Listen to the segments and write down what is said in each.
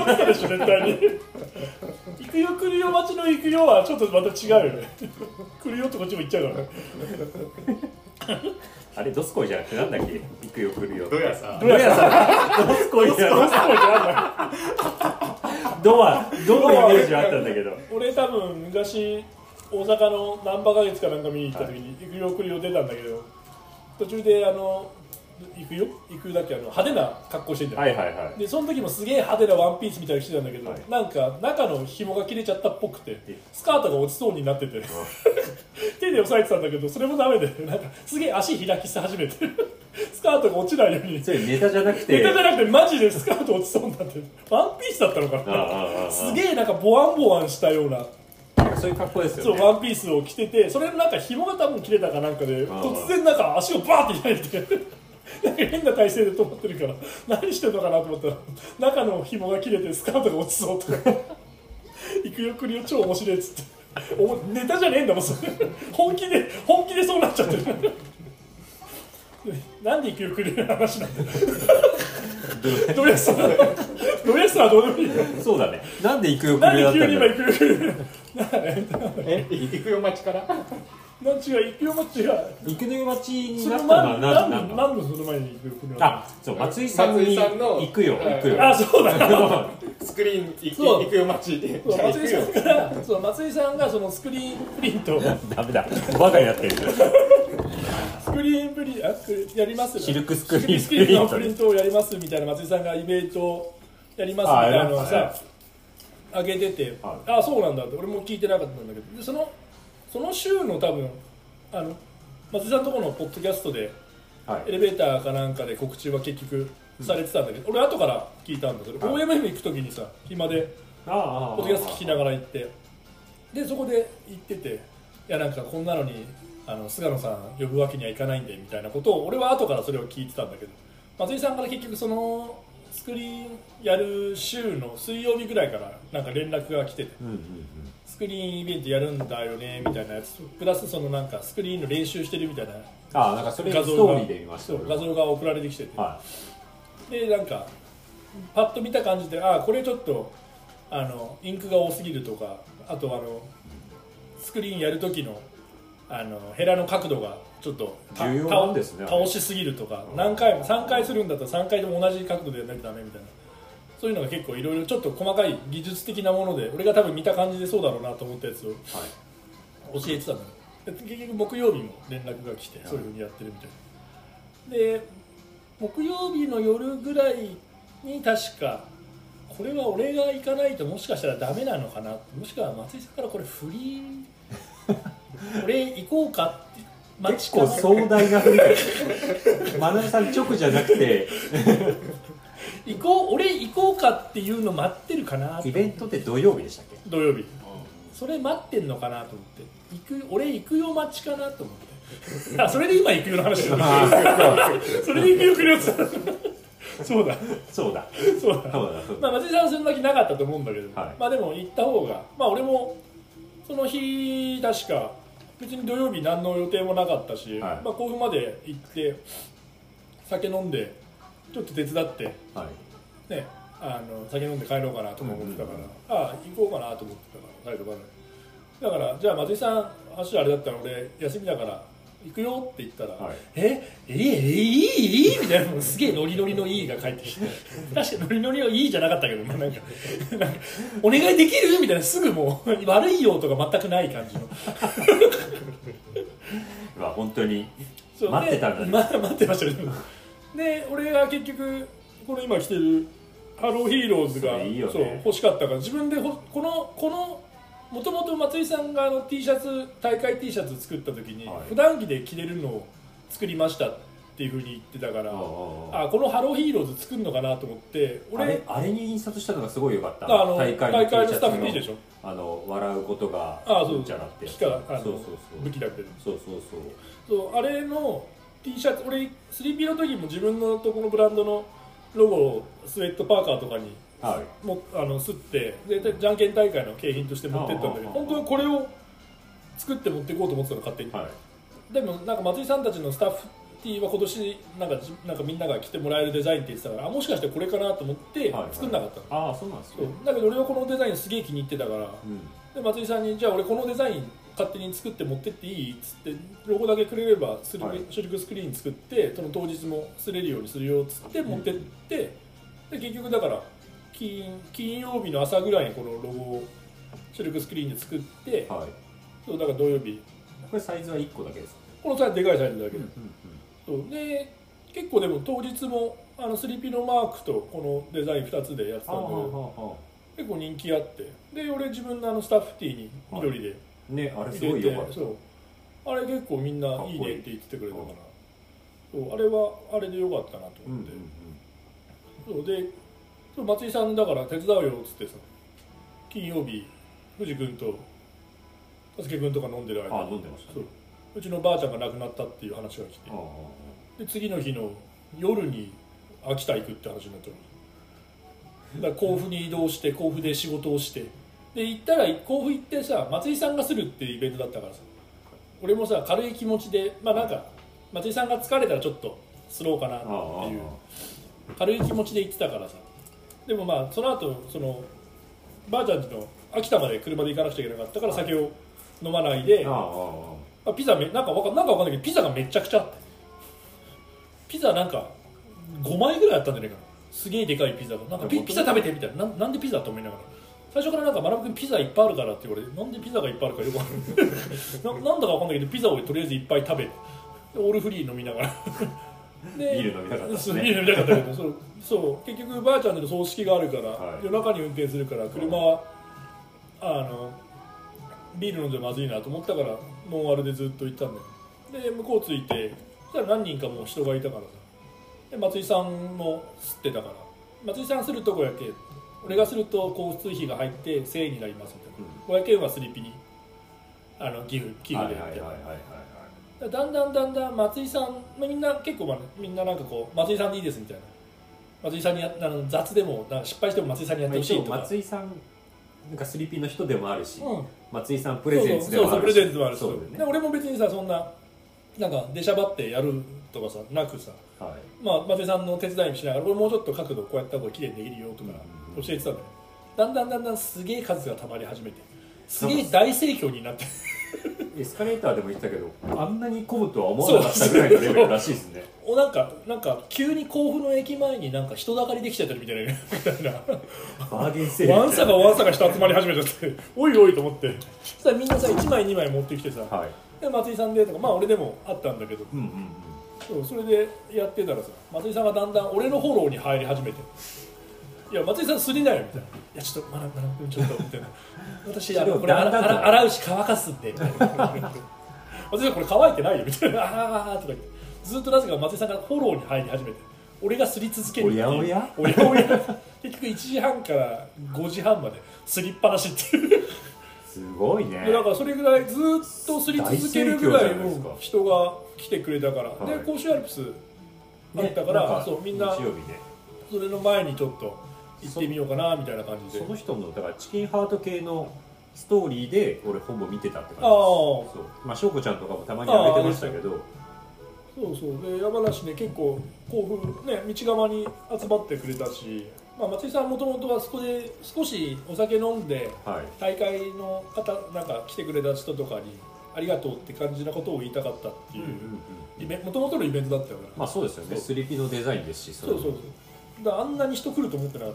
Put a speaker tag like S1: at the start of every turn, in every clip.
S1: 絶対に行くよ来るよ町の行くよはちょっとまた違うよね来るよってこっちも行っちゃうからね
S2: あれドスコイじゃなくてなんだっけ行くよ来るよ
S3: どやさ
S2: ドヤさんドスコイじゃなくてドアドアのイメージはあったんだけど
S1: 俺多分昔大阪の何波か月かなんか見に行った時に「行くよ来るよ」出たんだけど途中であの「行くよ行く」だっけあの派手な格好してんだよ、
S2: はいはいはい
S1: でその時もすげえ派手なワンピースみたいにしてたんだけど、
S2: はい
S1: なんか中の紐が切れちゃったっぽくて
S2: え
S1: スカートが落ちそうになってて 手で押さえてたんだけどそれもダメでなんかすげえ足開きし始めてスカートが落ちないように
S2: それネタじゃなくて
S1: ネタじゃなくてマジでスカート落ちそうになってるワンピースだったのか
S2: ああ
S1: な
S2: ああああ
S1: すげえなんかボワンボワンしたような
S2: なんかそういう格好です
S1: そ
S2: よ
S1: う
S2: ね
S1: ワンピースを着ててそれのなんか紐が多分切れたかなんかで
S2: ああ
S1: 突然なんか足をバーって開いて なんか変な体勢で止まってるから何してんのかなと思ったら中の紐が切れてスカートが落ちそうとか 「行くよくりよ超面白い」っつって。おもネタじゃねえんだもんそれ本気で本気でそうなっちゃってる なんで行くよくりよの話なんだよドレスはドレスはどうでもいいよ
S2: そうだねなんで行くよ来
S1: なん
S2: るよ
S1: で
S2: だったん
S1: 急に今
S2: だろ
S1: 行くよ
S2: う
S1: くりよ
S3: え行くよ町から
S1: なん違う行くよも違う
S2: 行くよ町に
S1: そ
S2: なっ
S1: の
S2: た
S1: 前
S2: のは
S1: な
S2: なんな
S1: なんん
S2: なの
S1: なんでその前に行くの
S2: あそう松井さんに
S3: 松井さんの
S2: 行くよ
S3: はい
S2: 行くよ
S1: あそうだ
S3: スクリーン行く
S1: そう
S3: 行くよ町で
S1: そう
S3: じゃあ
S1: 松
S3: 行
S1: 井
S3: く
S1: さ
S3: よ
S1: んからそう松井さんがそのスクリーンプリン トス
S2: ダメだバカになってる
S1: クリーンプリンあスクリーンやります
S2: シルクスク
S1: スクリ
S2: リ
S1: ーン
S2: ーン
S1: ス
S2: ス
S1: ク
S2: ク
S1: リーン
S2: リ
S1: の
S2: ー
S1: プリン
S2: ン
S1: トをやりますみたいな松井さんがイベントをやりますみ
S2: あ
S1: たい
S2: や
S1: な
S2: り
S1: の
S2: ま
S1: を
S2: したね
S1: さ上げてて
S2: は
S1: あそうなんだって俺も聞いてなかったんだけどでそのその週の多分あの松井さんのところのポッドキャストで
S2: とはい
S1: エレベーターかなんかで告知は結局されてたんだけど、俺後から聞いたんだけど
S2: はい
S1: OMM 行く時にさ暇で
S2: ああああ
S1: ポッドキャスト聞きながら行ってでそこで行ってていやなんかこんなのにあの菅野さん呼ぶわけにはいかないんでみたいなことを俺は後からそれを聞いてたんだけど松井さんから結局そのスクリーンやる週の水曜日ぐらいからなんか連絡が来てて
S2: うんうんうん
S1: スクリーンイベントやるんだよねみたいなやつとプラスそのなんかスクリーンの練習してるみたいな
S2: ああなんかそれ
S1: 画
S2: ス
S1: 像
S2: ト
S1: が
S2: ーリーで見ました
S1: そ
S2: 俺
S1: う
S2: も
S1: 画像が送られてきてて、
S2: は
S1: でなんかパッと見た感じであーこれちょっとあのインクが多すぎるとかあとあのスクリーンやる時のあのヘラの角度がちょっとた
S2: 重要なんですね
S1: 倒倒しすぎるとか
S2: うん
S1: 何回も3回するんだったら3回とも同じ角度でやらなきゃダメみたいなそういうのが結構いろいろちょっと細かい技術的なもので俺が多分見た感じでそうだろうなと思ったやつを
S2: いはい
S1: 教えてたのよで結局木曜日も連絡が来てそういうふうにやってるみたいなで木曜日の夜ぐらいに確かこれは俺が行かないともしかしたらダメなのかなってもしくは松井さんからこれフリ ー俺行こうかって
S2: 結構壮大な振りだよ学さん直じゃなくて
S1: 行こう俺行こうかっていうの待ってるかなと
S2: イベントって土曜日でしたっけ
S1: 土曜日それ待ってんのかなと思って行く俺行くよ待ちかなと思ってあそれで今行くよの 話だそれで行くよくるやつだそうだ
S2: そ
S1: そ
S2: うだ
S1: うだ
S2: そうだそうだ
S1: まあ松井さんはその時なかったと思うんだけど、
S2: はい
S1: まあでも行った方がまあ俺もその日確か別に土曜日何の予定もなかったし、
S2: はい
S1: まあ甲府まで行って酒飲んでちょっと手伝って
S2: はい
S1: ね、あの酒飲んで帰ろうかなとか思ってたから、
S2: うんうんうん
S1: ああ行こうかなと思ってたから帰るからだからじゃあ松井さん足あれだったら俺休みだから行くよって言ったら「
S2: はい
S1: ええいえいいいいいいみたいなもうすげえノリノリの「いい」が返って きて確かにノリノリの「いい」じゃなかったけどまあなんかなんか「お願いできる?」みたいなすぐもう「悪いよ」とか全くない感じの
S2: まあ本当に
S1: そう
S2: 待ってたんだ
S1: で
S2: ね
S1: ま待ってましたねで俺が結局この今着てるハローヒーローズ
S2: そ
S1: が
S2: れいいよね
S1: そう欲しかったから自分でほこのこのもともと松井さんがあの T シャツ大会 T シャツ作った時に、
S2: はい
S1: 普段着で着れるのを作りましたっていうふうに言ってたから
S2: あ
S1: あ
S2: あ
S1: このハローヒーローズ作るのかなと思って
S2: あ
S1: 俺
S2: れあれに印刷したのがすごい良かった
S1: あの
S2: 大
S1: 大
S2: 会
S1: 会の
S2: の T
S1: ス
S2: シ
S1: タ
S2: ャ
S1: ッフいいで
S2: ツ
S1: し
S2: の
S1: ょ
S2: あの笑うことが
S1: ああそう
S2: うんちゃらって
S1: 木からあの
S2: そうそうそう
S1: 武器だけど
S2: そうそうそう
S1: そうあれの T シャツ俺 3P の時も自分のとこのブランドのロゴをスウェットパーカーとかに
S2: はい
S1: もあの吸ってででじゃんけん大会の景品として持ってったんだけ
S2: あ
S1: ど
S2: あああ
S1: 本当にこれを作って持っていこうと思ってたの勝手に、
S2: はい
S1: でもなんか松井さんたちのスタッフティは今年なんかじなんかみんなが着てもらえるデザインって言ってたからあもしかしてこれかなと思って
S2: はいはい
S1: 作んなかったの、
S2: ああそうなんですね
S1: そうだけど俺はこのデザインすげえ気に入ってたから
S2: うん
S1: で松井さんにじゃあ俺このデザイン勝手に作って持ってっていいっつってロゴだけくれればスル、
S2: はい
S1: シルクスクリーン作ってその当日も擦れるようにするよっつって
S2: ん
S1: 持ってって、で結局だから金金曜日の朝ぐらいにこのロゴをシルクスクリーンで作って、
S2: はい
S1: そうだから土曜日
S2: これサイズは1個だけです
S1: このサイズでかいサイズだけど、
S2: うん
S1: そうで結構でも当日もあのスリピのマークとこのデザイン2つでやってた
S2: はあ
S1: ん
S2: は
S1: で
S2: あは
S1: 結構人気あってで俺自分のあのスタッフティーに緑で
S2: あね
S1: 入
S2: あれ
S1: れ
S2: す
S1: て、
S2: ごいよかった
S1: そうあれ結構みんな
S2: かっこい
S1: い
S2: い
S1: いねって言ってくれたからそうあれはあれでよかったなと
S2: うんう
S1: 思っ
S2: ん
S1: て、
S2: うん
S1: そうでそう松井さんだから手伝うよっつってさ金曜日藤君と助け君とか飲んでる間
S2: あ飲んでました
S1: そ
S2: ね
S1: ううちのばあちゃんが亡くなったっていう話が来て
S2: ああ
S1: で次の日の夜に秋田行くって話になってるだから甲府に移動して甲府で仕事をしてで行ったら甲府行ってさ松井さんがするっていうイベントだったからさ俺もさ軽い気持ちでまあなんか松井さんが疲れたらちょっとスローかなっ
S2: あ
S1: て
S2: あああ
S1: いう軽い気持ちで行ってたからさでもまあその後そのばあちゃんちの秋田まで車で行かなくちゃいけなかったから酒を飲まないで、
S2: ああああ
S1: あピザめなんかわかんなんかわかんないけどピザがめちゃくちゃあってピザなんか5枚ぐらいあったんじゃないかなすげえでかいピザがなんかピ
S2: あ
S1: ピザ食べてみたいななんなんでピザと思いながら最初からなんか「まなぶ君ピザいっぱいあるから」って言われてなんでピザがいっぱいあるかよくわかんない ななんだかわかんないけどピザをとりあえずいっぱい食べてでオールフリー飲みながらで
S2: ビール飲みたかったです
S1: そう
S2: ね
S1: ビール飲みたかったけ どそうそう結局ばあちゃんの葬式があるから、
S2: はい
S1: 夜中に運転するから車はあのビール飲んじゃまずいなと思ったからノンアルでずっと行ったんだよで向こう着いてそしたら何人かもう人がいたからさで松井さんも吸ってたから松井さんするとこやけ俺がすると交通費が入って1000円になりますみたいな、500円はスリピにあの寄付寄
S2: は
S1: 付
S2: いはい
S1: でや
S2: は
S1: っ
S2: い
S1: て
S2: はいはい
S1: だんだんだんだん松井さん、まあ、みんな結構、まあ、みんななんかこう松井さんでいいですみたいな松井さんにやあの雑でもなんか失敗しても松井さんにやってほし
S2: 一
S1: い
S2: 応
S1: とか、
S2: 松井さんなんかスリピの人でもあるし、
S1: うん、
S2: 松井さんプレゼンツで
S1: そう
S2: も
S1: そ
S2: あ
S1: うプ
S2: る
S1: レ
S2: し
S1: ゼンツもあるし
S2: そうだ
S1: で
S2: よね
S1: 俺も別にさそんななんか出しゃばってやるとかさなくさ、
S2: は
S1: まあ、松井さんの手伝いもしながら俺もうちょっと角度こうやった方が綺麗にできるよとか
S2: う
S1: 教
S2: ん
S1: えてたのよだんだんだんだんすげえ数がたまり始めてすげえ大盛況になって
S2: いエスカレーターでも言ってたけどあんなに混むとは思わなかったぐらいのレベルらしいですね
S1: おなんかなんか急に甲府の駅前になんか人だかりできちゃってるみたいなみたいな
S2: バーゲン セール
S1: わんさかわんさか人集まり始めちゃっておいおいと思ってそしたらみんなさ1枚2枚持ってきてさ
S2: はい
S1: で松井さんでとかまあ俺でもあったんだけど
S2: うんうんうん
S1: そうそれでやってたらさ松井さんがだんだん俺のフォローに入り始めて「いや松井さんすりなよ」みたいな「いやちょっとまなまなちょっと」みたい な「私あのこれ
S2: だんだんと
S1: 洗洗洗うし乾かすんで」みたいな松井さんこれ乾いてないよ」みたいな「ああ」とか言ってずっとなぜか松井さんがフォローに入り始めて俺がすり続けるっていう
S2: おやおや
S1: おやおや結局1時半から5時半まですりっぱなしっていう
S2: すごいね
S1: でだからそれぐらいずっとすり続けるぐ
S2: 大
S1: らい
S2: 盛況じゃないですか
S1: うん人が来てくれたから、
S2: はい
S1: で甲子園アルプスあ
S2: ね
S1: ったから、
S2: ん
S1: そうみんな
S2: 日曜日ね
S1: それの前にちょっと行ってみようかなみたいな感じで
S2: その人のだからチキンハート系のストーリーで俺ほぼ見てたって
S1: ああ
S2: 感じ
S1: そ
S2: そうまあ翔子ちゃんとかもたまにあげてましたけど
S1: うそうで山梨ね結構甲府ね道釜に集まってくれたし、まあ、松井さんもともとはそこで少しお酒飲んで
S2: はい
S1: 大会の方なんか来てくれた人とかにありがとうって感じなことを言いたかったっていう、イベもともとのイベントだったから、
S2: まあそうですよね
S1: そう
S2: スリピのデザインですし
S1: そうそうそうだからあんなに人来ると思ってなかっ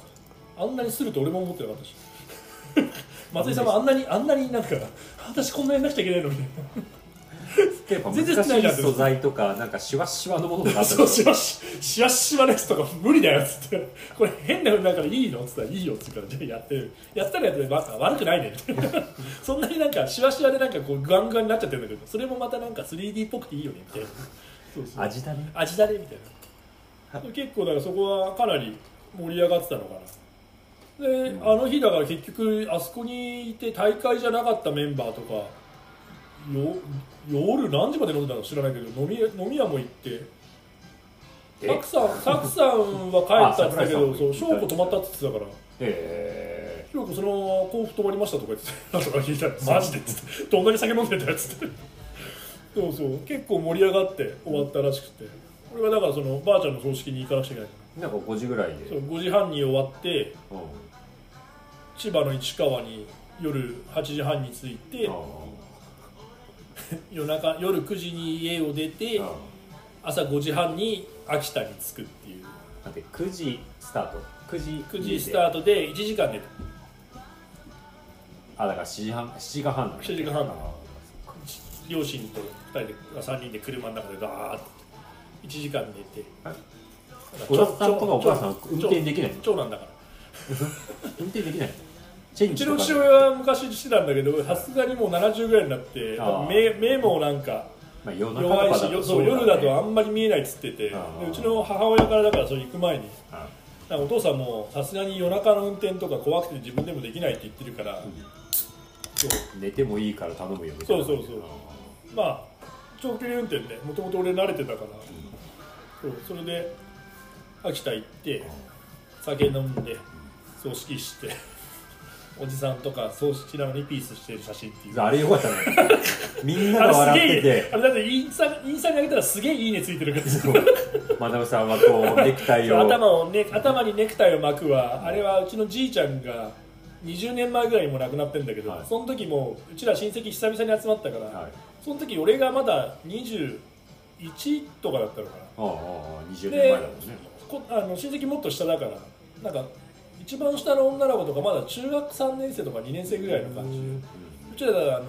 S1: たあんなにすると俺も思ってなかったし松井さんもあんなにあんなになんか私こんなやんなくちゃいけないのみたい
S2: でやっぱ
S1: 全然少
S2: 難し
S1: ないじゃ
S2: い
S1: ん
S2: 素材とかなんかシワシワのものとかあ
S1: な
S2: った
S1: そ
S2: で
S1: うし
S2: しょ
S1: わししわしわのやつとか無理だよっつってこれ変なふうになるからいいのっつったらいいよっつうからじゃあやってるやったらやってる、まあ、悪くないね みたいなそんなになんかしわしわでなんかこうグワングワンになっちゃってるんだけどそれもまたなんか 3D っぽくていいよねみたいなそうそう
S2: 味だね
S1: 味だねみたいな結構だからそこはかなり盛り上がってたのかなで、
S2: うん
S1: あの日だから結局あそこにいて大会じゃなかったメンバーとかよ夜何時まで飲んでたのか知らないけど飲み飲み屋も行ってサ
S2: え
S1: クさんサクさんは帰ったって言ってたけ
S2: あ
S1: ど
S2: 桜
S1: そ
S2: 井
S1: う
S2: さん
S1: 翔
S2: も行
S1: 子
S2: った
S1: 泊まったって言ってたから
S2: え
S1: 翔子そのまま甲府泊まりましたとか言ってたとか聞いたらマジでっつってどんだけ酒飲んでたよっつってそうそう結構盛り上がって終わったらしくて俺はだからそのばあちゃんの葬式に行かなくちゃいけない
S2: なんか5時ぐらいで
S1: そう5時半に終わって
S2: うん
S1: 千葉の市川に夜8時半に着いて
S2: あ
S1: 夜中夜9時に家を出て
S2: ああ
S1: 朝5時半に秋田に着くっていう
S2: あ待って9時スタート9時
S1: 9時スタートで1時間寝た
S2: あだから7時半7時間半なの
S1: 7時間半な
S2: あ
S1: 両親と2人で3人で車の中でガーッと1時間寝て
S2: はい
S1: 長
S2: 小田さんとかお母さん
S1: 長
S2: 運転できないの
S1: 長男だから
S2: 運転できないのチェン
S1: う
S2: ジ
S1: ち
S2: と
S1: の
S2: か
S1: 父親は昔してたんだけどさすがにもう70ぐらいになって
S2: あー
S1: 目目もなんか
S2: まあ、夜中と
S1: 弱い
S2: か
S1: し
S2: だ
S1: よ
S2: と
S1: そう
S2: ね
S1: 夜だとあんまり見えないっつっててで
S2: あー
S1: うちの母親からだからそれ行く前に
S2: あ
S1: なんかお父さんもさすがに夜中の運転とか怖くて自分でもできないって言ってるから、そう
S2: 寝てもいいから頼むよみたいな
S1: そうそうそうまあ長距離運転でもともと俺慣れてたから、そうそれで秋田行って酒飲んで葬式しておじさんとか葬式なのにピースしてる写真っていう
S2: ああれよ かったねみんな
S1: あ
S2: が
S1: れすげえ
S2: 笑ってて
S1: あれだってインスタインスタに上げたらすげえいいねついてるから
S2: そう マダムさんはこうネクタイを
S1: 頭を、ね、頭にネクタイを巻くはあれはうちのじいちゃんが20年前ぐらいにもう亡くなってんだけど、
S2: はい
S1: その時もううちら親戚久々に集まったから、
S2: はい
S1: その時俺がまだ21とかだったのかな
S2: ああああ20年前だもんね
S1: こあの親戚もっと下だからなんか一番下の女の子とかまだ中学3年生とか2年生ぐらいの感じでうちらだからあの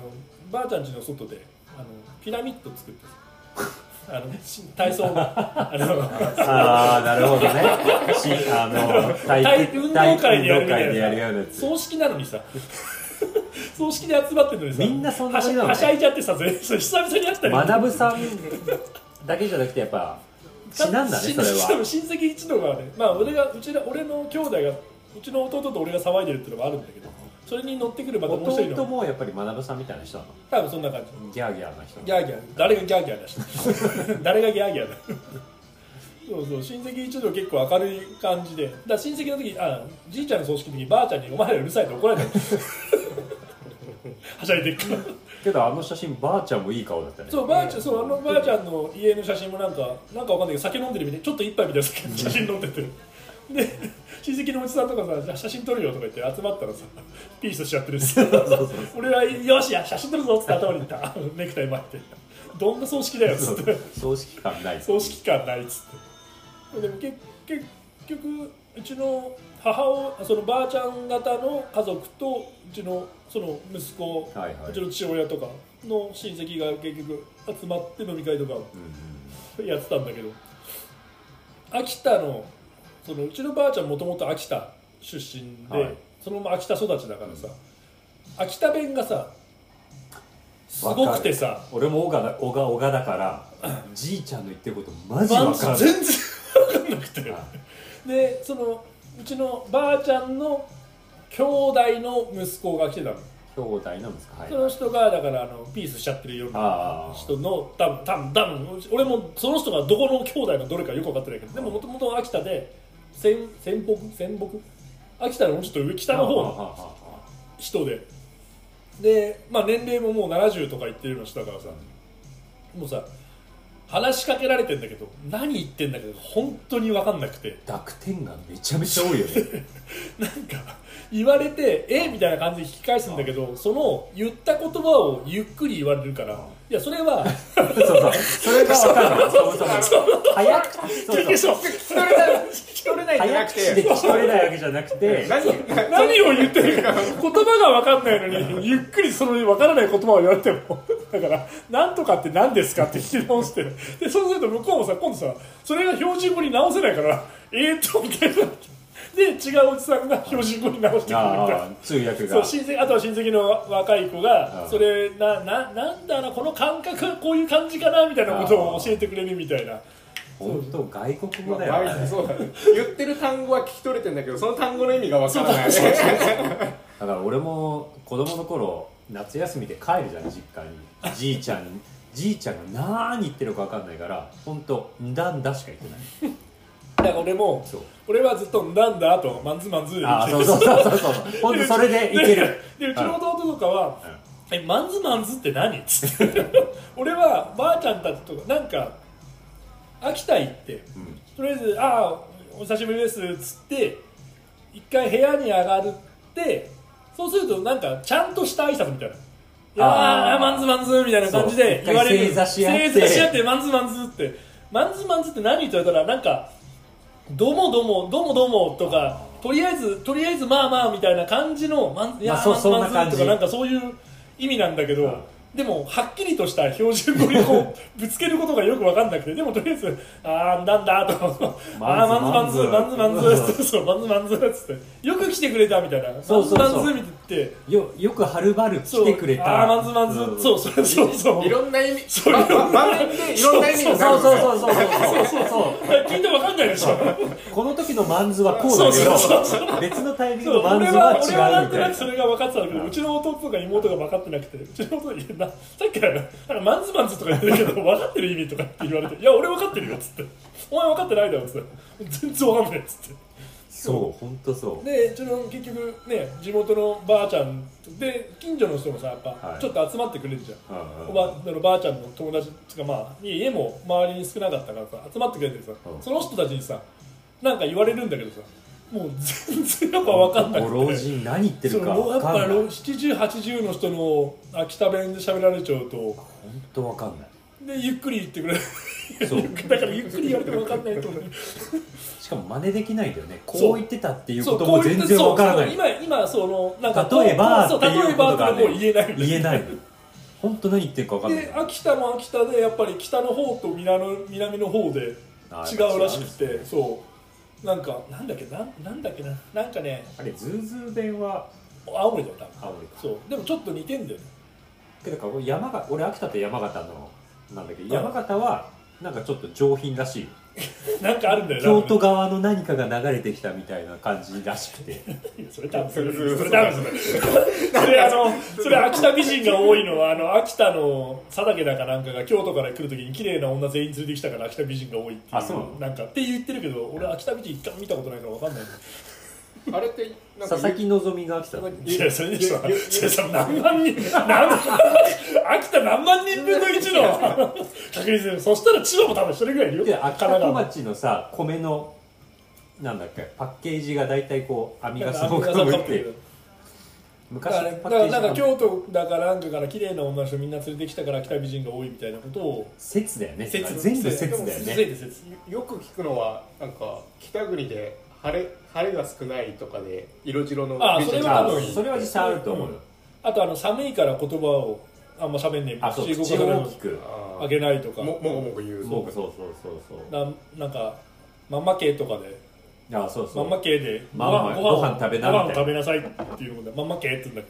S1: ばあちゃん家の外であのピラミッド作 ってたあのし体操のあの
S2: ああなるほど ねしあの
S1: 体育運動会でやるみたいな
S2: 体育運動会でやるようなやつ
S1: 葬式なのにさ 葬式で集まってるのにさ
S2: みんなそんな
S1: はし
S2: 感じなの
S1: はしゃいじゃってさ全然久々に会ったり
S2: マダムさんだけじゃなくてやっ ぱちなんだね
S1: し
S2: それ
S1: しかも
S2: は
S1: 親戚一同がねまあ俺がうちら俺の兄弟がうちの弟と俺が騒いでるっていうのもあるんだけどそれに乗ってくるまたもう一人
S2: 弟
S1: の
S2: もやっぱりマダムさんみたいな人なの
S1: 多分そんな感じ
S2: ギャーギャーな人
S1: ギャーギャー誰がギャーギャーだし 誰がギャーギャーだそうそう親戚一同結構明るい感じでだから親戚の時あじいちゃんの葬式の時ばあちゃんに「お前らうるさい」って怒られたの はしゃいでっから
S2: けどあの写真ばあちゃんもいい顔だったね
S1: そうばあちゃんそうあのばあちゃんの家の写真もなんかなんかわかんないけど酒飲んでるみたいちょっと一杯みたいな酒写真飲んでてで親戚のおじさんとかさじゃあ写真撮るよとか言って集まったらさピースしちゃってるし俺はよしや写真撮るぞっつって頭にいたネクタイ巻いてどんな葬式だよっつ
S2: そ
S1: って
S2: う葬式感ない
S1: 葬式感ないっつってでもけ結局うちの母をそのばあちゃん方の家族とうちのその息子、
S2: はいはいう
S1: ちの父親とかの親戚が結局集まって飲み会とか
S2: うんうん
S1: やってたんだけど秋田のそのうちのばあちゃんもともと秋田出身で、
S2: はい
S1: そのまま秋田育ちだからさ、秋田弁がさすごくてさ
S2: 俺も小が小が小がだからじいちゃんの言ってることマジわか
S1: まん
S2: る
S1: 全然分かんなくて
S2: は
S1: でそのうちのばあちゃんの兄弟の息子が来てたの、
S2: 兄弟なんですかはい
S1: その人がだからあのピースしちゃってるような
S2: ああ
S1: 人の多分多分多分俺もその人がどこの兄弟のどれかよく分かってないけどでももともと秋田で仙仙北仙北秋田のもうちょっと上北の方の人でで、まあ、年齢ももう70とか言ってるような人だからさもうさ話しかけられてんだけど何言ってんだけど本当に分かんなくて
S2: 濁点がめちゃめちゃ多いよ ね
S1: なんか言われてえみたいな感じで引き返すんだけどその言った言葉をゆっくり言われるからいやそれは
S2: そうそうそれがわかるのそうそう早くそうそう
S3: 聞き取れない聞き取れないんじゃ
S2: 早
S3: なく
S2: 口で
S3: て
S2: 聞き取れないわけじゃなくて
S3: 何
S1: 何を言ってるか言葉が分かんないのにゆっくりその分からない言葉を言われてもだから「なんとかって何ですか?」って聞き直してでそうすると向こうもさ今度さそれが標準語に直せないから「えーっと」みたいなで違うおじさんが標準語に直してくれるみたい
S2: あ
S1: な。
S2: あ通訳
S1: そ
S2: が
S1: う親戚あとは親戚の若い子が
S2: うん
S1: それなななんだなこの感覚こういう感じかなみたいなことを教えてくれるみたいな
S2: 本当外国語だ
S3: まあま
S2: よ
S3: あ
S2: ね
S3: そうだね言ってる単語は聞き取れてんだけどその単語の意味がわからない
S2: だから俺も子供の頃夏休みで帰るじゃん実家にじいちゃんじいちゃんが何言ってるかわかんないから本当んだんだしか言って ない
S1: だから俺も
S2: そう
S1: 俺はずっと「なんだ?」と「マンズマンズ」
S2: ああそうそうそうそうそう本当それでいける
S1: でうちの弟とかは、 「えマンズマンズって何?」っつって俺はばあちゃんたちとかなんか秋田行って
S2: うん
S1: とりあえず「ああお久しぶりです」っつって一回部屋に上がるってそうするとなんかちゃんとした挨拶みたいな「いや
S2: あー
S1: ーあーマンズマンズ」みたいな感じで
S2: そう
S1: 言われる
S2: 一回正座し合って
S1: 正座し合ってマンズマンズってマンズマンズって何って言われたらなんか「どうもどうもどうもどうも」とかとりあえずとりあえずまあまあみたいな感じのマンいや
S4: まあそう
S1: マンズマンズ
S4: そんな感じ
S1: とかなんかそういう意味なんだけど、
S2: うん
S1: でもはっきりとした標準語にこうぶつけることがよく分かんなくてでもとりあえず「ああなんだ」とか「ああーマ
S2: マ
S1: ン
S2: ン
S1: ズ
S2: ズ
S1: マンズマンズ
S2: マンズ
S1: そうそうマンズマンズ」っつって「よく来てくれた」みたいな「
S2: そうそうそう
S1: マンズマンズ」見てって。
S2: よよくはるばる来てくれ
S1: そうあ
S2: た
S1: ーマンズマンズ、
S2: うん
S1: そうそうそうそう
S3: いろんな意味
S1: そう
S3: まま場面でいろんな意味が
S2: そうそう
S3: う
S2: そうそうそうそう
S1: 聞いてわかんないでしょ
S2: この時のマンズはこうだけ
S1: そうそう
S2: ど別のタイミング
S1: そう
S2: のマンズ
S1: 俺
S2: は
S1: は俺は
S2: 違
S1: な
S2: うんみ
S1: と
S2: た
S1: ないく
S2: な
S1: それが分かってたんだけどうちの弟とか妹が分かってなくてうちの弟になさっきからなんかマンズマンズとか言ってるけど分かってる意味とかって言われて「いや俺分かってるよ」っつって「お前分かってないだろ」っつって「全然分かんない」っつって
S2: そう本当そう
S1: でうちの結局ね地元のばあちゃんで近所の人もさやっ
S2: は
S1: ぱ
S2: い
S1: ちょっと集まってくれるじゃん、
S2: うんうん
S1: おばあのばあちゃんの友達つかまあ家も周りに少なかったからさ集まってくれてさ、
S2: うん
S1: その人たちにさなんか言われるんだけどさもう全然やっぱ分かんなくて
S2: ご老人何言って
S1: そ
S2: る
S1: う
S2: か
S1: もうや
S2: 分
S1: っぱ
S2: かんない本
S1: 7080の人の秋田弁で喋られちゃうと
S2: 当分かんない
S1: でゆっくり言ってくれる
S2: そう
S1: だからゆっくりやると分かんないと思う
S2: しかも真似できないんだよね
S1: そう
S2: こう言ってたっていう
S1: そ
S2: こ
S1: う
S2: と
S1: こ
S2: も
S1: う言
S2: 全
S1: って
S2: 然分からな
S1: そう
S2: い
S1: そう今今そのなんか
S2: 例えば
S1: そう
S2: っていうことが
S1: 例えばってもう言えない
S2: ね言えないの本当何言ってるか分かんない
S1: で秋田も秋田でやっぱり北の方と南の南の方で違
S2: あー
S1: うらしくて、
S2: 違うんです
S1: そうなんかなんだっけなんなんだっけななんかね
S2: あれズーズー弁は
S1: 青森だった
S2: 青森か
S1: そうでもちょっと似てんだよね
S2: けどかこれ山が俺秋田と山形のなんだけど山形はなんかちょっと上品らしい
S1: なんかあるんだよ
S2: 京都側の何かが流れてきたみたいな感じらしくて
S1: いやそれ多分それ
S3: それ
S1: それ多分それそれあのそれ秋田美人が多いのはあの秋田の佐竹だかなんかが京都から来るときに綺麗な女全員連れてきたから秋田美人が多いっていう
S2: あそうなの
S1: なんかって言ってるけど俺秋田美人一回も見たことないからわかんない
S3: あれってなん
S2: 佐
S3: か
S2: 々木希が秋田だね
S1: いやそれでしょ
S3: ゆゆ
S1: それさ何万人何万秋田何万人分の1の確率でそしたら千葉も多分それぐらいいるよ
S2: で秋田小
S1: 川
S2: 町のさ米のなんだっけパッケージが大体こう網
S1: なん
S2: が
S1: か
S2: す
S1: 網
S2: ご
S1: が
S2: く
S1: 刺
S2: ぶ
S1: さ
S2: っ
S1: ってる
S2: て
S1: だ
S2: 昔
S1: から
S2: の
S1: だか
S2: パッケー
S1: ら
S2: ジ
S1: なんか
S2: が
S1: 京都だからなんかから綺麗な女の人みんな連れてきたから秋田美人が多いみたいなことを
S2: 説だよね
S1: 説
S2: 全部説だよ
S1: 全
S2: ね
S1: 然説
S3: よく聞くのはなんか北国で晴れ晴れが少ないとかで色白の
S1: あ
S3: 美人
S1: それは
S2: あ
S1: 多
S3: が多い
S1: 分
S2: それは実際あると思うよ、
S1: あとあの寒いから言葉をあんま喋んねえみたい
S2: あ
S1: な
S2: そう
S1: 口動
S2: 口
S1: か
S2: を大
S1: な
S2: きく
S3: あー
S1: あげないとか
S3: ももごもご言う
S2: そうそうそうそうそう
S1: ななんかママ系とかで
S2: あそう
S1: マ
S2: そう
S1: マ系で
S2: ママ
S1: ご飯
S2: ご飯食べな
S1: ご
S2: み
S1: 飯
S2: たいな
S1: 食べなさいっていうのでママ系って言うんだけど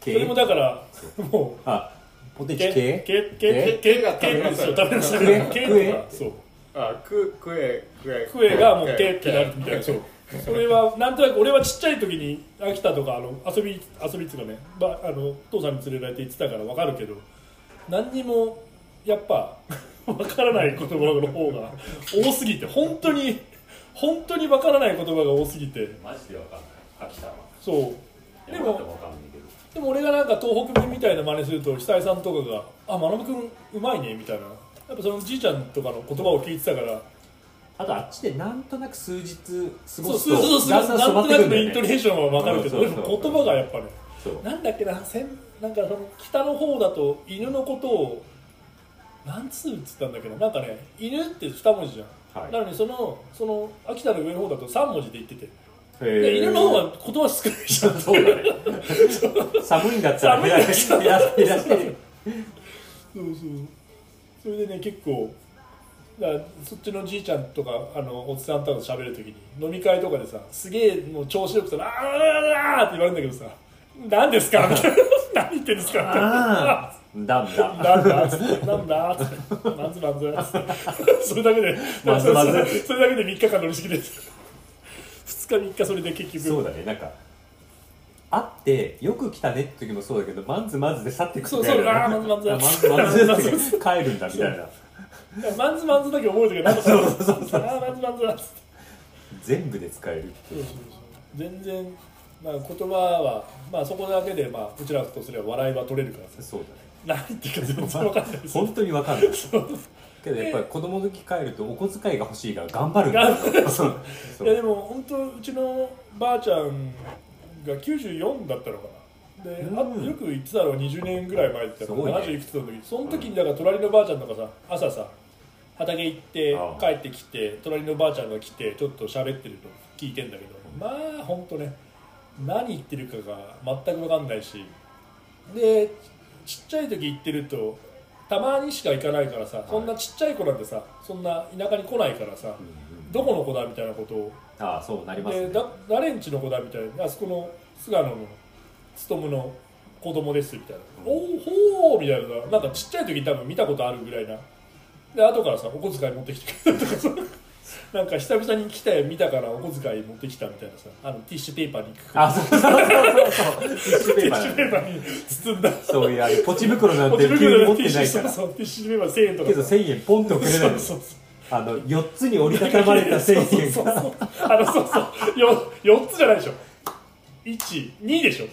S1: そ
S2: 系
S1: れもだ からもう
S2: あポテチ
S1: 系系
S2: 系
S1: 系系系
S3: 系が食べなさい
S1: そう食べなさい
S2: 食え
S1: 系
S2: 食え
S1: とかそう
S3: あく食え食え
S1: クエがもう系ってなるみたいなそうそれはなんとなく俺はちっちゃい時に秋田とかあの遊び遊びっつうかねばあの父さんに連れられて行ってたからわかるけど何にもやっぱ わからない言葉の方が多すぎて本当に本当にわからない言葉が多すぎて
S2: マジでわかんない秋田は
S1: そうで
S2: 山形
S1: も
S2: もわかんないけど
S1: でも俺がなんか東北弁みたいな真似すると久井さんとかが「あまなぶ君うまいね」みたいなやっぱそのじいちゃんとかの言葉を聞いてたから
S2: あとあっちでなんとなく数日過
S1: そう
S2: ご
S1: そうそう
S2: す
S1: そ
S2: と
S1: う
S2: だん
S1: な
S2: だ
S1: ん
S2: ん
S1: と
S2: 染ま
S1: な
S2: っ
S1: く
S2: てくるん
S1: の
S2: だ
S1: イント
S2: よ
S1: ネ
S2: ね
S1: ーションは分かるけど、
S2: うんそうそうそう
S1: でも言葉がやっぱね
S2: そう
S1: なんだっけなせんなんかその北の方だと犬のことをなんつうっつったんだけどなんかね犬って2文字じゃん、
S2: はい
S1: なのにそのその秋田の上の方だと3文字で言ってて、
S2: へ
S1: で
S2: ー
S1: 犬の方は言葉少ないじゃん
S2: そうだね寒いんだったら
S1: 寒い
S2: 減
S1: んだ
S2: ら
S1: ったら
S2: して減らし
S1: そ
S2: て
S1: うそうそれでね結構だからそっちのじいちゃんとかあのおじさんとかと喋るときに飲み会とかでさすげえもう調子よくさ「あーあーあー」って言われるんだけどさ「何ですか?」みたいな「何言ってんですか?」みたいな
S2: ああだんだ
S1: なんだっつってなんだっつってまずまずっつってそれだけで
S2: まずまずっ
S1: それだけで3日間乗り過ぎです2日3日それで結局
S2: そうだねなんか会ってよく来たねって時もそうだけどマンズマンズで去ってく
S1: そ
S2: る
S1: うんそ
S2: だ
S1: う
S2: よね
S1: あーマンズマンズ
S2: あマンズマンズって帰るんだみたいな
S1: マンズマンズだけ覚えてけどなんかそうそ うそうあーマンズマンズだっつって
S2: 全部で使えるっていう
S1: 全然まあ、言葉は、まあ、そこだけで、まあ、うちらとすれば笑いは取れるからさ
S2: そうだね
S1: 何言ってるか全然分かんないです
S2: 本当にわかるけどやっぱり子供の時帰るとお小遣いが欲しいから頑張るんだよそうそ
S1: いやで
S2: う
S1: も本当うちのばあちゃんが94だったのかなで、あ
S2: うん
S1: よく言ってたのは20年ぐらい前だった
S2: す
S1: か
S2: ごい
S1: ら、
S2: ね
S1: 70いくつの時その時にだから隣のばあちゃんとかさ朝さ畑行って
S2: ああ
S1: 帰ってきて隣のばあちゃんが来てちょっと喋ってると聞いてんだけどまあ本当ね何言ってるかが全く分かんないしでちっちゃい時行ってるとたまにしか行かないからさそんなちっちゃい子なんてさそんな田舎に来ないからさ
S2: うんうん
S1: どこの子だみたいなことを
S2: ああそうなります
S1: で
S2: ね
S1: だ誰んちの子だみたいなあそこの菅野の勤の子供ですみたいな、
S2: うん
S1: おおほーみたいななんかちっちゃい時に多分見たことあるぐらいなで後からさお小遣い持ってきてくれたとか さなんか久々に来て見たからお小遣い持ってきたみたいなさあのティッシュペーパーにくく
S2: あそうそうそうそうそうティッシ
S1: テ
S2: ュペ
S1: ィ
S2: ーパ
S1: ッシ
S2: ー
S1: ュペ
S2: なん
S1: ー
S2: だ
S1: パーに包んだ
S2: そういうあれポチ袋なん
S1: ポ
S2: て
S1: チ袋
S2: 急に
S1: の
S2: 持っ
S1: ティッ
S2: て
S1: シュ
S2: な
S1: そ
S2: いか
S1: う
S2: ら
S1: そうティッシュペーパー1000円とか
S2: けど1000円ポンとくれないの
S1: そうそうそう
S2: あの4つに折りたたまれた1000円
S1: そう
S2: が
S1: そうあのそうそうよ4つじゃないでしょ12でしょ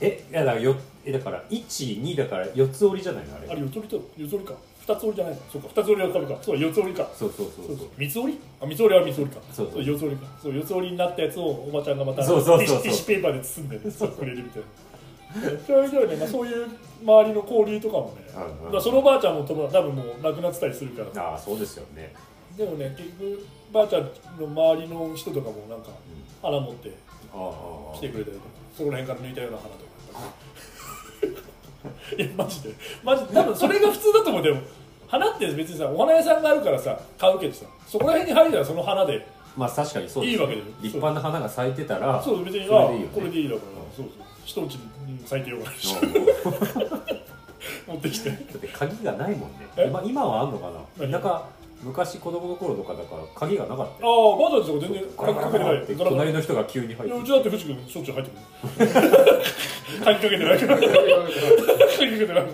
S2: えいやだからよえだから12だから4つ折りじゃないのあれ
S1: あれ四つ折りと四つ折りか二つ折りじゃないのそうか二つ折りはダメかそう四つ折りか
S2: そうそうそ
S1: そ
S2: うそうう
S1: そう三つ折りあ三つ折りは三つ折りか
S2: そうそう
S1: 四つ折りかそう四つ折りになったやつをおばちゃんがまた
S2: そうそうそうそう
S1: ティッシュティッシュペーパーで包んで、ね、そうくれるみたいなそれ以上にね、まあ、そういう周りの交流とかもね
S2: うんうん
S1: だからそのばあちゃんも友達多分もう亡くなってたりするから
S2: ああそうですよね
S1: でもね結局ばあちゃんの周りの人とかもなんか花持って
S2: ああああ
S1: 来てくれたりとかそこら辺から抜いた ような花とかいやマジでマジで多分それが普通だと思うでも花って別にさお花屋さんがあるからさ買うけどさそこら辺に入るならその花で
S2: まあ確かにそうです
S1: いいわけだよ
S2: 立派な花が咲いてたら
S1: そう別に
S2: そ
S1: あ
S2: れでいいよね
S1: これでいいだからそうそう人んちに咲いてよかったし
S2: うんだ
S1: 持ってきて
S2: って鍵がないもんね
S1: え
S2: 今今はあんのかな
S1: 何
S2: なんか昔子供の頃とかだから鍵がなかった
S1: あ
S2: よ
S1: あばあちゃんちとか全然
S2: ガラガラ
S1: かけ
S2: ガ
S1: てな
S2: ラって
S1: いから
S2: 隣の人が急に入
S1: いや
S2: っ
S1: う
S2: て
S1: ちだって藤君しょっちゅう入ってくる 鍵かけてないから鍵かけてないから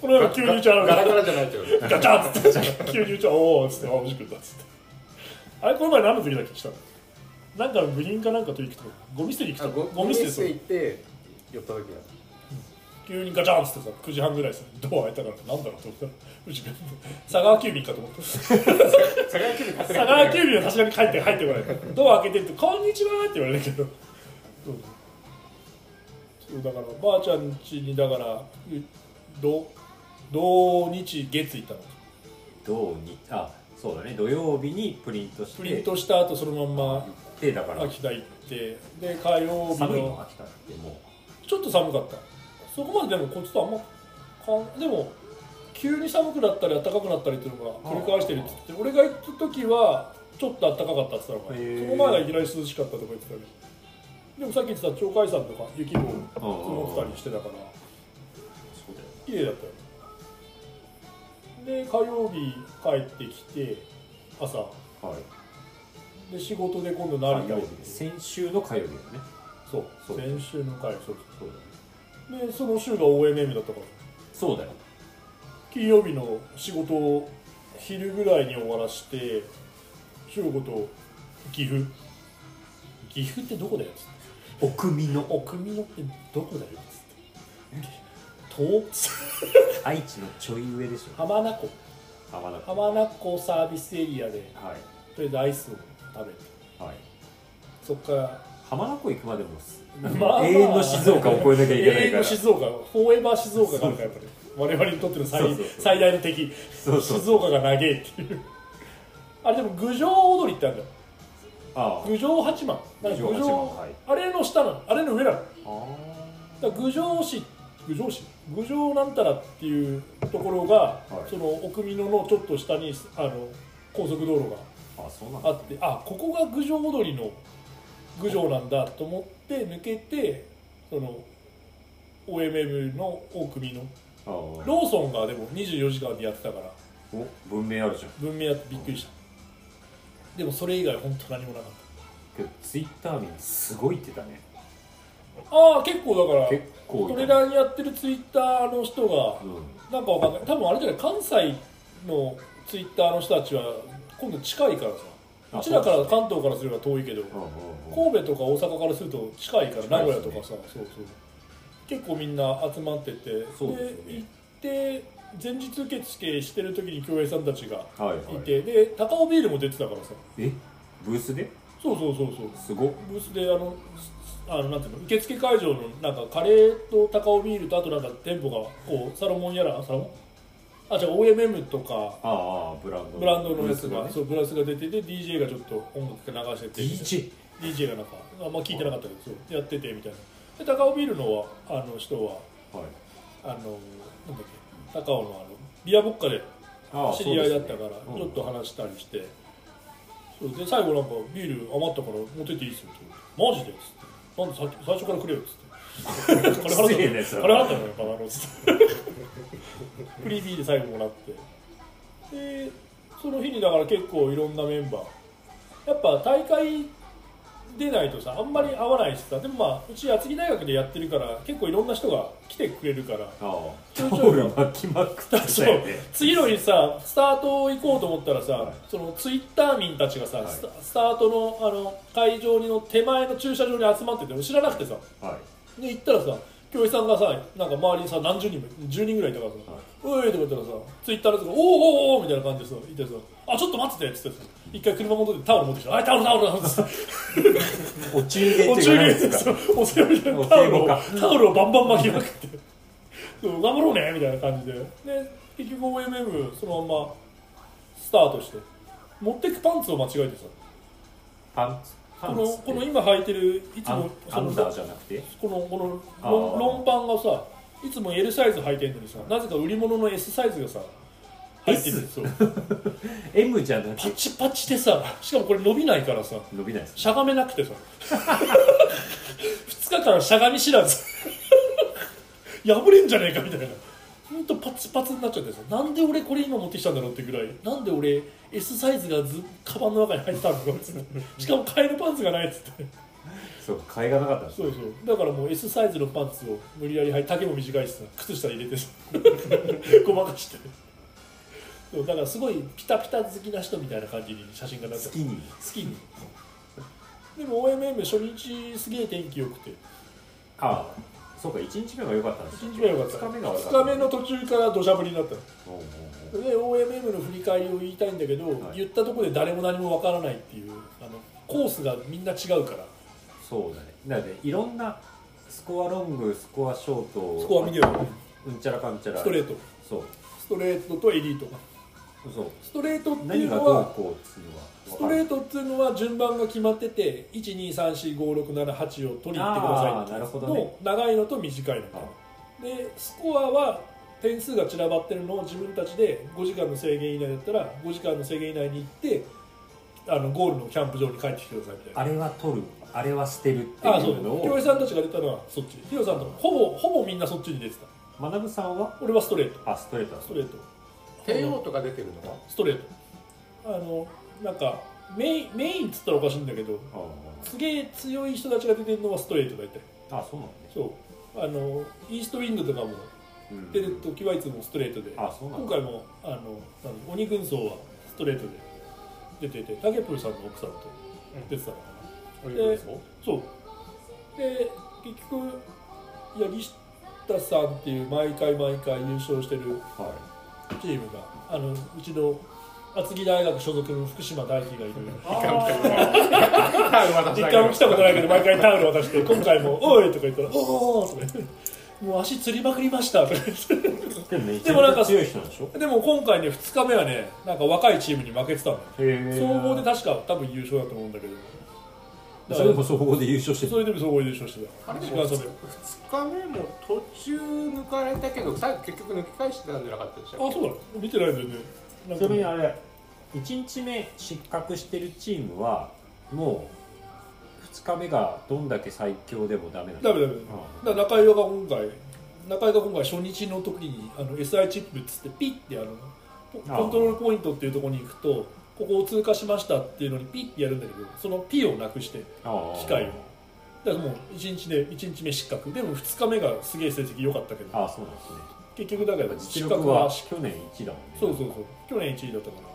S1: この間 急にうち洗うか
S3: ガ
S1: ら
S3: ラガラじゃないけどね
S1: ガチャッつって急にうちは「おお」っつって「あおじくんだ」っつってあれこの前何の時だっけ来たのなんか部品かなんか取りに行くとゴミ捨てに行
S3: あ
S1: く
S3: ゴ
S1: と
S3: ゴ
S1: ゴ
S3: ミ
S1: ミ捨て
S3: 捨
S1: そう
S3: て行って寄った時だ
S1: 急にガチャンっつってさ9時半ぐらいさドア開いたからなんだろうと思ったらうちが佐川急便かと思った
S3: 佐川急便買って
S1: 佐
S3: な
S1: 川
S3: い
S1: 急便は確かに帰って入ってこないドア開けてると「こんにちは」って言われるけどそうそうだからばあちゃん家にだから土土日月行ったの
S2: 土日あそうだね土曜日にプリントして
S1: プリントした後そのまんま
S2: でだから
S1: 秋田行ってで火曜日
S2: 寒いの
S1: の
S2: 秋田ってもう
S1: ちょっと寒かったそこまででもこっちとあんまかんでも急に寒くなったり暖かくなったりっていうのが繰り返してるって言って俺が行った時はちょっと暖かかったって言ってたのか
S2: へー
S1: なその前がいきなり涼しかったとか言ってたけどでもさっき言ってた鳥海山とか雪も積もってたりしてたから
S2: そうだよ
S1: 綺麗だったよで火曜日帰ってきて朝
S2: はい
S1: で仕事で今度成
S2: 火
S1: 田
S2: 曜
S1: 行っ
S2: 日
S1: て
S2: 先週の火曜日だよね
S1: そう
S2: そう
S1: 先週の回そう
S2: そうだね
S1: でその週が OMM だったから
S2: そうだよ
S1: 金曜日の仕事を昼ぐらいに終わらして中国と岐阜岐阜ってどこだよっつって
S2: 奥美の
S1: 奥美濃ってどこだよっつって東
S2: 愛知のちょい上でしょ
S1: 浜名湖
S2: 浜名湖
S1: 浜名湖サービスエリアで
S2: はい
S1: とりあえずアイスを食べて
S2: はい
S1: そっから
S2: 浜名湖行くまでもす
S1: まあ
S2: 永遠の静岡を超えなきゃいけな
S1: 永遠
S2: いか
S1: の
S2: ら
S1: 静岡フォーエバー静岡なんかやっぱり我々にとっての最
S2: そうそうそう
S1: 最大の敵
S2: そうそう
S1: 静岡が長えっていうあれでも郡上踊りってあるんだよ
S2: ああ
S1: 郡上八幡なんか
S2: 郡上八幡はい
S1: あれの下なのあれの上なのだか
S2: あ
S1: ら郡上市郡上市郡上なんたらっていうところが、
S2: はい
S1: その奥美濃のちょっと下にあの高速道路が
S2: あそうなんだ
S1: あってあここが郡上踊りの郡上なんだと思って抜けてその OMM の奥美濃
S2: ああお
S1: ローソンがでも24時間でやってたから
S2: 文明あるじゃん
S1: 文明やってびっくりしたでもそれ以外本当何もなかった
S2: けどツイッター見にすごいってたね
S1: ああ結構だから
S2: 結構
S1: ト
S2: い
S1: レー
S2: たね
S1: ダーにやってるツイッターの人が
S2: うん
S1: なんかわかんない多分あれじゃない関西のツイッターの人たちは今度近いからさ
S2: あ
S1: うちらから関東からすれば遠いけど
S2: うんうんう
S1: 神
S2: ん
S1: 戸とか大阪からすると近いから名
S2: 近い
S1: 古
S2: ですね
S1: 屋とかさそうそう結構みんな集まっててで
S2: そうですよね
S1: 行って前日受付してる時に京平さんたちが
S2: はい
S1: い
S2: はい
S1: てで高尾ビールも出てたからさ
S2: えブースで
S1: そうそうそうそう
S2: すごっ
S1: ブースであのすあのなんていうの受付会場のなんかカレーと高尾ビールとあとなんか店舗がこうサロモンやらサロモンあじゃあ OMM とか
S2: ああブランド
S1: ブランドのやつが
S2: ブース
S1: そうブラスが出てて DJ がちょっと音楽流してて
S2: DJ
S1: DJ がなんかあんま聞いてなかったけどそうやっててみたいなで高尾ビールのはあの人は
S2: はい
S1: あのなんだっけ高尾のあのビアボッカで
S2: ああ
S1: 知り合いだったからち
S2: そうですね
S1: ょっと話したりしてそうで最後なんかビール余ったから持ってっていいっすよって言われてマジでっつってなんでさっき最初からくれよっつっ て金払ったの
S2: 失礼なやつだ
S1: 金払ったのよバカ野郎っつってフリービール最後もらってでその日にだから結構いろんなメンバーやっぱ大会出ないとさあんまり合わないしさでもまあうち厚木大学でやってるから結構いろんな人が来てくれるから
S2: ああ
S1: ちょ
S2: タ
S1: いちょい
S2: オル巻きまくって
S1: そ
S2: たよ
S1: う
S2: ね
S1: 次の日さスタート行こうと思ったらさ、
S2: はい
S1: そのツイッター民たちがさ、
S2: はい
S1: スタスタートのあの会場の手前の駐車場に集まってて知らなくてさ
S2: はい
S1: で行ったらさ教授さんがさなんか周りにさ何十人も10人ぐらいいたからさ「
S2: は
S1: うえ」とか言ったらさツイッターのやつが「おおおーおーみたいな感じでさいてさ「あちょっと待ってて」っつってさ一回車戻ってタオル持ってきた「あタオルタオル」タオルっつって
S2: お中元
S1: お
S2: って
S1: 中
S2: 言わない
S1: 元
S2: ですか
S1: ですよお世話みたいなタオルを
S2: お歳
S1: タオルをバンバン巻きまくって そう頑張ろうねみたいな感じでで結局 OMM そのまんまスタートして持ってくパンツを間違えてさ
S2: パンツパ
S1: こ
S2: ン
S1: の
S2: ツって
S1: この今履いてるいつ
S2: ア
S1: も
S2: ン
S1: そ
S2: ア
S1: の
S2: ンダーじゃなくて
S1: このこ
S2: あ
S1: の
S2: ー
S1: ロンロンパンがさいつも L サイズ履いてるのにさなぜか売り物の S サイズがさ入ってるそう
S2: M じゃなく
S1: パ
S2: て
S1: チパチでさしかもこれ伸びないからさ
S2: 伸びないです
S1: しゃがめなくてさ2日間しゃがみ知らず破れんじゃねえかみたいなほんとパツパツになっちゃってさなんで俺これ今持ってきたんだろうってぐらいなんで俺 S サイズがずカバンの中に入ってたのかっつってしかも替えるパンツがないっつって
S2: そう替えがなかったんです
S1: そうそうだからもう S サイズのパンツを無理やり履いて丈も短いしさ靴下入れてさごまかしてそうだからすごいピタピタ好きな人みたいな感じに写真がなっちゃ
S2: ス
S1: って
S2: キニー
S1: 好きにでも OMM 初日すげえ天気良くて
S2: ああそうか1日目が良かったんです
S1: 1日目は良かった
S2: 2日目が悪かった
S1: 2日目の途中から土砂降りになったの
S2: おうおうおう
S1: で OMM の振り返りを言いたいんだけど、
S2: はい
S1: 言ったところで誰も何もわからないっていうあのコースがみんな違うから
S2: そうだねなのでいろんなスコアロングスコアショート
S1: そこは見てる
S2: うんちゃらかんちゃら
S1: ストレート
S2: そう
S1: ストレートとエリートが
S2: そう
S1: ストレートってい
S2: 何
S1: う
S2: が
S1: の
S2: どう
S1: は
S2: こうっていうのは
S1: ストレートっていうのは順番が決まってて123456789を取りに行ってくださいって
S2: あーなるほど
S1: の
S2: ね
S1: 長いのと短いの
S2: あ
S1: とでスコアは点数が散らばってるのを自分たちで5時間の制限以内だったら5時間の制限以内に行ってあのゴールのキャンプ場に帰ってきてくださいみたいな
S2: あれは取るあれは捨てるって
S1: ああそ
S2: いううの
S1: ヒロ
S2: を
S1: イさんたちが出たのはそっちヒロさんとかほぼほぼみんなそっちに出てた
S2: まなぶさんは
S1: 俺はストレート
S2: あストレートだ
S1: ストレート
S3: 帝王とか出てるのは
S1: ストレートあのなんかメインメインっつったらおかしいんだけど
S2: あ
S1: すげえ強い人たちが出てるのはストレートだった
S2: ああそうなんだね
S1: そうあのイーストウィンドとかも
S2: うん
S1: 出る時はいつもストレートで、
S2: あそうなん
S1: 今
S2: だ
S1: 回もあのなんだ鬼軍曹はストレートで出ててタケプルさんの奥さんと出てたのかな、
S3: オリ
S1: で
S3: ンピック
S1: そうで結局柳下さんっていう毎回毎回優勝してる
S2: は
S1: チームがあのうちの厚木大学所属の福島大輝がいる
S3: そう
S1: 実家も来たことないけど毎回タオル渡して今回も「おい!」とか言ったら「おお!」とか言って「もう足つりまくりました」とか言って
S2: いでもめち
S1: でもなん
S2: ゃくち
S1: か
S2: ゃ強い人なんでしょ
S1: でも今回ね2日目はねなんか若いチームに負けてたのよ
S2: へえ
S1: 総合で確か多分優勝だと思うんだけどだ
S2: そ
S1: か
S2: れ
S1: ら
S2: でも総合で優勝して
S1: それでも総合優勝してた
S3: あれ
S1: 時
S3: で
S1: 間
S3: も
S1: 差で
S3: 2日目も途中抜かれたけど最後結局抜き返してたんじゃなかったでしょ
S1: あそうだ見てないんだよねなん
S2: ち
S1: か
S2: なみにあれ1日目失格してるチームはもう2日目がどんだけ最強でもダメなの
S1: ダメダメだから中井が今回中井が今回初日の時にあの SI チップっつってピッてあのポ
S2: ああ
S1: コントロールポイントっていうところに行くとここを通過しましたっていうのにピッてやるんだけどそのピをなくして機
S2: 機
S1: 械をだからもう1日で1日目失格でも2日目がすげえ成績良かったけど
S2: ああそうなんですね
S1: 結局だか
S2: やっ
S1: ら
S2: ぱ実
S1: 失格
S2: 力
S1: は
S2: は去年1だもんね
S1: そうそうそう去年1位だったから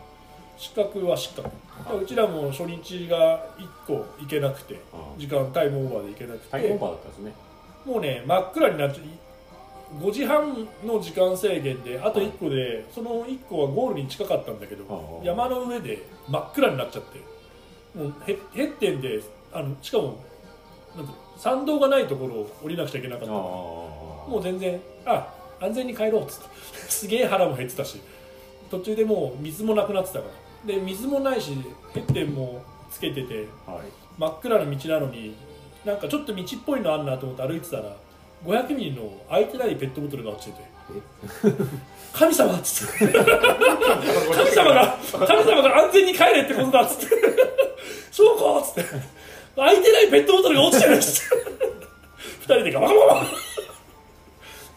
S1: 失格は失格だからうちらも初日が1個行けなくて
S5: うん
S1: 時間タイムオーバーで行けなく
S5: タイムオー
S1: て
S5: バーだったんですね
S1: もうね真っ暗になっちゃう5時半の時間制限であと1個でその1個はゴールに近かったんだけど
S5: うん
S1: 山の上で真っ暗になっちゃってもうへへってんであのしかもなんていうの山道がないところを降りなくちゃいけなかったからも
S5: も
S1: う全然あ安全に帰ろうっつって すげえ腹も減ってたし途中でもう水もなくなってたからで水もないしヘッテンもつけてて
S5: うはい
S1: 真っ暗な道なのになんかちょっと道っぽいのあんなと思って歩いてたら500ミリの空いてないペットボトルが落ちてて「神様!」っつって「神様が神様が安全に帰れってことだ」っつって「証拠!」っつって「空いてないペットボトルが落ちてる」っつって2人でガバガバガバ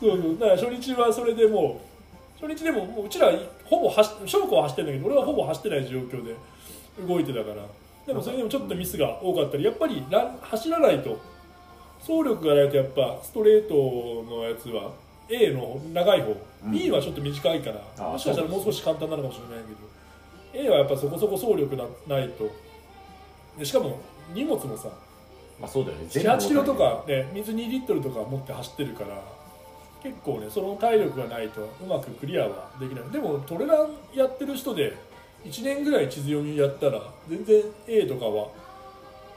S1: そうそうだから初日はそれでもう初日でももううちらほぼ走証拠は走ってるんだけど俺はほぼ走ってない状況で動いてたからでもそれでもちょっとミスが多かったりやっぱりラン走らないと走力がないとやっぱストレートのやつは A の長い方、
S5: ん
S1: B はちょっと短いから
S5: あ
S1: もしかしたらもう少し簡単なのかもしれないけど A はやっぱそこそこ走力なないとでしかも荷物もさ
S5: まあそうだよね
S1: 8キロとか、ね、水2リットルとか持って走ってるから結構ねその体力がないとうまくクリアはできないでもトレランやってる人で1年ぐらい地図読みやったら全然 A とかは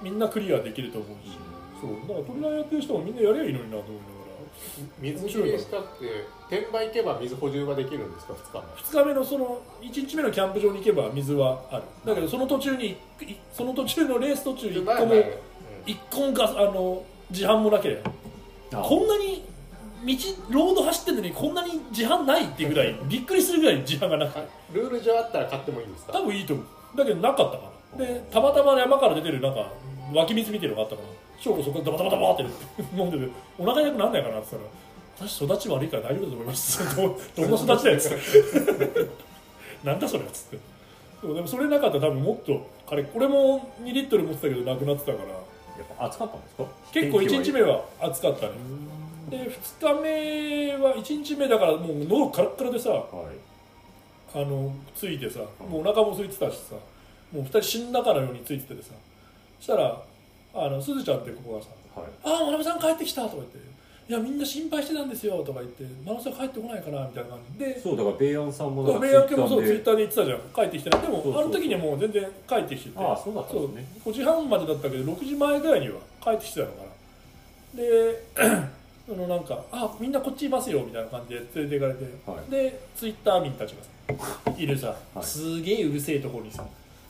S1: みんなクリアできると思うし、そうだからトレランやってる人もみんなやればいいのになと思い
S3: 水切れしたって天場行けば水補充ができるんですか2日
S1: ながら2日目のその1日目のキャンプ場に行けば水はあるだけどその途中にいいその途中のレース途中
S3: 目
S1: 1個も1個もガスあの自販もなければ
S5: こ
S1: こんなに道ロード走ってるのにこんなに自販ないっていうぐらいびっくりするぐらい自販がなくて
S3: あルール上あったら買ってもいいんですか
S1: 多分いいと思うだけどなかったからでたまたま山から出てるなんか湧き水みたいのがあったから翔子そこでダバダバダバって 飲んでてお腹痛くなんないかなって言ったら私育ち悪いから大丈夫だと思います どどんな育ちだよっつって なんだそれっつってそうでもそれなかったら多分もっとあれこれも2リットル持ってたけどなくなってたから
S5: やっぱ暑かったんですか
S1: 結構1日目
S5: は
S1: は暑かったねで2日目は1日目だからもう喉カラッカラでさ
S5: はい
S1: あのついてさ
S5: うん
S1: もうお腹も空いてたしさもう2人死んだかのようについててさそしたらあのすずちゃんって子がさ
S5: はい
S1: 「ああ真鍋さん帰ってきた」とか言って「いやみんな心配してたんですよ」とか言って「真鍋さん帰ってこないかな」みたいな感じで
S5: そうだからベイアンさんもなんか
S1: 明明けもそう
S5: ツ
S1: ツイ
S5: イッタ
S1: ッターで言ってたじゃん帰ってきてないでも
S5: そうそうそう
S1: あの時にはもう全然帰ってきてて
S5: ああそうだったんですね
S1: そう5時半までだったけど6時前ぐらいには帰ってきてたのかなで そのなんか「あみんなこっちいますよ」みたいな感じで連れて行かれて、
S5: はい
S1: でツイッター民たちがさいるさ、
S5: はい
S1: すげえうるせえところにさ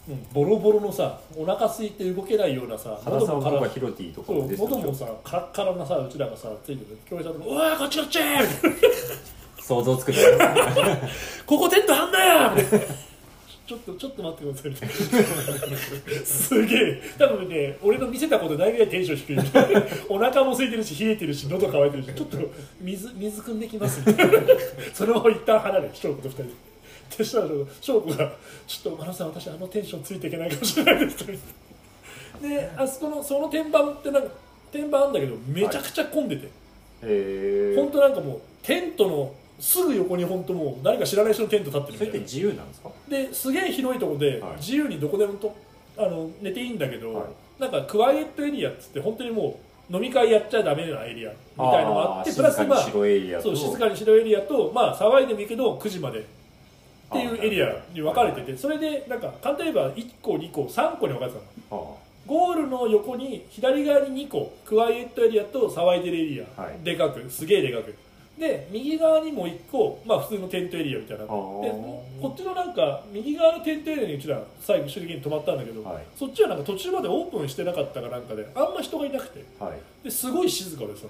S1: もうボロボロのさお腹空いて動けないようなさ
S5: ー原さん
S1: も
S5: とかヒロティとか
S1: そう
S5: も出て
S1: 元
S5: たでし
S1: も
S5: ょ
S1: さカラッカラなさうちらがさついてて共演者とか「うわーこっちこっち!」みたいな
S5: 想像つくね
S1: ここテント張んなよみたいな ちょっとちょっと待ってくださいすげえ多分ね俺の見せたことないぐらいテンション低いお腹も空いてるし冷えてるし喉乾いてるしちょっと水水汲んできますみたいなそのまま一旦離れ翔子と二人でそしたら翔子が「ちょっと真野さん私あのテンションついていけないかもしれないです」とか言ってであそこのその天板ってなんか天板あんだけどめちゃくちゃ混んでて、
S5: え
S1: 本当なんかもうテントのすぐ横に本当もう誰か知らない人のテント立ってる
S5: そ
S1: みた
S5: れって
S1: いな
S5: 自由なんですか
S1: ですげえ広いところで
S5: はい
S1: 自由にどこでもとあの寝ていいんだけど、
S5: はい
S1: なんかクワイエットエリアっつって本当にもう飲み会やっちゃダメなエリアみたいのがあって
S5: ー
S1: プラス
S5: 静か
S1: ま
S5: に
S1: あ
S5: 白エリア
S1: そ
S5: と
S1: う静かにしろエリアと、まあ、騒いでもいいけど9時までってい
S5: あーなるほ
S1: う
S5: ど
S1: エリアに分かれててそれでなんか簡単に言えば1個2個3個に分かれてたの
S5: あ
S1: ゴールの横に左側に2個クワイエットエリアと騒いでるエリア、
S5: はい
S1: でかくすげえでかくで右側にも1個、まあ、普通のテントエリアみたいなで
S5: あー
S1: こっちのなんか右側のテントエリアにうちら最後終的に泊まったんだけど、
S5: はい
S1: そっちはなんか途中までオープンしてなかったかなんかであんま人がいなくて
S5: ーはい
S1: ですごい静かでさ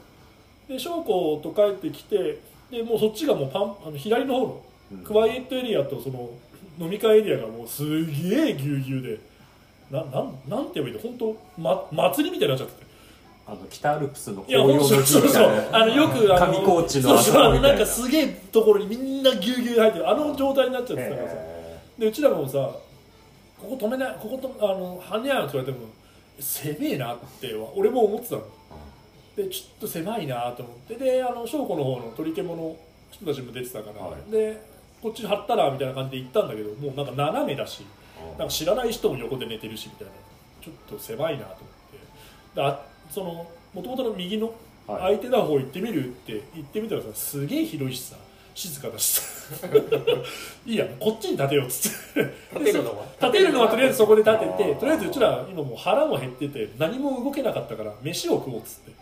S1: で翔子と帰ってきてでもうそっちがもうパンあの左の方の
S5: うん
S1: クワイエットエリアとその飲み会エリアがもうすげえぎゅうぎゅうでななんなんて言えばいいの本当、ま、祭りみたいになっちゃってて
S5: あの北アルプスの
S1: い
S5: 紅
S1: や
S5: 葉
S1: 本
S5: の
S1: 当そう
S5: 日み
S1: そうそう
S5: たいな
S1: あのよくあの
S5: 上高地の
S1: そうそうあのなんか
S5: あそ
S1: すげえところにみんなぎゅうぎゅうで入ってるあの状態になっちゃってたからさ
S5: え
S1: でうちらもさここ止めないこことあの跳ね合うって言われても狭えなっては俺も思ってたのでちょっと狭いなと思ってであの翔子の方の取り獣の人たちも出てたから、
S5: はい
S1: でこっち張ったらみたいな感じで行ったんだけどもうなんか斜めだし
S5: ー
S1: なんか知らない人も横で寝てるしみたいなちょっと狭いなと思ってだその元々の右の
S2: は
S1: 相
S2: い
S1: 手の方行ってみるって行ってみたらさすげえ広いしさ静かだしさ いいやこっちに立てようっつって
S3: 立てるのは
S1: 立てるのはとりあえずそこで立てて
S2: あー
S1: とりあえずうちら今もう腹も減ってて何も動けなかったから飯を食おうっつってと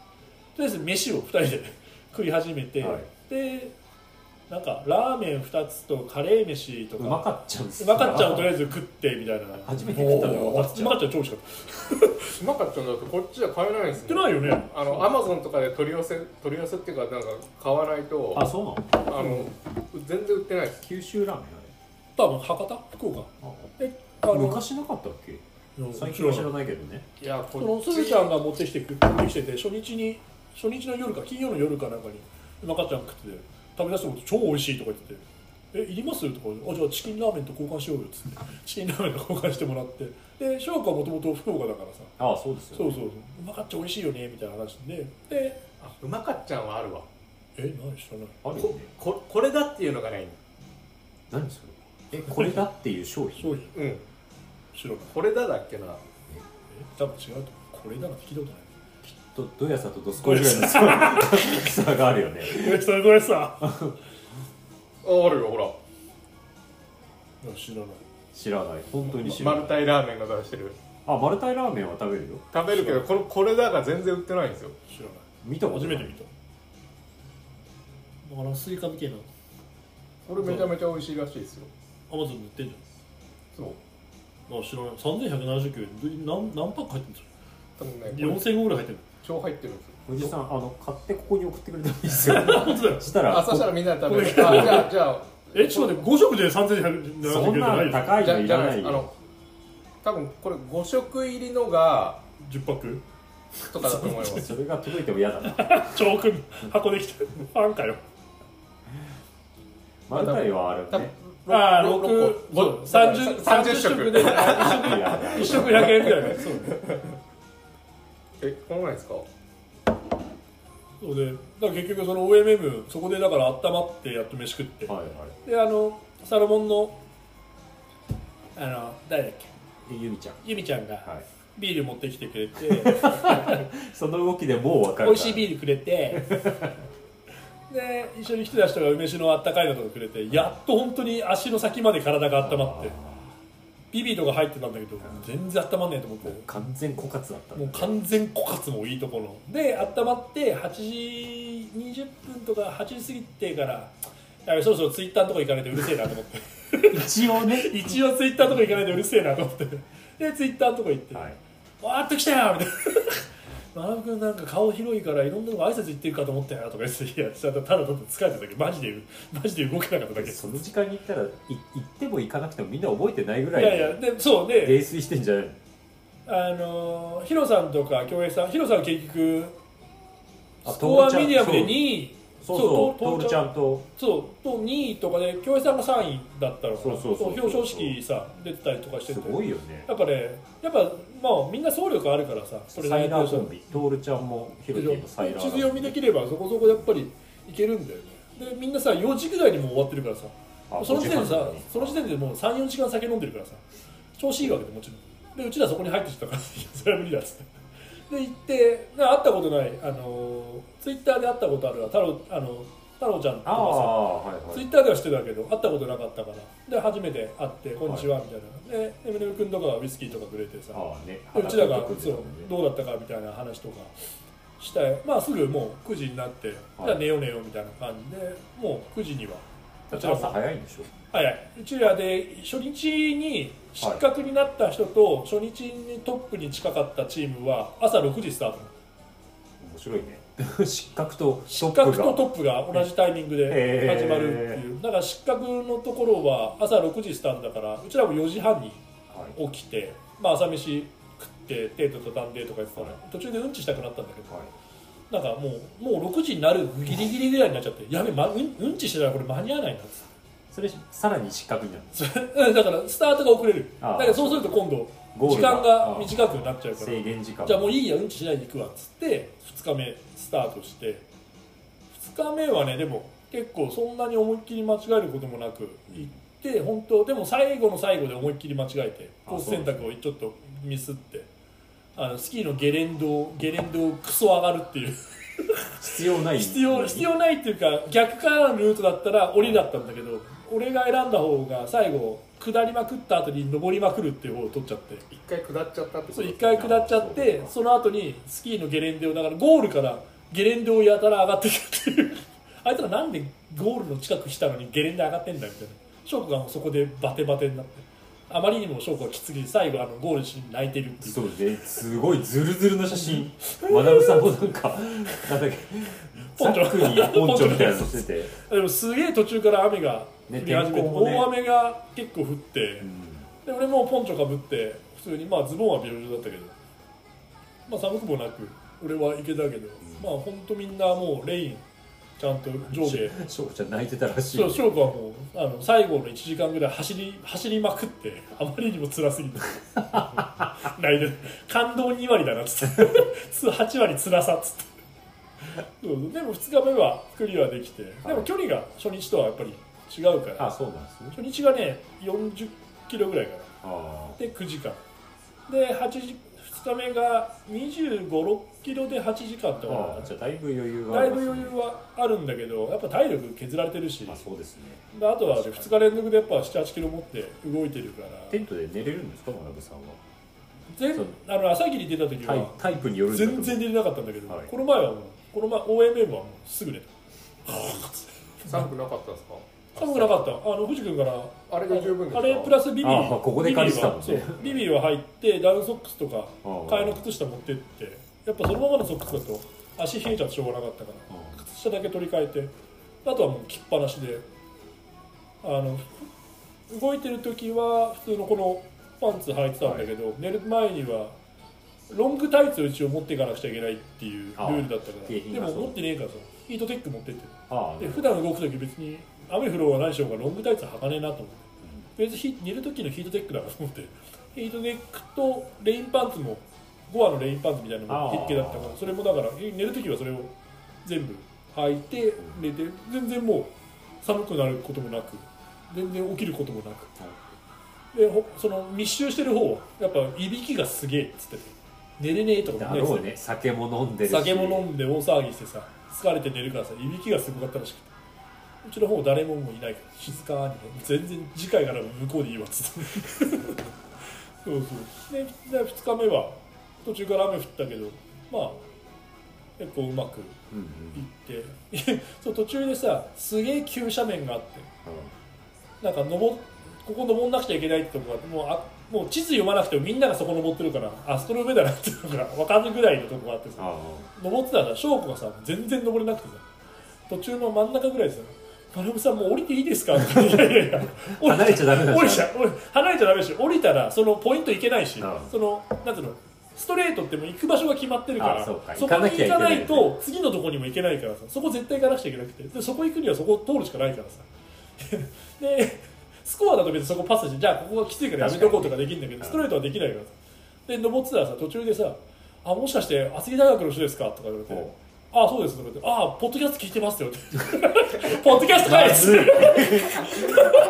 S1: りあえず飯を2人で 食い始めて、
S2: はい
S1: でなんかラーメン2つとカレー飯と
S2: うま
S1: か
S2: かっちゃうんです
S1: うまかっちゃんをとりあえず食ってみたいな
S2: 初めて食ったのがうまかっちゃん
S1: うまかっちゃん超美味しかっ
S3: うまかったんだってこっちじゃ買えないんです
S1: た売ってないよね
S3: あのアマゾンとかで取り寄せ取り寄せっていうかなんか買わないと
S2: あそうなの
S3: あの全然売ってないです
S2: 九州ラーメン
S1: 多分博多福岡
S2: あれ
S1: えあの
S2: あ昔なかったっけ最近は知らないけどね
S3: いや
S1: そ
S3: こ
S1: の
S3: っ
S1: すずちゃんが持ってきてく持ってきてて初日に初日の夜か金曜の夜かなんかにうまかっちゃん食ってて食べ出したこと超美味しいとか言ってて「えいります?」とかあ「じゃあチキンラーメンと交換しようよ」っつって チキンラーメンと交換してもらってで翔子はもともと福岡だからさ
S2: あそうです
S1: そ
S2: よ
S1: う
S2: ね
S1: そうそううまかっちゃん美味しいよねみたいな話でで
S3: あうまかっちゃんはあるわ
S1: 「え何知らない
S2: あるよ
S3: こ
S2: ね
S3: ここれだっていうのがない
S2: 何それえ これだっていう商
S1: 商
S2: 品
S1: 品
S3: うん
S1: 知らない
S3: これだだっけな
S1: え多分違うと思うこれだなんて聞いた ことない
S2: とどやさとどすこいぐらいのそう差があるよね
S1: これさこれさ
S3: ああるよほら
S1: 知らない
S2: 知らない本当に知ら
S3: マ
S2: な
S3: ル
S2: い
S3: タイラーメンが出してる
S2: あマルタイラーメンは食べるよ
S3: 食べるけどこのこれだが全然売ってないんですよ
S1: 知らない
S2: 見たこと
S1: 初
S2: ない
S1: めて見ただからスイカみたいな
S3: これめちゃめちゃ美味しいらしいですよ
S1: アマゾンで売ってんじゃん
S3: そう
S1: あ知らない3179円ど何何パック入ってるんです
S3: 多分ねこれ
S1: か4000個ぐらい入ってる
S3: 超入ってるんですよ
S2: おじさんあの買ってここに送ってくれたらいいですよ
S1: 本当だよ
S2: そしたら
S3: あそしたらみんなで食べるあ
S1: こ
S3: じゃあじゃあ
S1: えちょっと待って5食で3179円
S2: そんな
S1: じゃない
S2: 高い
S3: じ
S2: の
S3: ゃ
S2: い
S3: じゃ
S2: ら
S3: な
S2: ないい
S3: ですあの
S2: よ
S3: 多分これ5食入りのが
S1: 10パック
S3: とかだと思います
S2: それが届いても嫌だな
S1: 超く箱できて ファンかよ
S2: マルタイはあるね
S1: ああ
S3: 六
S1: 630 30
S3: 30
S1: 食で
S3: 食
S1: 1
S2: いやいや
S1: 食100円ぐらいねそう
S3: えこの前ですか
S1: そうでだから結局その OMM そこでだから温まってやっと飯食って
S2: はいは
S1: であのサロモンのあの誰だっけ
S2: いでゆみちゃん
S1: ゆみちゃんが
S2: はい
S1: ビール持ってきてくれて
S2: その動きでもう分かる
S1: 美味しい
S2: ー
S1: ビールくれて で一緒に来てた人が梅酒のあったかいのとかくれてやっと本当に足の先まで体が温まってビビーとか入ってたんだけど全然温まんねえと思って
S2: 完全枯渇だった
S1: もう完全枯渇もいいところで温まって8時20分とか8時過ぎてからやべそろそろツイッターのとこ行かないとうるせえなと思って
S2: 一応ね
S1: 一応ツイッターのとこ行かないとうるせえなと思ってでツイッターのとこ行って、
S2: はい
S1: わーっと来たよ みたいな「学君なんか顔広いからいろんなとこ挨拶行ってるかと思ったよ」とか言って「いやただただただ疲れてただけマジでマジで動けなかっただけ」
S2: その時間に行ったらい行っても行かなくてもみんな覚えてないぐら
S1: い
S2: い
S1: やいやでそうで、
S2: 泥酔してんじゃないの
S1: あのーヒロさんとか京平さんヒロさんは結局
S2: あ
S1: スコア
S2: トールちゃん
S1: ミディアムで2位
S2: そうそう
S1: トー
S2: トー
S1: ル
S2: ルちゃんと
S1: そうと2位とかで京平さんが3位だったのかな
S2: そうそうそうそう
S1: 表彰式さ出てたりとかして
S2: す
S1: て
S2: ごいよね
S1: やっぱねやっぱまあみんな総力あるからさそれな
S2: サ
S1: り
S2: イ
S1: に
S2: ラーコンビトールちゃんもヒロティもサイラー
S1: 地図読みできればそこそこやっぱりいけるんだよねでみんなさ4時ぐらいにもう終わってるからさ
S2: あ
S1: その時点で
S2: 5
S1: さ
S2: 半に
S1: その時点でもう34時間酒飲んでるからさ調子いいわけでもちろんでうちらそこに入ってきたから それは無理だっつってで行ってで会ったことないあのツイッターで会ったことあるわ太郎あの太郎ちゃんと
S2: あ
S1: かさ
S2: あはいは
S1: ツイ
S2: い
S1: ッターではしてたけど会ったことなかったからで初めて会って「こんにちは」みたいな、でエミネム君とかはウイスキーとかくれてさ
S2: ああね
S1: でうちらが
S2: 話して
S1: そう
S2: くるんだよね
S1: どうだったかみたいな話とかしたよまあすぐもう9時になって、
S2: はい
S1: じゃあ寝よう寝ようみたいな感じでもう9時には
S2: だって朝早いんでしょ
S1: はいはいうちらで初日に失格になった人と、初日にトップに近かったチームは朝6時スタート
S2: 面白い ね失格とショ
S1: 失
S2: ッ
S1: 格
S2: プ
S1: と
S2: が
S1: トップが同じタイミングで始まるっていう、だから失格のところは朝6時スタートだからうちらも4時半に
S2: はい
S1: 起きて、まあ、朝飯食ってテント畳んでとか言ってたら、
S2: はい
S1: 途中でうんちしたくなったんだけど、
S2: はい
S1: なんかもうもう6時になるギリギリぐらいになっちゃってやべ、ま、うんうんちしてたらこれ間に合わないなっつ
S2: それさらに失格になる
S1: って だからスタートが遅れるだ
S2: ああ
S1: けどそうすると今度
S2: ゴー
S1: 時
S2: ルが
S1: 間が短くなっちゃうから
S2: 制限時間
S1: じゃあもういいやうんちしないで行くわっつって2日目スタートして2日目はねでも結構そんなに思いっきり間違えることもなく行っって本当でも最後の最後で思いっきり間違えて
S5: あ
S1: コース
S5: そう
S1: 選
S5: ですね
S1: 択をちょっとミスってあのスキーのゲレンドをゲレンドをクソ上がるっていう
S5: 必要ない
S1: 必要必要ないっていうか逆からのルートだったら折りだったんだけど俺が選んだ方が最後下りまくった後に上りまくるっていう方を取っちゃって
S3: 一回下っちゃったって
S1: そう一
S3: 一
S1: 回下っちゃってその後にスキーのゲレンデをだからゴールからゲレンデをやたら上がってくるっていう あいつらなんでゴールの近く来たのにゲレンデ上がってんだみたいな翔子がもうそこでバテバテになってあまりにも翔子がきつぎて最後あのゴールシーン泣いてるっていう
S5: そうですごいズルズルの写 真マダムさんもなんかなんだっけ
S1: ポ
S5: ザ
S1: ンチョ
S5: ックにポンチョみたいなのしてて、
S1: でもすげえ途中から雨が降
S5: ね
S1: り始めて、
S5: 天候もね
S1: 大雨が結構降って、
S5: うん
S1: で俺もポンチョかぶって普通にまあズボンはビロビロだったけどまあ寒くもなく俺は行けたけど、まあほんとみんなもうレインちゃんと上下
S5: 翔子ちゃん泣いてたらしい
S1: そう翔子はもうあの最後の1時間ぐらい走り走りまくってあまりにも辛すぎて泣いて感動2割だなっつって8割辛さっつってそうそうでも2日目はクリアできて、でも距離が初日とはやっぱり違うから
S5: あそうなんですね
S1: 初日がね40キロぐらいかな
S5: あ
S1: で9時間で8時2日目が2 5 6キロで8時間っ
S5: ー
S1: てことかな
S5: あーじゃあだいぶ余裕があ
S1: だい
S5: ります
S1: ぶ
S5: ね
S1: 余裕はあるんだけどやっぱ体力削られてるし
S5: まあそうですね
S1: であとは2日連続でやっぱ7 8キロ持って動いてるから
S5: テントで寝れるんですかマダムさんは
S1: 全
S5: そう
S1: あの朝霧出た時
S5: タイ
S1: は
S5: タイプによるんだと思う
S1: 全然寝れなかったんだけど、
S5: はい
S1: この前はもうこの前 OMM はもうすぐ寝た
S3: 寒くなかったですか
S1: 寒くなかったあの藤君から
S3: あれが十分ですか
S1: あれプラスビビリ
S5: あここで借りてたもんね
S1: ビビリはそうビビリは入ってダウンソックスとか
S5: あー
S1: 替えの靴下持ってってやっぱそのままのソックスだと足冷えちゃってしょうがなかったから
S5: あ
S1: 靴下だけ取り替えてあとはもう着っぱなしであの動いてる時は普通のこのパンツ履いてたんだけど、寝る前にはロングタイツを一応持っていかなくちゃいけないっていうルールだったか
S5: あ景
S1: ら
S5: 品
S1: で
S5: が
S1: も
S5: そう
S1: 持ってねえからさヒートテック持ってって
S5: あ
S1: で普段動く時別に雨降ろうが何しようがロングタイツは履かねえなと思って別にひ寝る時のヒートテックだからと思ってヒートテックとレインパンツもゴアのレインパンツみたいなの
S5: あ
S1: も
S5: ー
S1: 筆記だったからそれもだからえ寝る時はそれを全部履いて寝て全然もう寒くなることもなく全然起きることもなくでほその密集してる方はやっぱいびきがすげえっつってて寝れねえとか
S5: だ
S1: もね
S5: ろうね酒も飲んでるし
S1: 酒も飲んで大騒ぎしてさ疲れて寝るからさいびきがすごかったらしくてうちの方誰ももういないから静かにね全然次回から向こうでいいわっつって そうそうでで2日目は途中から雨降ったけどまあ結構うまくい
S5: うんうん
S1: って そう途中でさすげえ急斜面があってなんか登っここ登んなくちゃいけないってとこがあってもうあもう地図読まなくてもみんながそこ登ってるからあそこの上だなっていうのが分かるぐらいのとこがあってさ
S5: ああ
S1: 登ってたら翔子がさ全然登れなくてさ途中の真ん中ぐらいでさ「丸山さんもう降りていいですか?」って言って「いやいやいや降り
S5: 離れちゃダメなん
S1: 降
S5: で
S1: りち
S5: す
S1: ゃ降り離れちゃダメだし降りたらそのポイント行けないし
S5: うん
S1: そのなんていうのストレートってもう行く場所が決まってるから
S5: あそうか
S1: こに
S5: 行
S1: 行か
S5: かな
S1: な
S5: きゃい
S1: い
S5: けないよ
S1: と次のとこにも行けないからさそこ絶対行かなくちゃいけなくてでそこ行くにはそこ通るしかないからさ でスコアだと別にそこパスしてじゃあここがきついからやめとこうとかできるんだけ
S5: 確
S1: ど
S5: かに
S1: ストレートはできないからさで登ってたらさ途中でさ「あもしかして厚木大学の人ですか?」とか言われ
S5: おう
S1: て。ああそうですとか言って「ああポッドキャスト聞いてますよ」って 「ポッドキャストかい!」っつって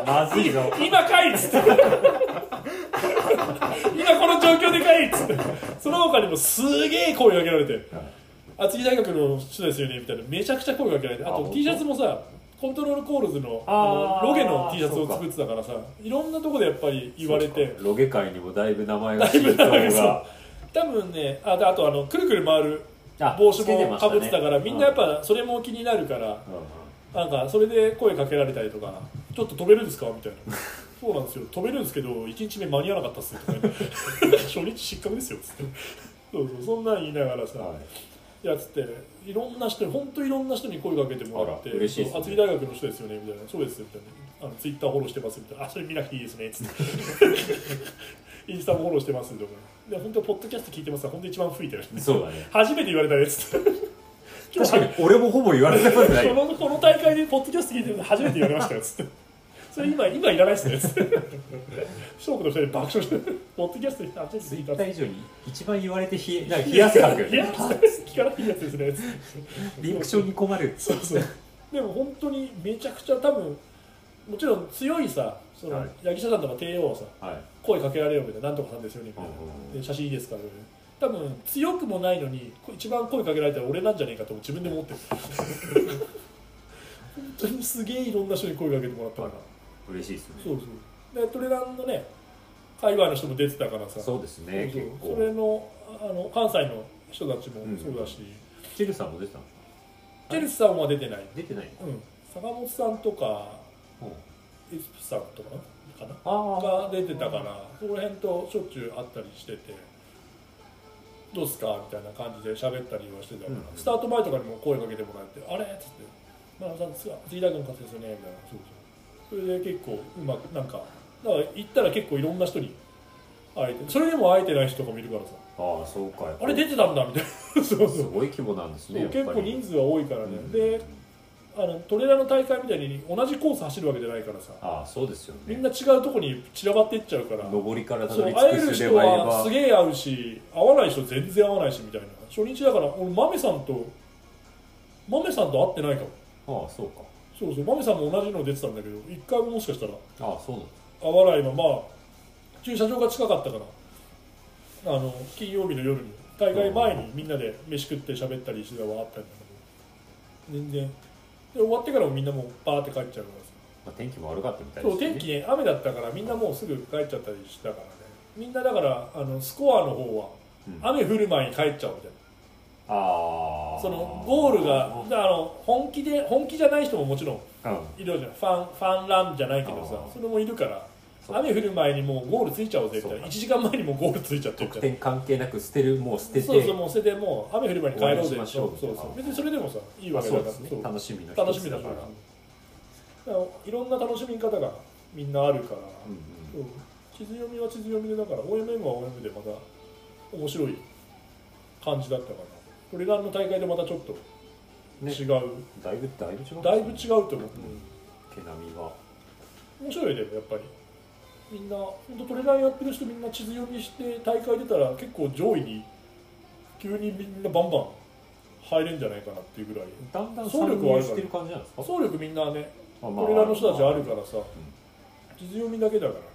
S5: まずいぞ
S1: 今かいっつって今この状況でかいっつってその他にもすげえ声かけられて厚木大学の人ですよねみたいなめちゃくちゃ声かけられてあ
S5: あ
S1: と
S5: 本当
S1: T シャツもさコントロールコールズの
S5: あー
S1: あのロゲの T シャツを作ってたからさいろんなとこでやっぱり言われて
S5: ロゲ界にもだいぶ名前が浸透が
S1: 多分ねあであとあのくるくる回る
S5: あ
S1: 帽子
S5: つけて
S1: も
S5: ま
S1: か
S5: し
S1: ぶってたから
S5: ね
S1: みんなやっぱそれも気になるから
S5: うんうん
S1: なんかそれで声かけられたりとか「ちょっと飛べるんですか?」みたい な「そうなんですよ飛べるんですけど1日目間に合わなかったっす」とか言って 初日失格ですよ」っつってそうそうそんなん言いながらさ、
S5: はい
S1: やつっていろんな人に本当いろんな人に声かけてもらって
S5: あら嬉しいですね
S1: そう厚木大学の人ですよね」みたいな「そうですよ」みたいな「あのツイッターフォローしてます」みたいな「あそれ見なくていいですね」っつって 「インスタもフォローしてます」とか「で本当ポッドキャスト聞いてます」本当一番吹いてる
S5: そうだね
S1: 初めて言われたねっつって今日
S5: 確かに俺もほぼ言われたことない
S1: このこの大会でポッドキャスト聞いてるの初めて言われました よつってそれ今今いらないっすねつって翔子の二人で爆笑してポッドキャスト初めて
S5: ツイ
S1: 聞い
S5: ッ
S1: たっ
S5: タ
S1: つっ
S5: ー以上に一番言われて冷えなんか
S1: て
S5: 冷や汗かくよ
S1: 冷や
S5: ね
S1: 汗聞かないやつですねつって
S5: リアクションに困る
S1: そうそうでも本当にめちゃくちゃ多分もちろん強いさその、
S2: はい
S1: 八木社さんとか帝王はさ
S2: はい
S1: 声かけられるわけでなんとかさんですよねみたいな、
S2: うん
S1: で写真いいですからね多分強くもないのにこ一番声かけられたら俺なんじゃねえかと自分で 思ってる本当にすげえいろんな人に声かけてもらった
S2: あ
S1: から
S2: ら嬉しいですね
S1: そうそうでトレランのね海外の人も出てたからさ
S2: そうですね
S1: そう
S2: 結
S1: そうそれ
S2: 構
S1: のああの関西の人たちも
S2: うん
S1: そうだし、
S2: チェルさんも出てたの
S1: ジェルスさんは出てない、
S2: 出てない
S1: うん、坂本さんとか
S2: の
S1: エスプさんとかかなが
S2: あ
S1: 出てたからそこら辺としょっちゅう会ったりしてて「どうっすか?」みたいな感じで喋ったりはしてたから、
S2: うん
S1: スタート前とかにも声かけてもらって「あれ?」っつって「まあ、さんですが杉田君の勝ちですよね」みたいなそうそうそれで結構うまくなんかだから行ったら結構いろんな人に会えてそれでも会えてない人とかもいるからさ「
S2: あああそうか
S1: あれ出てたんだ」みたいな そうそう
S2: すごい規模なんですねやっぱり
S1: 結構人数は多いからね、
S2: うん
S1: であのトレーラーの大会みたいに同じコース走るわけじゃないからさ
S2: ああそうですよ
S1: みん
S2: ね
S1: な違うとこに散らばっていっちゃうから
S2: 上りからた
S1: そ
S2: ど
S1: う
S2: り
S1: 会え
S2: 着
S1: る
S2: くすれ
S1: 人
S2: ばいれ
S1: は
S2: ば
S1: すげえ会うし会わない人全然会わないしみたいな初日だから俺マメさんとマメさんと会ってないかも
S2: ああそうか
S1: そうそうマメさんも同じの出てたんだけど一回ももしかしたら
S2: ああそうなんだ
S1: 会わないまま駐車場が近かったからあの金曜日の夜に大会前にみんなで飯食って喋ったりしてたはあったんだけど全然で終わってからもみんなもうバーって帰っちゃうからさ
S2: まあ天気も悪かったみたい
S1: そ
S2: で
S1: う
S2: すね
S1: 天気ね雨だったからみんなもうすぐ帰っちゃったりしたからねみんなだからあのスコアの方は
S2: うん
S1: 雨降る前に帰っちゃうみたい
S2: ああ
S1: なそのゴールがだからあの本気で本気じゃない人ももちろん
S2: うん
S1: いるじゃんファンファンランじゃないけど
S2: あ
S1: さ
S2: ー
S1: それもいるから
S2: そう
S1: 雨降る前にもうゴールついちゃおうぜみたい
S2: そう
S1: な
S2: か
S1: 1時間前にもうゴールついちゃってるか
S2: 得
S1: ら
S2: 点関係なく捨てるもう捨てて
S1: そうそうもうそれでもう雨降る前に帰ろうぜ
S2: 終わりにしまし
S1: そ
S2: ょ
S1: う
S2: う
S1: そう
S2: みたい
S1: そう
S2: な
S1: 別にそれでもさいい
S2: ま
S1: わ
S2: あ
S1: けだ
S2: そ
S1: か
S2: う
S1: ら
S2: です
S1: そう
S2: ね楽しみの一つ
S1: 楽しみだ
S2: だ
S1: か
S2: からら
S1: だからいろんな楽しみ方がみんなあるから、
S2: うんうん
S1: うん地図読みは地図読みでだから OMM は OMM でまた面白い感じだったかなこれらの大会でまたちょっと
S2: ね
S1: 違う、
S2: だいぶだいぶ違う
S1: だいぶ違うと思う、
S2: 毛並みは
S1: 面白いでもやっぱりみんな本当トレランやってる人みんな地図読みして大会出たら結構上位に急にみんなバンバン入れんじゃないかなっていうぐらい
S2: だんだん
S1: 総
S2: 参
S1: 力はあるから
S2: 入してる感じなんですか
S1: 総力みんなね
S2: あま
S1: トレランの人たちあるからさ
S2: ん
S1: 地図読みだけだからね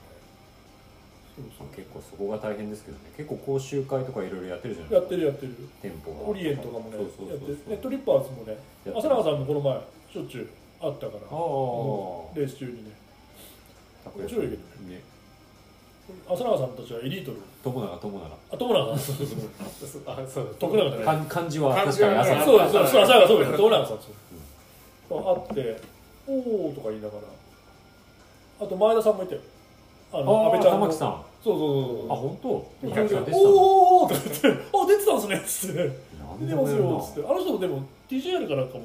S1: そうそう
S2: 結構そこが大変ですけどね結構講習会とかいろいろやってるじゃない
S1: やって
S2: ですか
S1: るやってる
S2: 店舗が
S1: オリエンとかもね
S2: そうそう
S1: や
S2: そう
S1: ってるね
S2: そう
S1: トリッパーズもね
S2: やって
S1: 浅永さんもこの前しょっちゅう会ったから
S2: ああ
S1: もうレース中にね面白いけど
S2: ね
S1: 浅永さんたちはエリートの
S2: 友永友永
S1: あ友永さん
S3: そうあそう
S1: 徳永じゃない
S2: 漢漢字は
S3: 漢
S2: 確
S3: 字
S2: か
S3: はね
S2: に朝
S3: あ
S2: だ
S1: そうですそうですそうです浅永そうです友永さんそうまあ会って「おお」とか言いながらあと前田さんもいてよあ
S2: あ
S1: の
S2: あ
S1: 安倍ちゃん
S2: 玉
S1: の
S2: 木さ
S1: そうんそう
S2: あ
S1: そうそう
S2: 本当
S1: お
S2: 三宅さん出てたの
S1: おーとか言って「あ出てたんすね」っつって「
S2: 何
S1: 出
S2: で
S1: て
S2: も
S1: ま
S2: や
S1: す
S2: るな
S1: よ」っつってあの人もでも TJR かなんかも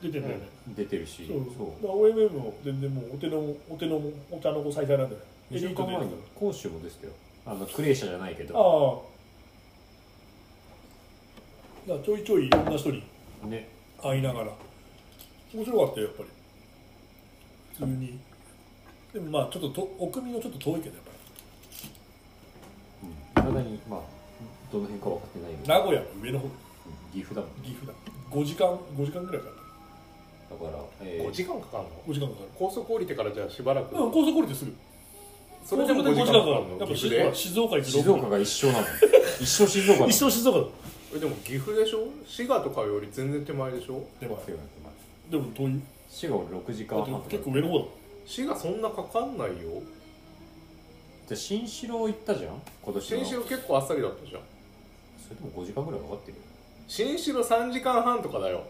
S1: 出てんだよね
S2: 出てるし
S1: そう
S2: そ
S1: だから OMM も全然もうお手のお手のお茶の子最大なんだよ
S2: う2週間前に講習もですよあのクレーシャじゃないけど
S1: ああだからちょいちょいいろんな人に
S2: ね
S1: 会いながら面白かったよやっぱり普通にでもまあちょっとと奥身のちょっと遠いけどやっぱ
S2: いまだにまあどの辺か分かってないけ
S1: り
S2: ど
S1: 名古屋の上の方
S2: うん岐阜だもん
S1: 岐阜だ5時間5時間ぐらいかかる
S2: だからえ
S3: 5
S2: ー
S3: 時間かかるの
S1: 5時間かかる
S3: 高速降りてからじゃあしばらく、
S1: うん高速降りてすぐ
S3: それでも
S1: 高
S3: 5時
S1: 速
S3: 間か
S1: で
S3: か
S1: 5
S3: るの
S1: やっぱ
S3: 岐
S1: 静
S3: 阜で
S1: 岡静岡行く
S2: 静岡が一緒 なの一緒静岡なの
S1: 一生静岡だ
S3: えでも岐阜でしょ滋賀とかより全然手前でしょ
S1: でも
S2: そうなんだ
S1: でも遠い
S2: 滋賀俺6時
S1: だ
S2: 間
S1: っ
S2: 半と
S1: て
S2: か
S1: 結構上の方だ
S3: 滋賀そんなかかんないよ
S2: で新城行ったじゃん今年の
S3: 新城結構あっさりだったじゃん
S2: それでも5時間ぐらいかかってるよ
S3: 新城3時間半とかだよ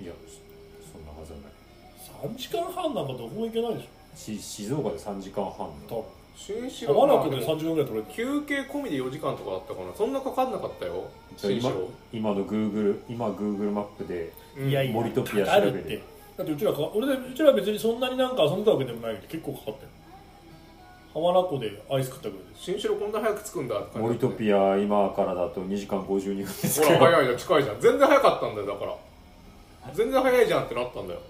S2: いやそそんなはずはない
S1: 3時間半なんかどこも行けないでし
S2: し静岡で3時間半
S1: ょ多分
S3: 新城
S1: 浜
S3: まあ
S1: 名湖
S3: で
S1: で
S3: も
S1: 3時間ぐらい取れてる
S3: 休憩込みで4時間とかだったかなそんなかかんなかったよ
S2: じゃあ今
S3: 新城、
S2: 今の Google 今 Google マップで
S3: うん
S1: いやいや
S2: モリトピア
S1: かか
S2: 調べ
S1: るって
S2: る
S1: だってうちらか俺でうちら別にそんなになんか遊んでたわけでもないけど結構かかったよ浜名湖でアイス食ったぐらいです
S3: 新城こんな早く着くんだって感じ
S2: モリトピア今からだと2時間52分です
S3: ほ
S2: け
S3: ら
S2: ど
S3: 早いじゃん近いじゃん全然早かったんだよだから全然早いじゃんってなったんだよ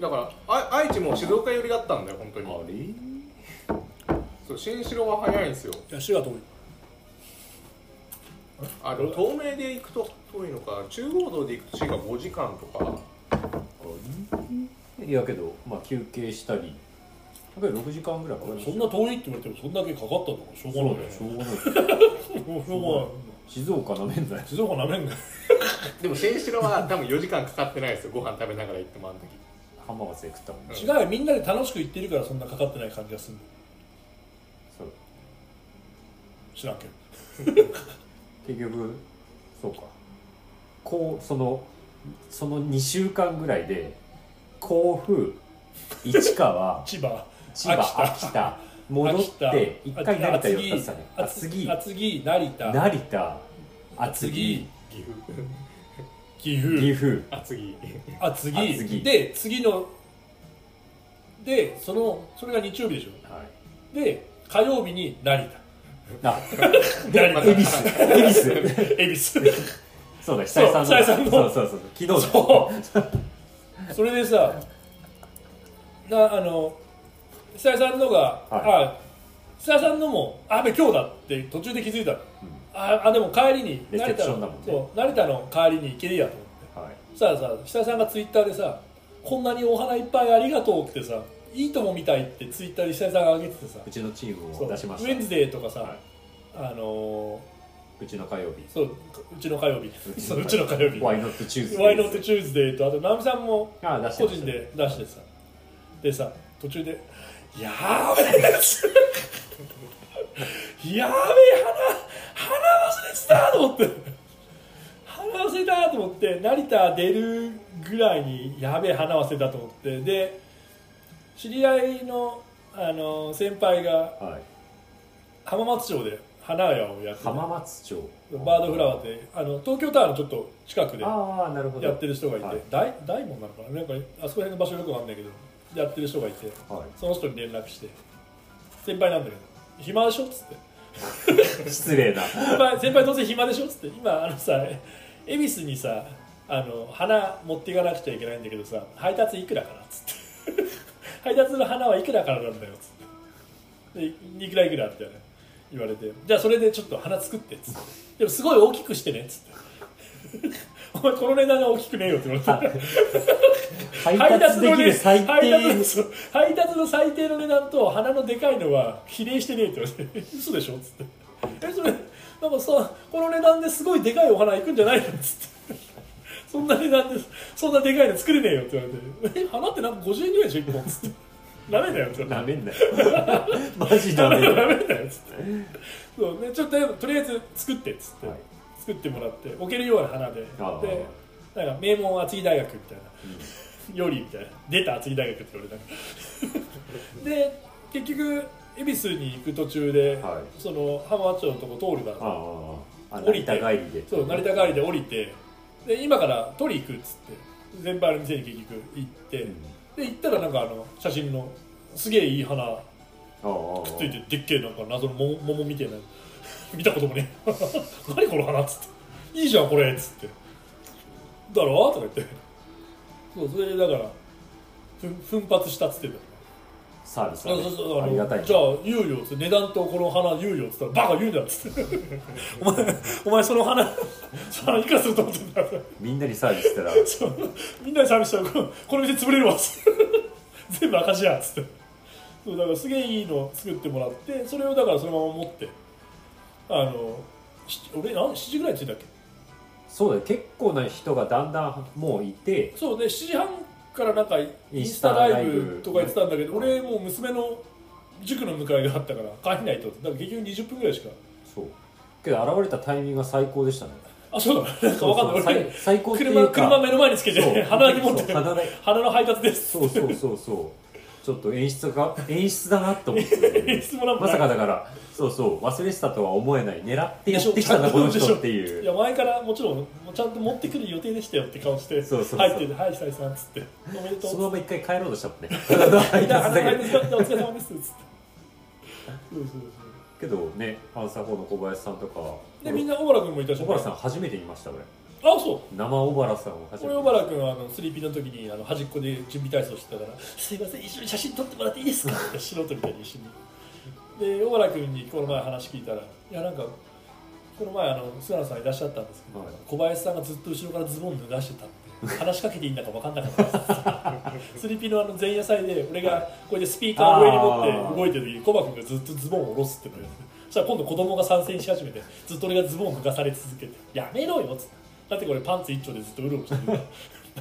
S3: だからあ愛知も静岡寄りだったんだよ本当に
S2: あれ
S3: そう新城は早いんですよ
S1: いや滋賀遠い
S3: あの東名で行くと遠いのか中央道で行くと滋賀5時間とか
S2: いやけど、まあ、休憩したりやっぱり6時間ぐらいかかりま
S1: そ
S2: し
S1: ん
S2: た
S1: な遠いって言われてもそんだけかかったんだからしょうが
S2: そう
S1: ない
S2: だ
S1: よ
S2: よ
S1: し
S2: し
S1: ょ
S2: ょ
S1: う
S2: うがな
S1: がない
S2: い静岡なめんなよ
S1: 静岡なめんが
S3: でも新城は多分4時間かかってないですよご飯食べながら行ってもあの時
S2: ハンバーガー食ったもんね
S1: 違うよみんなで楽しく行ってるからそんなかかってない感じがするんだよ
S2: そう
S1: 知らんけど
S2: 結局そうかこうそのその2週間ぐらいで甲府 市川
S1: 千葉
S2: 千葉
S1: 秋
S2: 秋田戻って
S1: 秋田
S2: 一回成田寄ったっ
S1: 厚
S2: す
S1: 木
S2: よね
S1: 厚
S2: 厚木
S1: 木成田
S2: 成田厚木
S3: 岐阜
S1: 岐
S2: 岐
S1: 阜
S2: 阜
S3: 厚木
S1: 厚木
S2: 厚木
S1: で次のでそのそれが日曜日でしょ
S2: はい
S1: で火曜日に成
S2: あ
S1: 田成
S2: 恵比寿恵比寿
S1: 田恵比寿
S2: そうだ久々の
S1: そう久々の
S2: そうそうそう昨日だ
S1: そうそれでさなあの久井さんのが、あ久井さんのもあべ今日だって途中で気づいたの、ああでも帰りに
S2: レセ
S1: 成
S2: プ
S1: 田
S2: ションだ
S1: の
S2: もんね
S1: そう成田の帰りに行けるやと思って
S2: はい
S1: そしたらさ久井さんがツイッターでさ「こんなにお花いっぱいありがとう」ってさ「いいともみたい」ってツイッターで久井さんが上げててさ
S2: うちのチーム
S1: そう
S2: を
S1: ウ
S2: 出しま
S1: ェン
S2: し
S1: ズデーとかさ、
S2: はい
S1: あのー
S2: たうちの火曜日
S1: そううちの火曜日そううちの火曜日
S2: ワイノットチューズ
S1: ワイノットチューズデーとあとナミさんも
S2: あ出して
S1: 個
S2: ました
S1: 人で出してさでさ途中で「やーべえやつやーべえ花花忘れてた!」と思って花忘れたと思って成田出るぐらいにやべえ花忘れたと思ってで知り合いのあの先輩が
S2: はい
S1: 浜松町で花屋をやってて
S2: 浜松町
S1: バードフラワーってあの東京タワーのちょっと近くで
S2: ああなるほど
S1: やってる人がいて、
S2: はい
S1: 大大門なのかななんかあそこら辺の場所よくわかんないけどやってる人がいて
S2: は
S1: その人に連絡して先輩なんだけど暇でしょっつって
S2: い失礼な
S1: 先輩先輩どうせ暇でしょっつって今あのさ恵比寿にさあの花持っていかなくちゃいけないんだけどさ配達いくらかなっつって 配達の花はいくらからなんだよっつってでいくらいくらって言われてじゃあそれでちょっと花作ってっつってでもすごい大きくしてねっつって お前この値段が大きくねえよって言われて
S2: 配達できる最
S1: 配達の
S2: 低
S1: そう配達の最低の値段と花のでかいのは比例してねえって言われて嘘でしょっつってえそれなんかさこの値段ですごいでかいお花いくんじゃないのっつってそんな値段でそんなでかいの作れねえよって言われてえ花ってなんか50円ぐらいでしょ1本っつ ってダメだよ って言わ
S2: な
S1: れて
S2: めんなよマジダメだ
S1: ダ
S2: よ
S1: メだよっつってそう、ね、ちょっととりあえず作ってっつって、
S2: はい
S1: 作ってもらって置けるような花でで
S2: あー
S1: なんか名門厚木大学みたいな よりみたいな出た厚木大学って言われた で結局恵比寿に行く途中で、
S2: はい
S1: その浜松町のとこ通るから
S2: あああ
S1: 降り
S2: 成
S1: て
S2: 田帰りで
S1: そう成田帰りで降りてで今から取り行くっつって先輩の店に結局行って、
S2: うん
S1: で行ったらなんかあの写真のすげえいい花
S2: ああああ
S1: ついてでっけえなんか謎の桃桃みたいな 見たこともねえ 何この花っつっていいじゃんこれっつってだろとか言ってそうそれでだからふん奮発したっつってた
S2: サービス
S1: そうそうそう
S2: ありがたいね
S1: じゃあ有料っつって値段とこの花有料っつったらバカ言うなっつって お前お前その花その花いくらすると思ってんだ
S2: みんなにサービスしたら
S1: そうみんなで寂しさこのこの店潰れるわっ つって全部赤字やっつってそうだからすげえいいの作ってもらってそれをだからそのまま持ってあのし俺何7時ぐらいに着いたっけ
S2: そうだよ結構な人がだんだんもういて
S1: そうで7時半からなんかインスタライブとか言ってたんだけど俺もう娘の塾の迎えがあったから帰んないとだから結局20分ぐらいしか
S2: そうけど現れたタイミングが最高でしたね
S1: あそうだなんか分かんない
S2: そうそう
S1: 俺
S2: 最最高っていう
S1: 車
S2: か
S1: 車目の前につけ
S2: そ
S1: て
S2: う
S1: 鼻に持って
S2: そう鼻で
S1: 鼻の配達です
S2: そうそうそうそうちょっと演出が演出だなと思って、
S1: 演出もなんも
S2: ま
S1: ない
S2: さかだからそうそう忘れてたとは思えない狙ってやってきたなこの人ってい
S1: や
S2: う
S1: 前からもちろんちゃんと持ってくる予定でしたよって顔して
S2: そうそうそう
S1: 入ってて「はい久井さん」っつって「おめでとう」
S2: そ
S1: っ
S2: のまま一回帰ろうとしたもんね
S1: つって
S2: 配達だけど
S1: 「お疲れ様です」っつってそうそうそ
S2: けどねアンサー4の小林さんとか
S1: うでみん
S2: な
S1: な小原君もいたし
S2: 小原さん初めて見ました俺
S1: あそう
S2: 生小原さんを初め
S1: 俺
S2: て
S1: 小原君はあのスリーピーの時にあの端っこで準備体操してたから「すいません一緒に写真撮ってもらっていいですか?」って素人みたいに一緒にで小原君にこの前話聞いたら「いやなんかこの前あの菅野さんいらっしゃったんですけど、
S2: はい
S1: 小林さんがずっと後ろからズボン脱がしてたって話しかけていいんだか分かんなかったですスリピのあの前夜祭で俺がこれでスピーカーを上に持って動いてる時にコバ君がずっとズボンを下ろすってのをやってそしたら今度子供が参戦し始めてずっと俺がズボンを脱がされ続けて「やめろよ」っつってだってこれパンツ一丁でずっとうろうろしてるからだ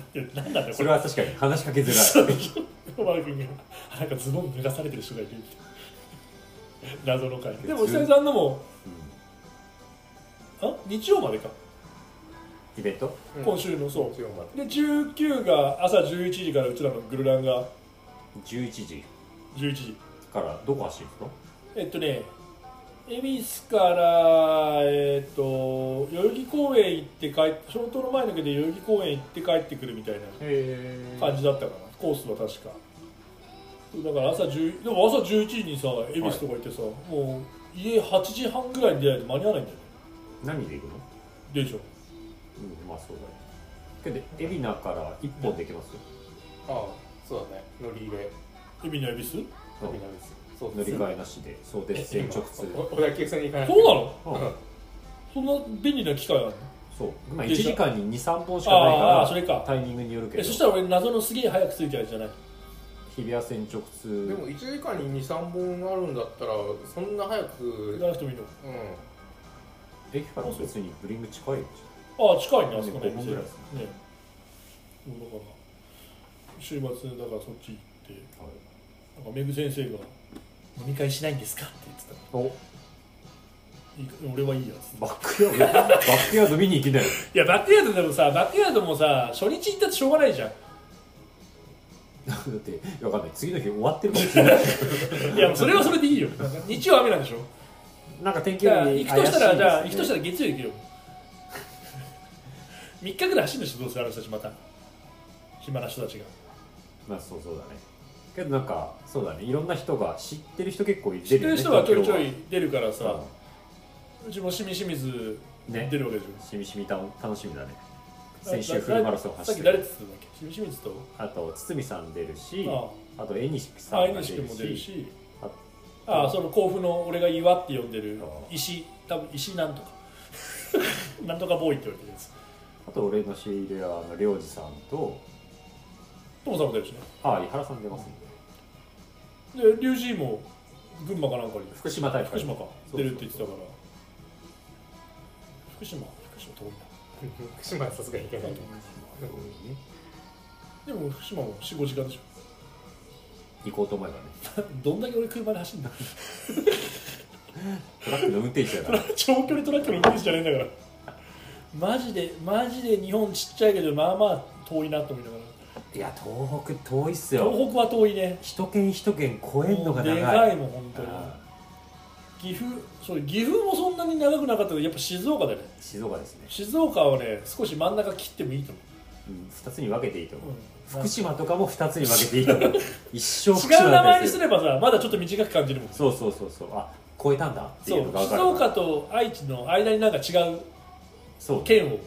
S1: って何なんだよこ
S2: それ
S1: れ
S2: は確かに話しかけづらい
S1: コバ君があなんかズボン脱がされてる人がいるって 謎の回でも
S2: ず
S1: 久々のもあ日曜までか
S2: イベント
S1: 今週のそう
S3: 強まる
S1: で19が朝11時からうちらのグルランが
S2: 11時
S1: 11時
S2: からどこ走るんですか
S1: えっとね恵比寿から、えっと代々木公園行って帰って消灯の前だけで代々木公園行って帰ってくるみたいな
S2: へ
S1: 感じだったかなコースは確かだから朝10でも朝11時にさ恵比寿とか行ってさ、もう家8時半ぐらいに出ないと間に合わないんだよね
S2: 何で行くの
S1: でしょ
S2: うんまあそうだねけど海老名から一本で行けますよ
S3: ああそうだね乗り入れ
S1: 恵比寿恵比寿
S3: 乗り入れですそう
S2: 乗
S3: です
S2: り換えなしでそうです線直通
S3: おお野球線に行かない
S1: そうなの
S2: うん
S1: そんな便利な機会あるの
S2: そうまあ1
S1: でしょ
S2: 時間に23本しかない
S1: ああそ
S2: か
S1: れ
S2: ら
S1: か
S2: タイミングによるけ
S1: え
S2: ど
S1: そしたら俺謎のすげえ早く着いちゃうじゃない
S2: 日比谷線直通
S3: でも1時間に23本あるんだったらそんな早く
S1: 行かなくてもいいの
S3: うん
S2: 駅から別にブリング近いんじ
S1: ああ近いねあそこね
S2: ね5分ぐらいです
S1: ねそうだから週末だからそっち行って
S2: ゃんはい
S1: なんかめぐ先生が「飲み会しないんですか?」って言ってた
S2: お
S1: いいか俺はいいやつ
S2: バックヤードバックヤード見に行きなよ
S1: いやバックヤードでもさバックヤードもさ初日行ったってしょうがないじゃ ん
S2: だってわかんない次の日終わってるかもしれない
S1: いやもうそれはそれでいいよ日曜雨なんでしょ
S2: なんか天気
S1: じ
S2: 予
S1: ゃあ
S2: 報
S1: 行
S2: に
S1: くとしたら、
S2: 怪しいですね
S1: じゃあ行くとしたら月曜行けよ3日ぐらい走るんでしょどうせあの人たちまた暇な人たちが
S2: まあそうそうだねけどなんかそうだねいろんな人が知ってる人結構いるよね
S1: 知ってる人はちょいちょ
S2: 東
S1: い出るから
S2: 京は
S1: さうちもしみしみず
S2: うん
S1: 出
S2: ね
S1: るわけでしょ
S2: しみしみた楽しみだね先週フルマラソン走って
S1: さっき誰っ
S2: る
S1: つってたんだっけ清水と
S2: あと堤さん出るし
S1: あ
S2: あと江西さ
S1: あ
S2: んが
S1: 愛し
S2: 出
S1: 君
S2: る
S1: も出る
S2: し
S1: し
S2: あ
S1: ああその甲府の俺が岩って呼んでる
S2: あ
S1: 石多分石なんとか なんとかボーイって言われてるやつ
S2: あと俺の知り合いの領事さんと
S1: トモさんも出るしね
S2: ああ井原さん出ますね
S1: で龍神も群馬かなんかに
S2: 福島大会
S1: 福島か
S2: そうそ
S1: 出
S2: う
S1: るって言ってたから福島福島遠いな
S3: 福島はさすがに行けないと
S2: そうね
S1: でも福島も45時間でし
S2: 行こうと思えば
S1: ょ
S2: ね
S1: どんだけ俺車で走んだ
S2: トラックの運転手 だから
S1: 長距離トラックの運転手じゃないんだからマジでマジで日本ちっちゃいけどまあまあ遠いなと思いながら
S2: いや東北遠いっすよ
S1: 東北は遠いね
S2: 一県一県越えんのが長い
S1: でかいもん本当に
S2: あ
S1: 岐阜そう岐阜もそんなに長くなかったけどやっぱ静岡だよね
S2: あ静岡ですね、
S1: 静岡はね少し真ん中切ってもいいと思
S2: うん、2つに分けていいと思う、
S1: う、
S2: 福島とかも2つに分けていいと 思う一生福
S1: 違
S2: 島
S1: う名
S2: だった
S1: 前
S2: り
S1: にすればさまだちょっと短く感じるもん
S2: そうそうそうそうあ超えたんだって
S1: そ
S2: いうの
S1: う
S2: が分
S1: 静
S2: かる
S1: 岡と愛知の間になんか違う
S2: そう
S1: 県を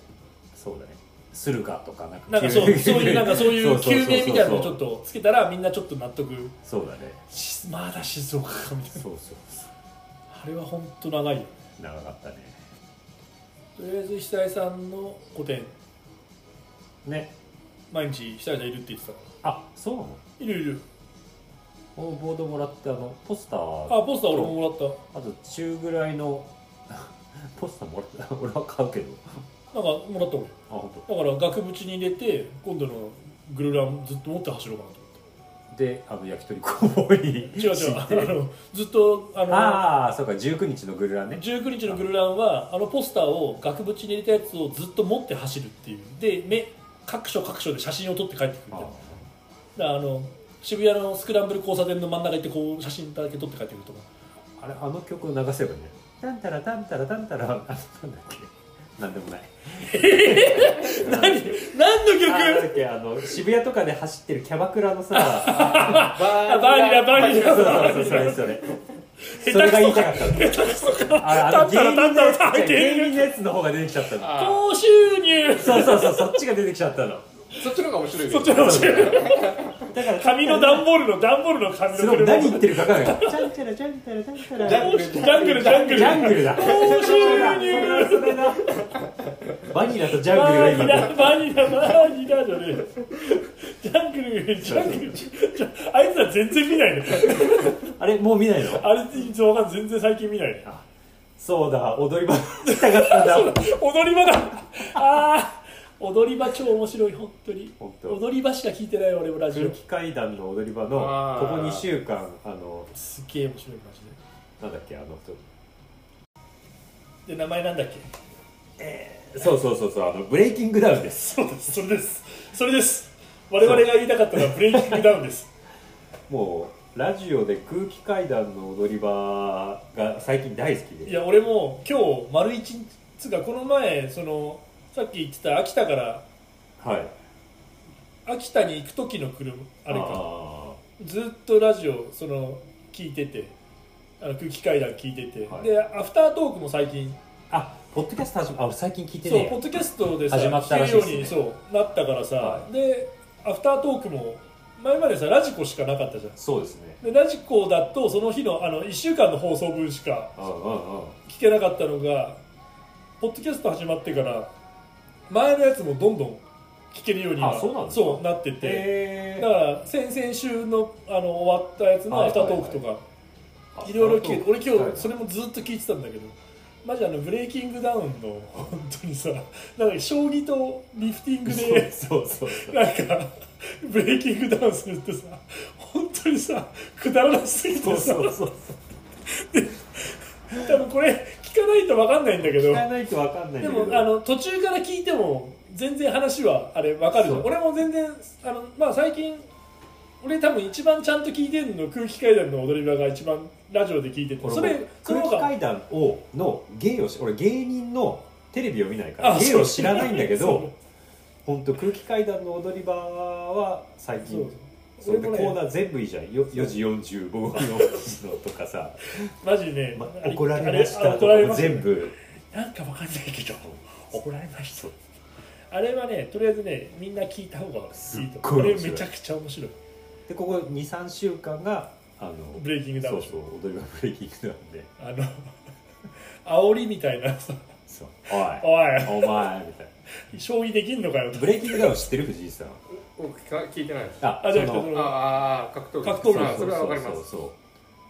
S2: そうだね駿河とかなんか
S1: なんかそうそういうなんかそういう
S2: そうそう
S1: 旧
S2: そうそう
S1: 名みたいなのをちょっとつけたらみんなちょっと納得
S2: そうだね
S1: しまだ静岡かみたいな
S2: そうそう
S1: あれは本当長いよ
S2: 長かったね
S1: とりあえず久井さんの個展
S2: ね
S1: 毎日久井さんいるって言ってたか
S2: あそうなの
S1: らいるいる
S2: このボードもらってあのポスタ
S1: あ
S2: ーあ
S1: ポスター俺ももらっ
S2: と中ぐらいの ポスターもらった 俺は買うけど
S1: たなんかもらった俺
S2: あ本
S1: だから額縁に入れて今度のグルランずっと持って走ろうかなと思
S2: 当。であの焼き鳥工房に
S1: って違う違う
S2: 知
S1: あ
S2: ってる
S1: のずっとあの
S2: ああそうか19日のグルランね
S1: 19日のグルランはあのポスターを額縁に入れたやつをずっと持って走るっていうで目各所各所で写真を撮って帰ってくるみたいなだからあの渋谷のスクランブル交差点の真ん中行ってこう写真だけ撮って帰ってくるとか
S2: あれあの曲を流せばねタンタラタンタラタンタラあなんだっけなんでもない
S1: 何何
S2: あなんだ
S1: の曲
S2: っけあの渋谷とかで走ってるキャバクラのさ
S3: バ
S1: あバーニラバーニ
S2: そう
S1: ラ
S2: そうそうそれそれそれが言いたかったのああの芸人のやつ
S1: タンタラタンタラ
S2: 芸人のやつの方が出てきちゃったの
S3: あ
S1: 高収入
S2: そうそうそうそっちが出てきちゃったの
S3: ーそっちの方が面白い
S1: そっちの方が面白い
S2: だから
S1: 紙の段ボールの段ボールの紙
S2: そ
S1: の
S2: の
S1: 車
S2: 何言ってるか分からないジャンタラジャンタラジャンタラジ
S3: ジャ
S2: ャ
S3: ン
S2: ン
S1: ジャングルジャングル
S2: グルだ
S1: 高収
S2: それだ
S1: 入
S2: それだそれだバニラとジャン
S1: バ
S2: グル
S1: ー
S2: が
S1: ニ
S2: 今
S1: ラバニラバーニラじゃねえよジャングルジャングルジャあいつら全然見ないね
S2: あれもう見ないの
S1: あれ動画全然最近見ないね
S2: そうだ踊り場行きたかったんだ
S1: 踊り場だあー踊り場超面白い本当に
S2: 本当
S1: 踊り場しか聞いてない俺もラジ
S2: 空
S1: オ
S2: 気階段の踊り場のこ
S3: あ
S2: こ
S3: ー
S2: 2週間あの
S1: すっげえ面白いマジ
S2: なんだっけあの人
S1: でで名前なんだっけ
S2: そうそうそうそうあのブレイキングダウンです
S1: そうですそれですそれです我々が言いたかったのはブレイキングダウンです
S2: もうラジオで空気階段の踊り場が最近大好き
S1: い
S2: で
S1: や俺も今日丸一日つうかこの前そのさっき言ってた秋田から
S2: はい
S1: 秋田に行く時の車あれか
S2: あ
S1: ずっとラジオその聞いててあの空気階段聞いてて、
S2: はい
S1: でアフタートークも最近
S2: ーあポッドキャスト始まあ俺最近聞いて
S1: そう
S2: ね
S1: ポッドキャストでさ
S2: 始まったらし
S1: 聞
S2: いで
S1: け
S2: す
S1: る
S2: ね
S1: ようにそうなったからさ、
S2: は
S1: でアフタートークも前までさラジコしかなかったじゃん
S2: そうですね
S1: でラジコだとその日のあの1週間の放送分しか
S2: うんうんうん
S1: 聞けなかったのがポッドキャスト始まってから前のやつもどんどん聞けるようには
S2: あそうなんですか
S1: そうなってて
S2: へ
S1: だ
S2: ー
S1: から先々週のあの終わったやつの
S2: は
S1: ア
S2: い
S1: フタートークとか、いろいろ聞いて俺今日それもずっと聞いてたんだけどマジあのブレイキングダウンの 本当にさなんか将棋とリフティングで
S2: そうそうそう
S1: なんかブレイキングダウンするってさ本当にさくだらなすぎ
S2: そ
S1: て
S2: う
S1: さ
S2: そうそう
S1: 多分これ聞かないと分かんないんだけど
S2: 聞かないとわかんな
S1: で
S2: いんだけど
S1: もあの途中から聞いても全然話はあれ分かるじゃん
S2: そう
S1: 俺も全然あの、まあ、最近俺多分一番ちゃんと聞いてるの空気階段の踊り場が一番ラジオで聞いててそ
S2: それ
S1: れそ
S2: 空
S1: の
S2: 気
S1: 他
S2: 階段をの芸をし俺芸人のテレビを見ないか
S1: あ
S2: ら芸
S1: そう
S2: を知らないんだけ
S1: そう
S2: ど本当空気階段の踊り場は最
S1: そう
S2: 近
S1: そ
S2: そうれでコ
S1: 俺も
S2: ー
S1: ね
S2: ナー全部いいじゃんよ4時45分のと かさ、
S1: マジね、
S2: ま
S1: あ
S2: 怒られまし
S1: あれ
S2: た
S1: あ怒
S2: と
S1: られ
S2: か
S1: ました
S2: 全部
S1: なんかわかんないけど怒られましたあれはねとりあえずねみんな聞いた方がいいと
S2: すっご
S1: こ
S2: い
S1: れ
S2: 面白い
S1: めちゃくちゃ面白い
S2: でここ23週間があの
S1: ブレイキングダウン
S2: そうそう踊り場ブレイキングダウン で
S1: あの 煽りみたいなさ
S2: そう
S1: 「
S2: お
S1: お
S2: いお前みたい
S1: い将棋できんのかよ」
S2: なブレイキングダウン知ってる藤井さん
S3: 僕聞か聞いてないです
S2: あ
S1: あじゃなくて
S2: そ
S1: そ
S2: の
S1: の
S3: ああ格闘技
S1: 格闘技
S3: あそれはわかり
S2: そ
S3: ま
S2: う
S3: す
S2: そう
S1: だ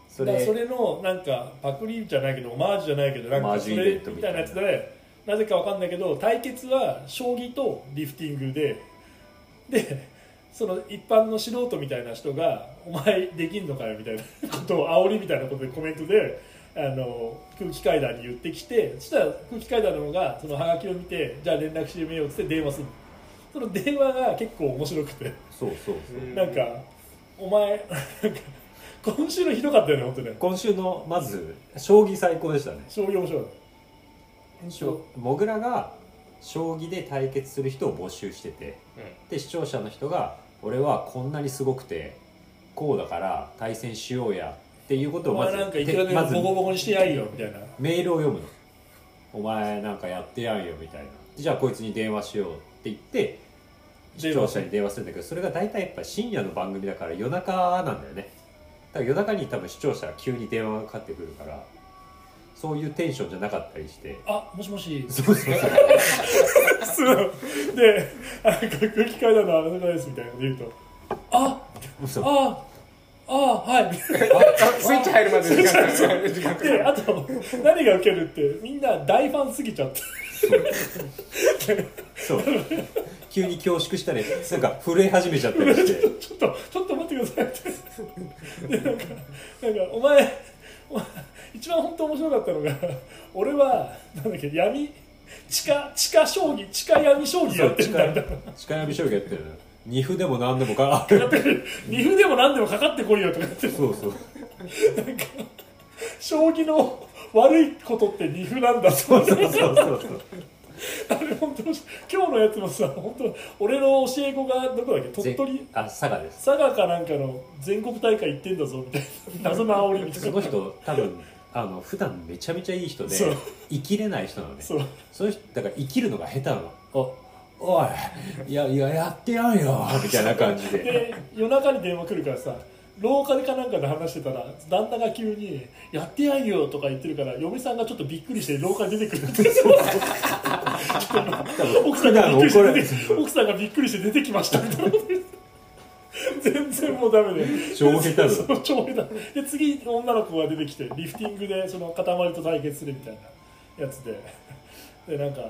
S2: そ
S1: か
S2: れ
S1: らそれのなんかパクリじゃないけどオマージュじゃないけどなん
S2: オマ
S1: か
S2: ー
S1: そ
S2: ジュイベ
S1: れ
S2: ント
S1: み
S2: み
S1: た
S2: た
S1: いな
S2: いな
S1: やつでなぜかわかんないけど対決は将棋とリフティングででその一般の素人みたいな人が「お前できんのかよ」みたいな ことを煽りみたいなことでコメントであの空気階段に言ってきてそしたら空気階段の方がそのハガキを見て「じゃあ連絡してみよう」っつって電話するその電話が結構面白くて
S2: そうそうそう
S3: うん
S1: なんか「お前なんか今週のひどかったよね本当ね」
S2: 今週のまず将棋最高でしたね
S1: 商業所
S2: 将モグラが将棋で対決する人を募集しててで視聴者の人が「俺はこんなにすごくてこうだから対戦しようや」っていうこと
S1: お
S2: をま
S1: 前
S2: ず,て、
S1: なんかいくらで
S2: ま
S1: も
S2: ず
S1: ボコボコにしてやるよみたいな
S2: メールを読むの「お前なんかやってやんよ」みたいな「じゃあこいつに電話しよう」って言って視聴者に電話するんだけどそれが大体やっぱ深夜の番組だから夜中なんだよねだから夜中に多分視聴者は急に電話がかかってくるからそういうテンションじゃなかった りして
S1: あもしもし
S2: そうそうそう
S1: そうでなんか空気階段のあなたですみたいなこと言うとあ
S2: 嘘
S1: あああはい
S3: あスイッチ入るまで時間かかる時間かか
S1: で
S3: る
S1: あと何がウケるってみんな大ファンすぎちゃって
S2: そう急に恐縮したりなんか震え始めちゃったりして
S1: ちょっとちょっと待ってくださいってでなんかなんかお前お前一番本当面白かったのが俺はなんだっけ闇地下地下将棋地下闇将棋
S2: そ
S1: やっ
S2: う
S1: てんだみたいな
S2: 力力指将棋やってるのよ二歩でも何でもかかる
S1: 二歩でも何でもかかってこいよとか言って
S2: そうそう
S1: 将棋の悪いことって二歩なんだ
S2: そうそうそうそう
S1: あれ本当に今日のやつもさ本当俺の教え子がどこだっけ鳥取
S2: あ佐賀です
S1: 佐賀かなんかの全国大会行ってんだぞみたいな謎の煽りみた
S2: そ
S1: い
S2: の
S1: な
S2: 人多分あの普段めちゃめちゃいい人で
S1: そう
S2: 生きれない人なのね
S1: そう
S2: その人だから生きるのが下手なのおおいいやいややってやんよみたいな感じで
S1: で夜中に電話来るからさ廊下でかなんかで話してたら旦那が急に「やってやんよ」とか言ってるから嫁さんがちょっとびっくりして廊下に出てくるって奥さんがびっくりして出て奥さんがびっくりして出てきましたみたいなこと言って全然もうダメで
S2: 超下手だ
S1: そう超下手で次女の子が出てきてリフティングでその塊と対決するみたいなやつででなんか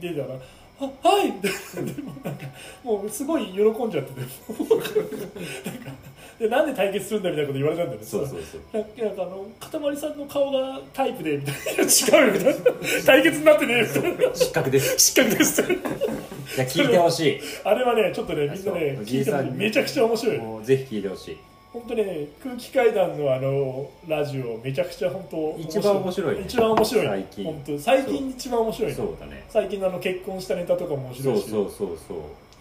S1: 出たら「ははい!」 みたいなでもなんかもうすごい喜んじゃっててもうなんかでなんで対決するんだみたいなこと言われたんだよね
S2: そうそうそう
S1: なんかあの塊さんの顔がタイプでみたいな「違うよ」みたいな「対決になってねえ」みたいな
S2: 失格です
S1: 失格です
S2: いや聞いてほし
S1: あれはねちょっとねみんなね
S2: そうお
S1: 聞
S2: じ
S1: い
S2: い
S1: て
S2: さ
S1: も
S2: んに
S1: めちゃくちゃ面白い
S2: いもうぜひ聞いてほしい
S1: 本当ね空気階段のあのラジオめちゃくちゃ本当
S2: 一番面白い
S1: 一番面白い
S2: 最近
S1: 本当最近一番面白い
S2: そうだね
S1: 最近のあの結婚したネタとかも面
S2: そ
S1: 白
S2: う
S1: いし
S2: そうそうそう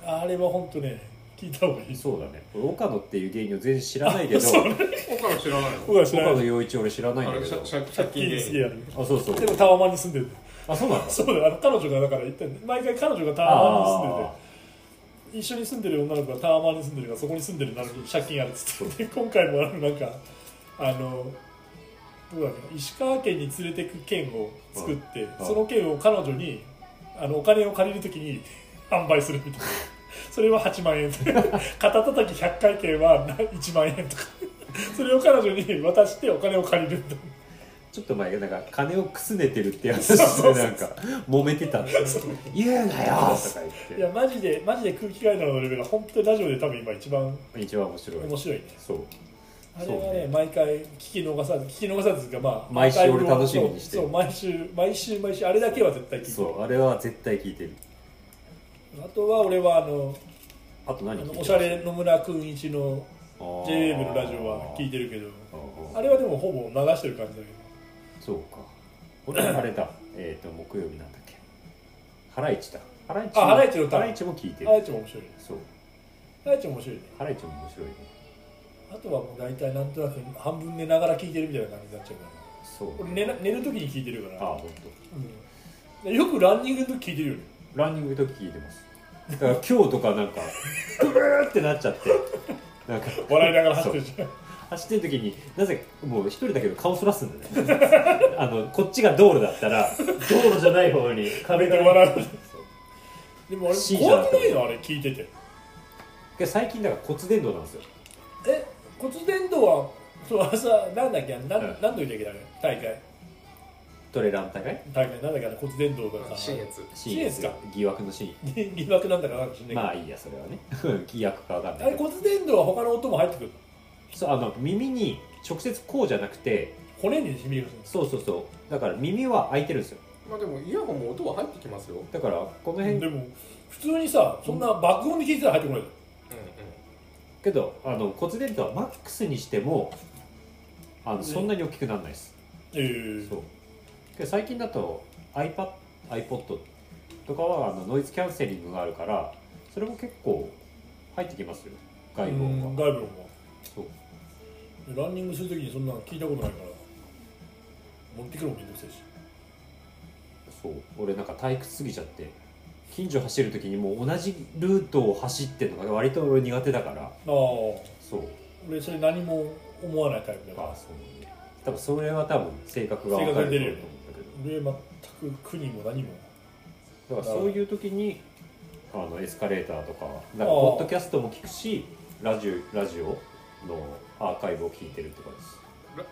S1: あれは本当ね聞いた方がいい
S2: そうだね俺岡野っていう芸人を全然知らないけど
S3: 他の知らないの
S1: 僕は知
S2: 岡
S1: ら
S2: 野
S1: ない
S2: 陽一俺知らないん
S3: あ
S2: だ
S3: れ
S2: け
S3: 借
S2: ど
S3: 借
S1: 借
S3: 借金
S1: 金
S3: 芸
S1: すげえや
S3: 人
S1: る
S2: あそうそう
S1: でもタワマンに住んでる
S2: あそうなの
S1: そうだよあの彼女がだから言ってんだ毎回彼女がタワマンに住んでて一緒に住んでる女の子がタワマンに住んでるからそこに住んでるなのに借金あるっつってで今回もあのなんかあのどうだっけな石川県に連れてく券を作って
S2: うん
S1: その券を彼女にあのお金を借りるときに 販売するみたいなそれは8万円 肩たたき100回券はな1万円とかそれを彼女に 渡してお金を借りるみたいな
S2: ちょっと前なんか金をくすねてるってやつでなんか揉めて たんだよ言うなよとか
S1: い
S2: 言っ
S1: やマジでマジで空気階段のレベルが本当にラジオで多分今一番
S2: て一番面白い
S1: 面白いね
S2: そう
S1: あれは
S2: そう
S1: ね毎回聞き逃さず聞き逃さずというかまあ
S2: 毎週
S1: アーカイブを
S2: 俺楽しみにして
S1: そう
S2: る
S1: そう毎週毎週毎週あれだけは絶対聞いて
S2: そ
S1: る
S2: うあれは絶対聞いてる
S1: あとは俺はあの
S2: あと
S1: あ
S2: 何聞いて
S1: の
S2: る
S1: おしゃれ野村くん一の
S2: あー
S1: j w のラジオは聞いてるけど
S2: あー
S1: あれはでもほぼ流してる感じだけど
S2: そうか俺あれだ えっ、と木曜日なんだっけハライチだハライチ
S1: あハライチの歌
S2: ハライチも聞いて
S1: あ
S2: る
S1: いちも面白いね
S2: そう
S1: あいちも面白いね
S2: ハライチも面白いね
S1: あとはもう大体なんとなく半分寝ながら聞いてるみたいな感じになっちゃうから
S2: そう
S1: 俺寝な寝る時に聞いてるから
S2: あ本
S1: うんでよくランニングの時聞いてるよね
S2: 当。ランニングの時聞いてますだから今日とかなん かブーってなっちゃってなんか
S1: 笑いながら走ってるじゃん
S2: 走ってる時になぜかもう一人だけど顔そらすんだね あのこっちが道路だったら道路じゃない方に壁
S1: で
S2: が
S1: 笑うでもあれ
S2: C じゃな
S1: 怖
S2: く
S1: く
S2: て
S1: ないのあれ聞いてて
S2: で最近だから骨伝導なんですよ
S1: え骨伝導はそうあれさなんだっけな
S2: うん
S1: んなんといだっけだね大会
S2: トレラン大会
S1: 大会なんだっけあの骨伝導がさ
S3: 新越
S2: シーンですよ疑惑のシーン
S1: 疑惑なんだかなんかしない
S2: まあいいやそれはね 疑惑かわかん
S1: けど
S2: な
S1: あ
S2: い
S1: れ
S2: けど
S1: 骨伝導は他の音も入ってくるの
S2: そうあの耳に直接こうじゃなくて
S1: 骨に染みるんです
S2: そうそうそうだから耳は開いてるんですよ
S3: まあでもイヤホンも音は入ってきますようん
S2: だからこの辺
S1: でも普通にさそんな爆音で聞いてたら入ってこない
S2: けどあの骨伝導はマックスにしてもあの、
S1: ね
S2: そんなに大きくならないです
S1: ええ
S2: そうけど最近だと iPad iPod とかはあのノイズキャンセリングがあるからそれも結構入ってきますよ外部
S1: うん
S2: 音が
S1: 外部音も
S2: そう
S1: ランニングするときにそんなの聞いたことないから持ってくるのもめんどくさいし
S2: そう俺なんか退屈すぎちゃって近所走る時にもう同じルートを走ってるのが割と俺苦手だから
S1: ああ
S2: そう
S1: 俺それ何も思わないタイプだから
S2: あそう多分それは多分性格が分か
S1: 性格が出る
S2: る
S1: よ
S2: と思うんだけ
S1: 俺全く苦にも何も
S2: どだからそういう時にあのエスカレーターとかなんかポッドキャストも聞くしラジオラジオのアーカイブを聞いてるって感じです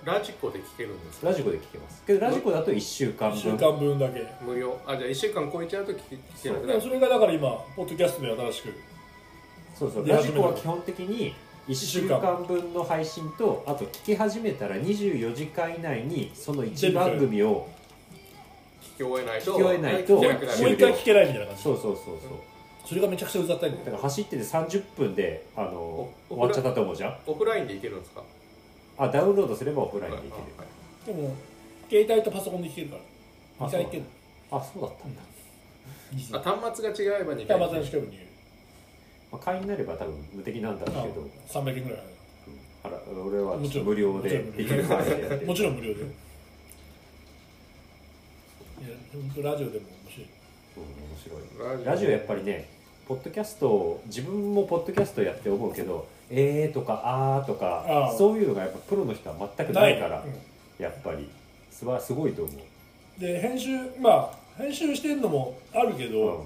S3: ララジコで聞けるんですか
S2: ラジコで聞けますけどラジコだと1週間
S1: 1週
S2: 分
S1: 間分だけ
S3: 無料あじゃあ1週間超えちゃうと聞け聞けな
S1: で
S3: く
S1: も
S3: なる
S1: それがだから今ポッドキャストで新しく
S2: そうそう
S1: で
S2: ラジコは基本的に1週間分の配信とあと聞き始めたら24時間以内にその1番組を
S3: 聞き終えないと
S2: 聞き終えないと
S3: 聞けなくな
S1: もう
S3: る
S1: 一回聞けないみたいな感じ
S2: そうそうそうそう
S1: それがめちゃくちゃうざったいん
S2: だ
S1: だ
S2: か
S1: よ
S2: ら走ってて30分であの
S3: お
S2: 終わっちゃったと思うじゃん
S3: オフラインでいけるんですか
S2: あダウンロードすればオフラインでいける
S1: でも携帯とパソコンで聞けるから
S2: あ
S1: 2回聞ける
S2: あそうだったんだ、
S1: いいです
S3: あ
S1: ね
S3: 端末が違えば2
S1: 北
S3: 回
S1: 松
S3: 聞け
S1: の
S3: る
S1: 近くに
S2: まあ、会員になれば多分無敵なんだろうけど
S1: 300円ぐらい
S2: あら俺は
S1: もちろん
S2: 無料で
S1: もちろん
S2: で きる範囲でやってる
S1: もちろん無料でいや本当ラジオでも面白い
S2: うん面白い
S3: ラジオ
S2: ラジオやっぱりねポポッドキャストを自分もポッドキャストやって思うけど「えー」とか「あー」と
S1: あ
S2: か
S1: ー
S2: そういうのがやっぱプロの人は全くないから
S1: うん
S2: やっぱりすばすごいと思う、
S1: で編集まあ編集してるのもあるけど、
S2: う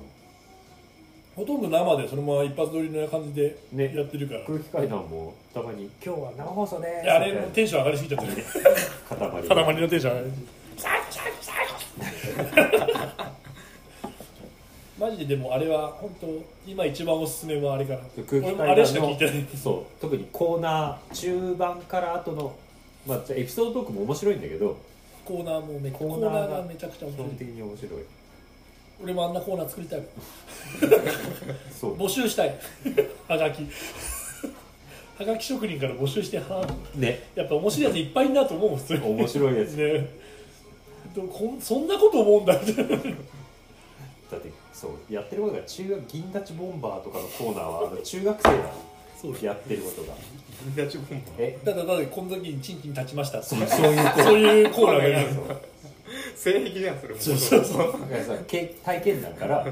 S1: ほとんど生でそのまま一発撮りの感じで
S2: ね
S1: やってるから、
S2: ん、空気階段もたまに「今日は生放送で
S1: い
S2: す」
S1: やあれ
S2: みたい
S1: も
S2: な
S1: テンション上がりすぎちゃってる
S2: 塊
S1: 塊のテンション上がりすぎ マジででもあれは本当今一番おすすめはあれかな
S2: 空
S1: 俺
S2: 気
S1: もあれし
S2: 階
S1: か
S2: 段
S1: 聞いてない
S2: のそう特にコーナー中盤から後のまあじゃあエピソードトークも面白いんだけど
S1: コーナーもめコ
S2: コ
S1: ー
S2: ー
S1: ナ
S2: ナーが
S1: ーがめちゃくちゃ面
S2: 基
S1: 白い
S2: 本的に面白い
S1: 俺もあんなコーナー作りたい
S2: そう
S1: 募集したいはがきはがき職人から募集しては
S2: ね
S1: やっぱ面白いやついっぱいいんだと思う普通に
S2: 面白いやつ
S1: ねどこんそんなこと思うんだみたいな
S2: だってそうやってることが中学銀立ちボンバーとかのコーナーは あの中学生がやってることが
S3: みんなちボンバー
S2: え
S1: ただただこの時にチンチン立ちましたそ
S2: そううそういうコーナー
S1: いうコーナーがいる
S2: そう
S3: 性癖じゃんそれも
S1: そうそう
S3: う
S1: そう
S2: だからさけ体験談から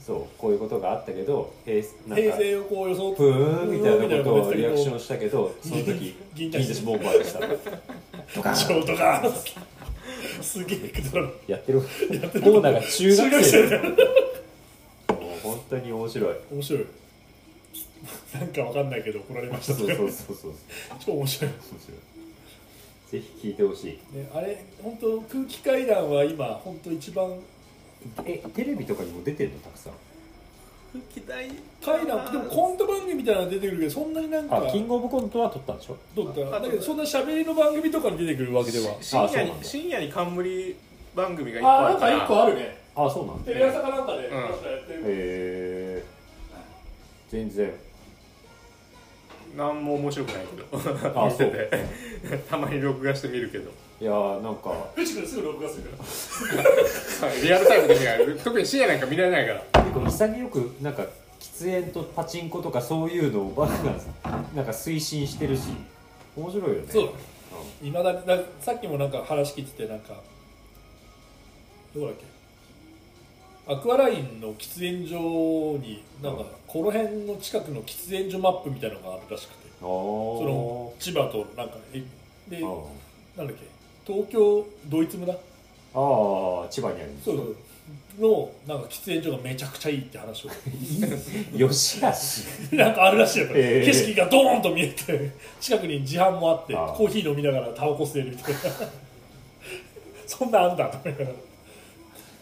S2: そうこういうことがあったけど平なん
S1: 平
S2: か
S1: 成をこう装っ
S2: プ
S1: て
S2: ーンみたいなことをリアクションしたけどその時
S1: 銀
S2: 銀
S1: 立ち
S2: 立ちボンバーでしたとか
S1: ショートが すげえくだらない
S2: やってるコーナーが中学
S1: 中
S2: 生だもう本当に面白い
S1: 面白い なんかわかんないけど怒られまし
S2: そ
S1: たと
S2: うそ
S1: か
S2: うそうそうそう面
S1: 超面白い
S2: 白いぜひ聞いてほしい
S1: ね、あれ本当空気階段は今本当一番
S2: えテレビとかにも出てるのたくさん
S3: 期 待
S1: 階段でもコント番組みたいなの出てくるけどそんなになんか
S2: あキングオブコントは撮ったんでしょ
S1: どうだっただけどそんな喋りの番組とかに出てくるわけでは
S3: 深夜
S2: あそうなん
S3: に
S2: だ
S3: 深夜に冠番組が一個あるから
S1: あるね
S2: あそうなんだ
S1: テレ朝かなんかで
S3: うん
S1: なんかやってる
S2: へえ全然
S3: 何も面白くないけど
S2: あ
S3: 見
S2: そ
S3: て
S2: う
S3: てたまに録画してみるけど
S2: いやーなんか
S1: 藤君すぐ録画するから
S3: リアルタイムで見ない特に深夜なんか見られないから
S2: 結構潔くなんか喫煙とパチンコとかそういうのをバカ なんか推進してるし面白いよね
S1: そういまだにださっきもなんか話聞いててなんかどこだっけアクアラインの喫煙所になんかこの辺の近くの喫煙所マップみたいなのがあるらしくて
S2: あ
S1: その千葉となんかえで
S2: ー
S1: なんだっけ東京ドイツ村
S2: あーあー千葉にある
S1: そうのなんか喫煙所がめちゃくちゃいいって 話を
S2: 吉 橋
S1: なんかあるらしいよ、これ
S2: えー
S1: 景色がドーンと見えて 近くに自販もあって
S2: あー
S1: コーヒー飲みながらタバコ吸えるみたいな そんなんあんだと思いながら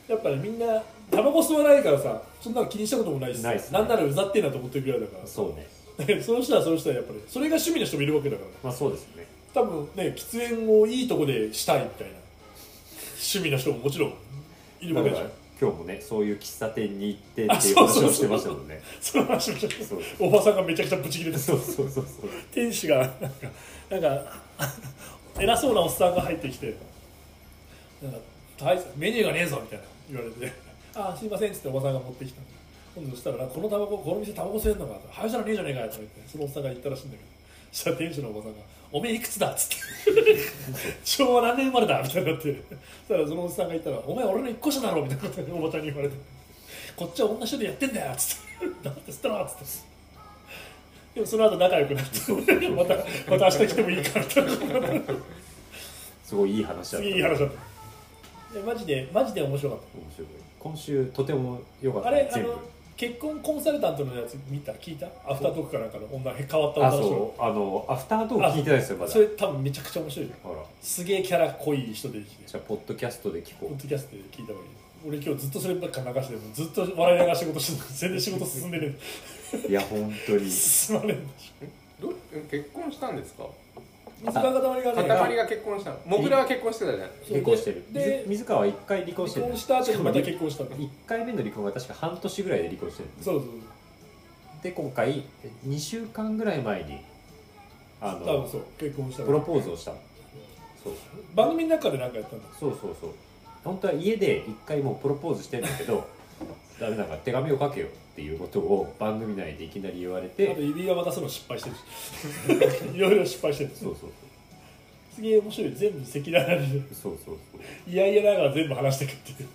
S1: やっぱねみんなタバコ吸わないからさそんなの気にしたこともないしさ
S2: ないっすね
S1: なんならうざってんなと思ってるぐらいだから
S2: そうね
S1: だけど その人はその人はやっぱりそれが趣味の人もいるわけだから
S2: まあそうですね
S1: 多分ね喫煙をいいとこでしたいみたいな趣味の人ももちろんいる
S2: だ
S1: わ
S2: か
S1: けでし
S2: ら
S1: ょ
S2: 今日もねそういう喫茶店に行って
S1: あ
S2: っていう
S1: そうそうそ
S2: 話
S1: う
S2: をしてましたもんね
S1: その話をちょっと
S2: そう
S1: おばさんがめちゃくちゃブチ切れて
S2: そうそうそうそう
S1: 天使がなんかなんか偉そうなおっさんが入ってきてなんか大将メニューがねえぞみたいな言われて「ああすいません」っつっておばさんが持ってきたんで今度そしたらこのタバコこの店タバコ吸えんのか廃車のねえじゃねえかよとか言ってそのおっさんが言ったらしいんだけどそしたら店主のおばさんが「おめえいくつだ?」っつって 「昭和何年生まれだ?」みたいになってそしたらそのおっさんが言ったら「お前俺の一個下だろ」みたいなことでおばちゃんに言われて「こっちは同じ人でやってんだよ」っつって 「なんて吸ったの?」っつって。でもその後仲良くなってまたまた明日来てもいいかみたいな
S2: すごいいい話だった
S1: 次いい話だったいやマジでマジで面白かっ
S2: 面白い今週とても良かった
S1: たあれあ
S2: 全部
S1: の結婚コンサルタントのやつ見た聞いたアフタートークかなんかの女変わった
S2: あ
S1: 女の人
S2: そうあのアフタートーク聞いてないですよまだ
S1: それ多分めちゃくちゃ面白いよ
S2: ほら
S1: すげえキャラ濃い人出てきて
S2: じゃあポッドキャストで聞
S1: ポッ
S2: こ
S1: ドキャストで聞いた方がいい俺今日ずっとそればっか流してるもうずっと笑いながら仕事してる全然仕事進んでね
S2: ういや本当に
S1: え進まねえんだし
S3: ど結婚したんですか
S1: 水川かたまりがね
S3: 塊が結婚したのモグラは結婚してたじゃん
S1: そう
S2: 離婚してる
S1: で
S2: 水水川は一回離婚して
S1: 離
S2: る
S1: 婚した後にまた結
S2: し
S1: 婚したの
S2: か
S1: そ
S2: も一回目の離婚が確か半年ぐらいで離婚してる
S1: うそう
S2: で今回2週間ぐらい前にあ
S1: そう多分
S2: の
S1: そう結婚したの
S2: プロポーズをしたのそう
S1: 番組の中で何かやったんだ
S2: そうそうそう本当は家で一回もうプロポーズしてんだけどダメだから手紙を書けよっていうことを番組内でいきなり言われ
S1: あと
S2: て
S1: 指輪渡すの失敗してるし いろいろ失敗してる
S2: そうそう
S1: すげえ面白い全部赤裸々に
S2: そうそうそうそう
S1: いやいやながら全部話してくっていう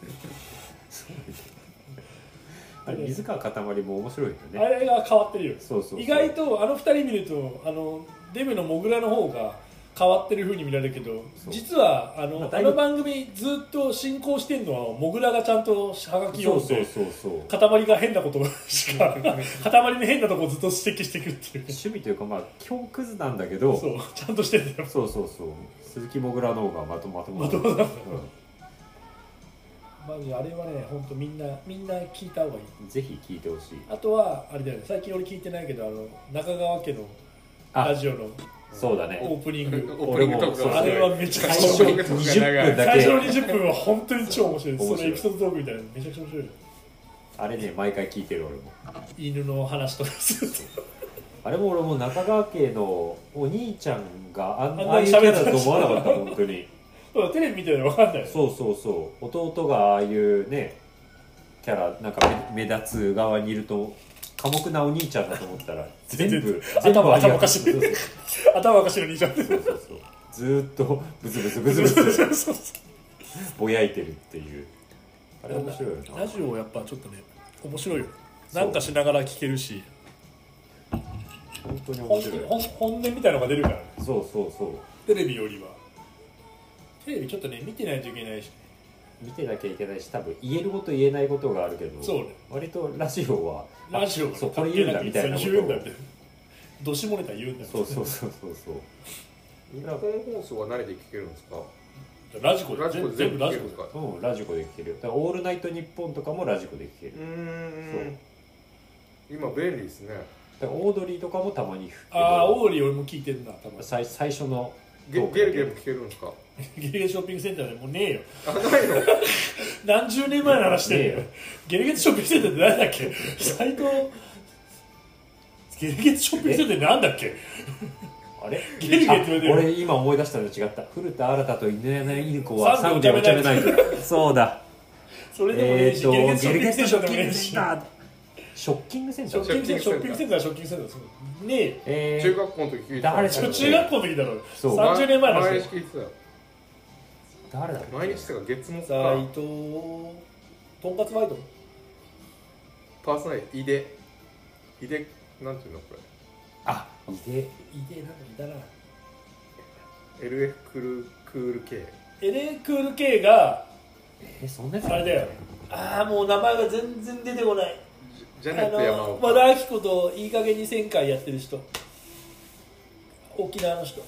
S2: あれ水川かたまりも面白いよ
S1: あ
S2: ね
S1: れが変わってるよ
S2: そうそうそう
S1: 意外とあの二人見るとあのデブのモグラの方が変わってる風に見られるけど
S2: そう
S1: 実はあの,、
S2: まあ
S1: あ、
S2: だいぶ
S1: の番組ずっと進行してるのはモグラがちゃんとハガキ
S2: そう
S1: 読ん
S2: そう
S1: で
S2: そうそう
S1: 塊が変なことしか 塊の変なとこをずっと指摘していくっていう
S2: 趣味というかまあ基本クズなんだけど
S1: そうちゃんとしてるんだよ
S2: そうそうそう鈴木もぐらの方がまとまとも
S1: まともだ
S2: う
S1: マジあれはね本当みんなみんな聞いた方がいい
S2: んぜひ聞いてほしい
S1: あとはあれだよね最近俺聞いてないけどあの中川家の
S2: あ
S1: ラジオの
S2: そうだ
S1: オ
S2: ね
S1: ープニング
S3: オープニングトークが面白い
S1: あれはめちゃく
S2: 最
S1: ちゃ面白い
S2: 初に20分だ
S1: 最初の
S2: け
S1: 20分は本当に超面白いですそ
S2: 面白
S1: の
S2: い
S1: エピソードトークみたいなのめちゃくちゃ面白いよ
S2: あれね毎回聞いてる俺も
S1: 犬の話とかすると
S2: あれも俺も中川家のお兄ちゃんがあん
S1: あんなに
S2: ああいうキャラだと思わなかった本当に
S1: そう テレビ見てたら分かんない
S2: そうそうそう弟がああいうねキャラなんか目目立つ側にいると寡黙なお兄ちゃんだと思った ら全部全部
S1: 頭
S2: ありが
S1: 頭
S2: とう
S1: おかしい
S2: そうそう
S1: 頭おかしいのにいいじゃん
S2: そうそうそうずーっとブツブツブツブツぼやいてるっていうあれ面白いよな
S1: ラジオやっぱちょっとね面白いよなんかしながら聞けるし
S2: 本当に面
S1: 本
S2: 白い
S1: 本本音みたいのが出るからね
S2: そうそうそう
S1: テレビよりはテレビちょっとね見てないといけないし
S2: 見てなきゃいけないし多分言えること言えないことがあるけど
S1: そうね
S2: 割とラジオはあ
S1: ラジオが
S2: そうこれ言うんだみたいなこ
S1: そ
S2: と
S1: う言うんだみたいなどしもネタ言うんだみたい
S2: そう
S1: な
S2: そうそうそう そう
S3: 日本放送は何で聞けるんですか
S1: ラジコで
S3: ラジコで
S1: 全
S3: 全
S1: 部
S3: 部
S1: ラ
S3: 聞け
S1: ジ
S3: るん
S1: コ
S3: で
S1: です
S3: か
S2: うんラジコで聞けるよだから「オールナイトニッポン」とかもラジコで聞ける
S3: うー
S2: そうん
S3: 今便利ですね
S2: だからオードリーとかもたまに聞くけど
S1: ああオーリー俺も聞いてんな多分
S2: 最最初の
S3: ゲ
S2: トーク
S3: ゲ
S2: だ
S3: ル
S2: け
S3: ゲル聞けるんですか
S1: ゲレゲレショッピングセンターでもうねえよ
S3: あないの
S1: 何十年前の話してるよ
S2: ね
S1: ゲレゲレショッピングセンターって何だっけ斎藤ゲレゲレショッピングセンターって何だっけ
S2: あれ
S1: ゲルゲルって言われてる
S2: あ俺今思い出したの違った古田新太と犬柳犬子は
S1: 三
S2: 3
S1: 秒
S2: 秒
S1: お
S2: お
S1: 茶
S2: ちゃ
S1: 目
S2: め
S1: な
S2: ない いそうだ
S1: それでもね
S2: え
S1: え
S2: ー
S1: し、
S2: と
S1: ゲル
S2: ゲル
S1: ゲ
S2: ゲ
S1: レシ
S2: スト
S1: ョ
S2: ショ
S1: ッ
S2: ッ
S1: ピ
S2: キ
S1: ングセンターでもねえし
S2: ングセ
S1: シ
S2: ン
S1: ョッピン
S2: ターショッキングセンター
S1: グショッピングセンターショッキングセンターそうねえよ
S2: え
S3: 中
S2: ー、
S3: 学校の時聞いて
S2: 誰
S1: そ
S2: そ
S1: れ
S2: う
S1: 中学校の時だろ
S2: そう
S1: 30年前の
S3: 毎
S1: 話
S3: 日聞いてたよ
S2: 誰だっけ
S3: 毎日とか月目
S1: 斎
S3: か
S1: 藤とんかつバイト
S3: パーソナリティ井出井出なんていうのこ
S2: あいで
S1: いてえなんかいたな
S3: れ LF クルクール系
S1: エレクール系が
S2: えーそんなやつ
S1: あれだよああもう名前が全然出てこない
S3: ジャジャネ
S1: あ
S3: ット山
S1: の
S3: 岡
S1: 和田アキ子といい加減に1000回やってる人沖縄の人く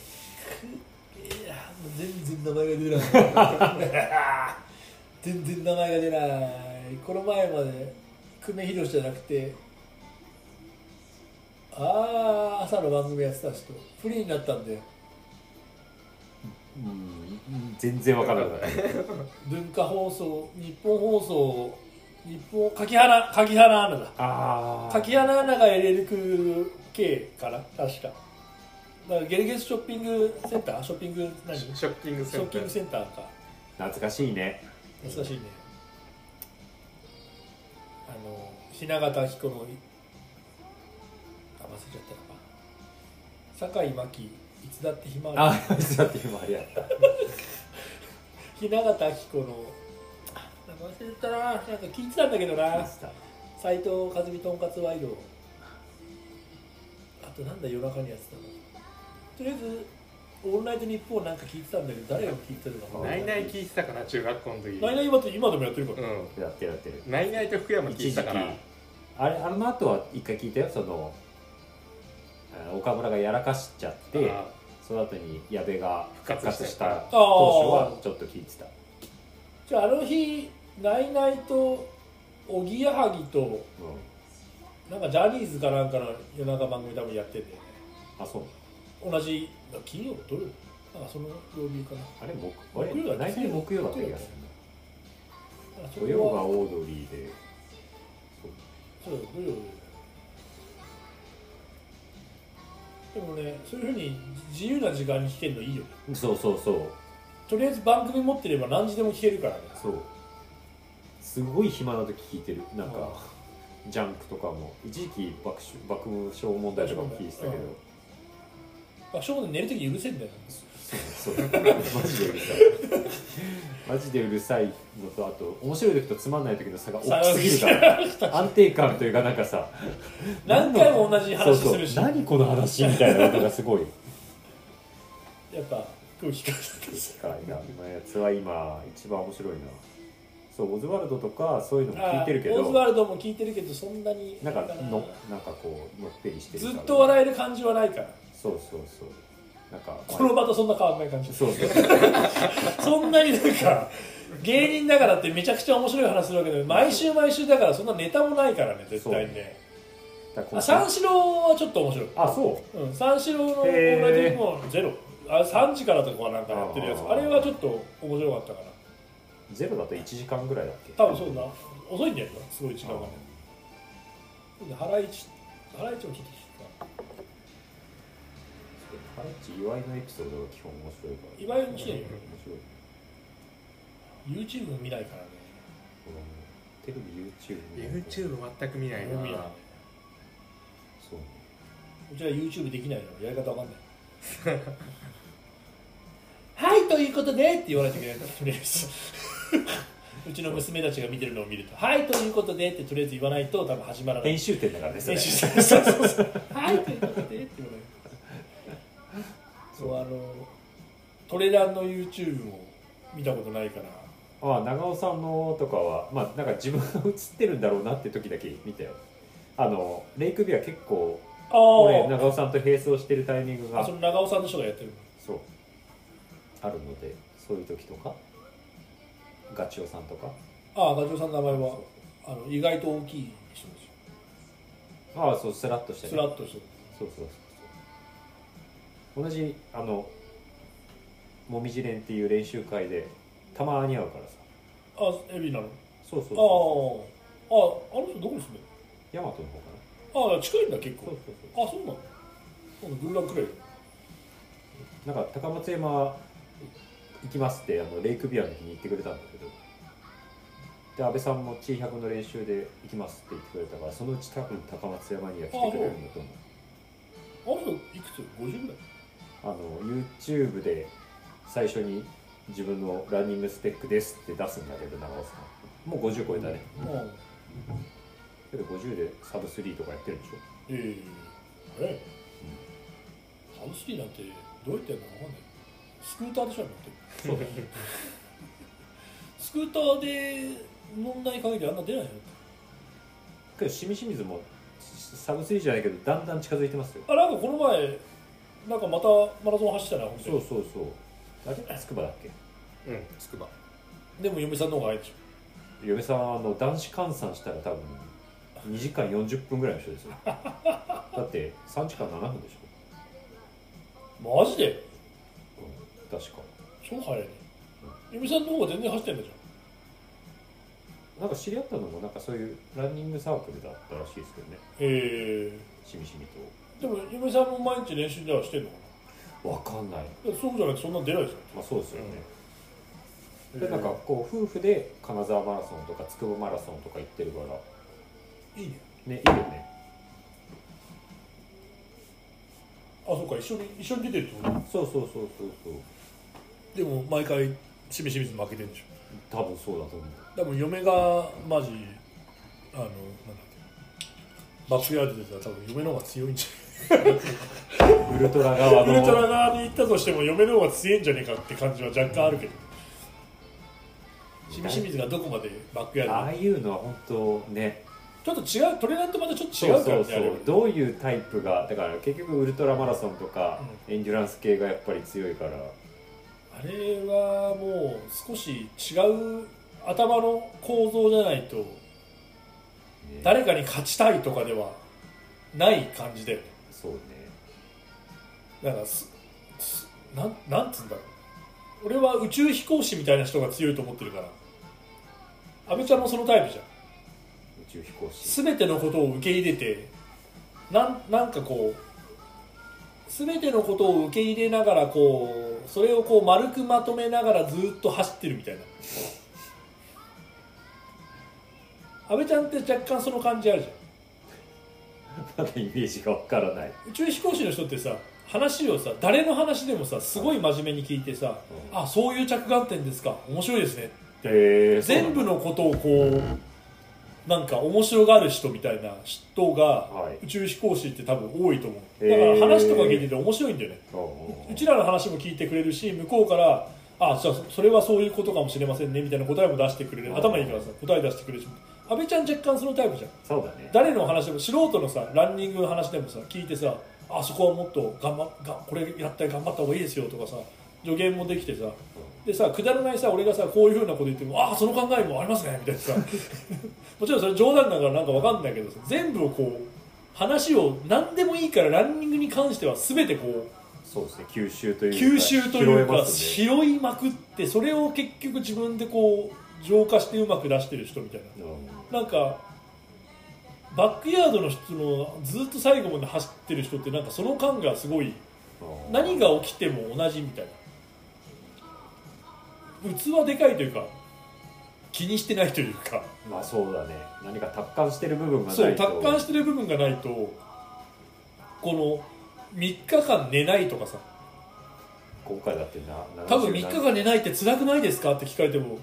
S1: いやもう全然名前が出ない 全然名前が出ないこの前まで久米宏じゃなくてああ朝の番組やってた人フリーになったんだよ
S2: うん全然わからない
S1: 文化放送日本放送日本柿原柿原アナだ
S2: ああ
S1: 柿原アナがエレルク系かな確かだからゲルゲスショッピングセンターショッピング何シ
S3: シ
S1: ョ
S3: ョッキングセン
S1: ッ
S3: タ
S1: ピン
S3: ー
S1: グセンターか
S2: 懐かしいね
S1: 懐かしいねあの雛形彦のあ忘れちゃったな酒井真紀いつだって暇あ
S2: あ
S1: る
S2: っだって今あれやった
S1: 雛形彦のあなんか忘れたななんか聞いてたんだけどな斉藤和美とんかつワイドあとなんだ夜中にやってたのとりあえず「オールナイトニッポン」なんか聞いてたんだけど誰が聞いてるのか
S3: ナ
S1: な
S3: イナイ聞いてたかな中学校の時
S1: いない今と今でもやってるから、
S3: う
S2: やってるやってる
S3: んナイナイと福山聞い
S2: 一
S3: て
S2: 時
S3: た
S2: 期
S3: から
S2: あれあの後は一回聞いたよそのあ岡村がやらかしちゃって
S3: あ
S2: その後に矢部が
S3: 復
S2: 復
S3: 活
S2: 活
S3: し
S2: したた当初はちょっと聞いてた
S1: じゃああの日ナイナイとおぎやはぎと
S2: うん
S1: なんかジャニーズかなんかの夜中番組多分やってて
S2: あそう
S1: 同じ金曜土曜なんかその曜日かな
S2: あれ木
S1: 木曜だ
S2: あれ大体木曜だった気がす
S1: あそ
S2: るな土
S1: れ
S2: 曜が
S1: は
S2: オードリーでそ
S1: そう
S2: う
S1: だよ土曜でもねそういうふうに自由な時間に聞けるのいいよね
S2: そうそうそう
S1: とりあえず番組持ってれば何時でも聞けるからね
S2: そうすごい暇な時聞いてるなんかジャンクとかも一時期爆笑爆笑問題とかも聞いてたけど
S1: 爆笑問題寝るとき許せんだよ
S2: そうマジでうるさいマジでうるさいのとあと面白い時とつまんない時の差が大きすぎるから安定感というかなんかさ
S1: 何回も同じ話
S2: そう
S1: す
S2: そう
S1: るし
S2: 何この話みたいなことがすごい
S1: やっぱ空気感だったし
S2: 機械が今のやつは今一番面白いなそうオズワルドとかそういう のも聞いてるけ
S1: あーオズワ
S2: ど
S1: ルドも聞いてるけどそんなに
S2: なんかのなんかこうのっぺりしてる
S1: ず
S2: から
S1: っと笑える感じはないから
S2: そうそうそうなんか
S1: この場とそんな変わらない感じ
S2: そうそうそう
S1: そんなになんか芸人だからってめちゃくちゃ面白い話するわけで毎週毎週だからそんなネタもないからね絶対にね
S2: だか
S1: あ
S2: ら
S1: 三四郎はちょっと面白い、
S2: あそう
S1: うん、三四郎の「オ
S2: へー
S1: ールナイトニッポン」ゼロあ3時からとかなんかやってるやつ
S2: あ
S1: あ
S2: ー
S1: れはちょっと面白かったから
S2: ゼロだと1時間ぐらいだっけ
S1: 多分そうだ遅いんじゃないかすごい時間がねハライチハライチもちょっと聞くか
S2: ハライチ岩井のエピソードが基本面白いか
S1: 岩
S2: ら
S1: 井面白いよ
S2: 面白い
S1: YouTube 見ないからね
S2: 俺もテレビ YouTube 見ないと
S3: YouTube 全く見ないな
S1: 見ない
S2: そうね
S1: うちは YouTube できないからやり方わかんない はいということでって言わないといけないからとりあえずうちの娘たちが見てるのを見ると「はいということで」ってとりあえず言わないと多分始まらない
S2: 編集点だからねそれ
S1: 編集者そうそうそうはいということでって言わないそうあのトレランの YouTube も見たことないから
S2: ああ長尾さんのとかはまあなんか自分が映ってるんだろうなって時だけ見たよあのレイクビューは結構
S1: あ
S2: 俺
S1: ー
S2: 長尾さんと並走してるタイミング
S1: あ
S2: が
S1: その長尾さんの人がやってる
S2: そうあるのでそういう時とかガチオさんとか
S1: ああガチョウさんの名前はあの意外と大きい人ですよ
S2: ああそうスラッとして
S1: スラッとしてる
S2: そうそうそうそう同じあのもみじ連っていう練習会でたまに会うからさ
S1: あエビなの
S2: そうそう
S1: あ
S2: そう
S1: あああの人どこに住んでる
S2: ヤマトの方か
S1: ああ近いんだ結
S2: なそう
S1: 構
S2: そう
S1: あそうなのそうなの群馬くらい
S2: そうなんか高松山行きますってあのレイクビアの日に行ってくれたんだけどで安倍さんも T100 の練習で行きますって言ってくれたからそのうち多分高松山には来てくれるんだと思う
S1: あの人いくつ50ぐらい
S2: あの YouTube で最初に自分のランニングスペックですって出すんだけど長尾さんもう50超えたね
S1: ああ
S2: けど50でサブ3とかやってるんでしょ
S1: ええええ楽しいなんてどうやってやるのかわかんないスクーターでしょだってスクーターで問題限りあんな出ないよ
S2: けどしみしみずもサブ3じゃないけどだんだん近づいてますよ
S1: あなんかこの前なんかまたマラソン走ったなほんで
S2: そうそうそうあれつくばだっけ
S3: うんつくば
S1: でも嫁さんの方が早いでしょ
S2: 嫁さんはあの男子換算したら多分2時間40分ぐらいの人ですよだって3時間7分でし
S1: マジで
S2: ょ、うん確か
S1: 超早いね嫁さんの方が全然走ってんだじゃん
S2: なんか知り合ったのもなんかそういうランニングサークルだったらしいですけどね
S1: え
S2: しみしみと
S1: えでも嫁さんも毎日練習ではしてんのか
S2: わかんない
S1: なだってそうじゃなくてそんなん出ないじ
S2: まあそうですよね、
S1: ゃん
S2: でなんかこう夫婦で金沢マラソンとかつくばマラソンとか行ってるから
S1: いいね
S2: ねいいよね
S1: あそうか一緒に一緒に出てるってこと
S2: そうそうそうそうそう
S1: でも毎回しみしみず負けてるんでしょ
S2: 多分そうだと思う
S1: でも嫁がマジあのなんだっけバックヤードでたら多分嫁の方が強いんじ
S2: ウルトラ側
S1: ゃないウルトラ
S2: の
S1: 側に行ったとしても嫁の方が強いんじゃねえかって感じは若干あるけどしみしみずがどこまでバックヤ
S2: あ
S1: ード
S2: あ
S1: で
S2: いうのは本当ね
S1: ちょっと違うトレーナーとまたちょっと違
S2: そう
S1: うか
S2: そう
S1: ら
S2: そ
S1: ねあれは
S2: うどういうタイプがだから結局ウルトラマラソンとか、エンデュランス系がやっぱり強いから
S1: あれはもう少し違う頭の構造じゃないと
S2: ね
S1: 誰かに勝ちたいとかではない感じだよね
S2: そうね
S1: なんかすすなんなんつうんだろう俺は宇宙飛行士みたいな人が強いと思ってるから阿部ちゃんもそのタイプじゃん
S2: 宇宙飛行士
S1: 全てのことを受け入れてなんなんかこう全てのことを受け入れながらこうそれをこう丸くまとめながらずっと走ってるみたいな阿部ちゃんって若干その感じあるじゃん
S2: まだイメージがわからない
S1: 宇宙飛行士の人ってさ話をさ誰の話でもさすごい真面目に聞いてさ、あそういう着眼点ですか面白いですね
S2: えーそうなん
S1: 全
S2: だ
S1: 部のことをこうなんか面白がる人みたいな人が
S2: はい
S1: 宇宙飛行士って多分多いと思う、
S2: へー
S1: だから話とか聞いてて面白いんだよね
S2: おうおう
S1: うちらの話も聞いてくれるし向こうからあじゃあそれはそういうことかもしれませんねみたいな答えも出してくれる頭いいからさ答え出してくれるし阿部ちゃん若干そのタイプじゃん
S2: そうだね
S1: 誰の話でも素人のさランニングの話でもさ聞いてさあそこはもっと頑張っがこれやったら頑張った方がいいですよとかさ助言もできてさでさくだらないさ俺がさこういうふうなこと言ってもああその考えもありますねみたいなさ もちろんそれ冗談だからなんかわかんないけどさ全部をこう話を何でもいいからランニングに関しては全てこう
S2: そうですね吸収というか
S1: 吸収という
S2: 拾え
S1: か
S2: ますね
S1: 拾いまくってそれを結局自分でこう浄化してうまく出してる人みたいな
S2: うん
S1: なんかバックヤードの人のずっと最後まで走ってる人ってなんかその感がすごい
S2: うん
S1: 何が起きても同じみたいな器でかいというか気にしてないというか
S2: まあそうだね何か達観してる部分がないと
S1: そう達観してる部分がないとこの3日間寝ないとかさ
S2: 今回だってな
S1: 多分3日間寝ないって辛くないですかって聞かれても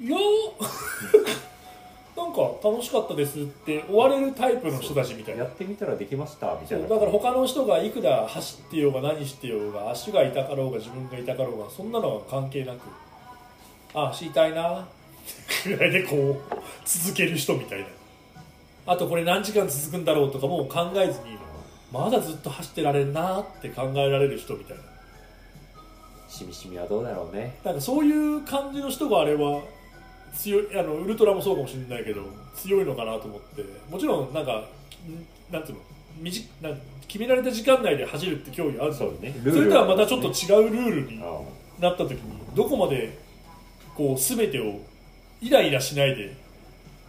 S1: いや ーなんか楽しかったですって終われるタイプの人たちみたいな
S2: やってみたらできましたみた
S1: そ
S2: いうな
S1: だから他の人がいくら走ってようが何してようが足が痛かろうが自分が痛かろうがそんなのは関係なくあ足痛いなくらいでこう続ける人みたいなあとこれ何時間続くんだろうとかもう考えずにまだずっと走ってられるなって考えられる人みたいな
S2: しみしみはどうだろうね
S1: なんかそういう感じの人があれは強いあのウルトラもそうかもしれないけど強いのかなと思ってもちろんなんかんなんていうの短なん決められた時間内で走るって競技あるんだ
S2: そうね
S1: それとはまたちょっと違うルールに
S2: うん
S1: なった時にどこまでこう全てをイライラしないで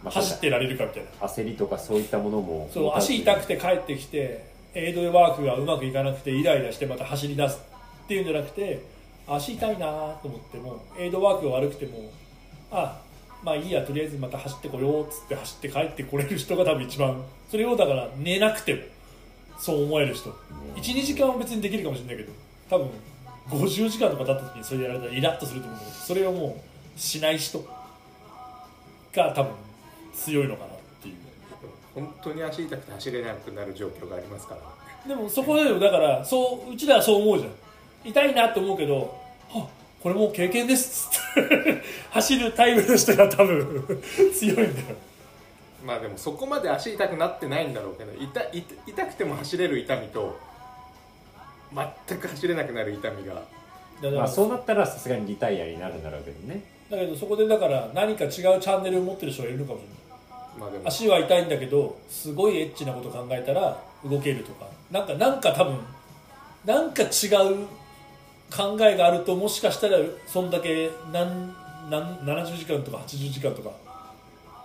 S2: まあ
S1: 走ってられるかみたいな
S2: 焦りとかそういったものも
S1: そう足痛くて帰ってきてエイドワークがうまくいかなくてイライラしてまた走り出すっていうんじゃなくて足痛いなと思ってもエイドワークが悪くてもあまあいいやとりあえずまた走ってこようっつって走って帰ってこれる人が多分一番それをだから寝なくてもそう思える人12時間は別にできるかもしれないけど多分50時間とか経った時にそれやられたらイラッとすると思うんだけどそれをもうしない人が多分強いのかなっていう。
S3: 本当に足痛くて走れなくなる状況がありますから
S1: でもそこでもだからそううちらはそう思うじゃん痛いなって思うけどはこれもう経験ですっつって 走るタイムの人が多分 強いんだよ
S3: まあでもそこまで足痛くなってないんだろうけど痛痛痛くても走れる痛みと全く走れなくなる痛みが
S1: だから、
S2: まあそうなったらさすがにリタイアになるんだろうけどね
S1: だけどそこでだから何か違うチャンネルを持ってる人がいるのかもしれない
S3: まあでも
S1: 足は痛いんだけどすごいエッチなこと考えたら動けるとかなんかなんか多分なんか違う考えがあるともしかしたらそんだけなんなん70時間とか80時間とか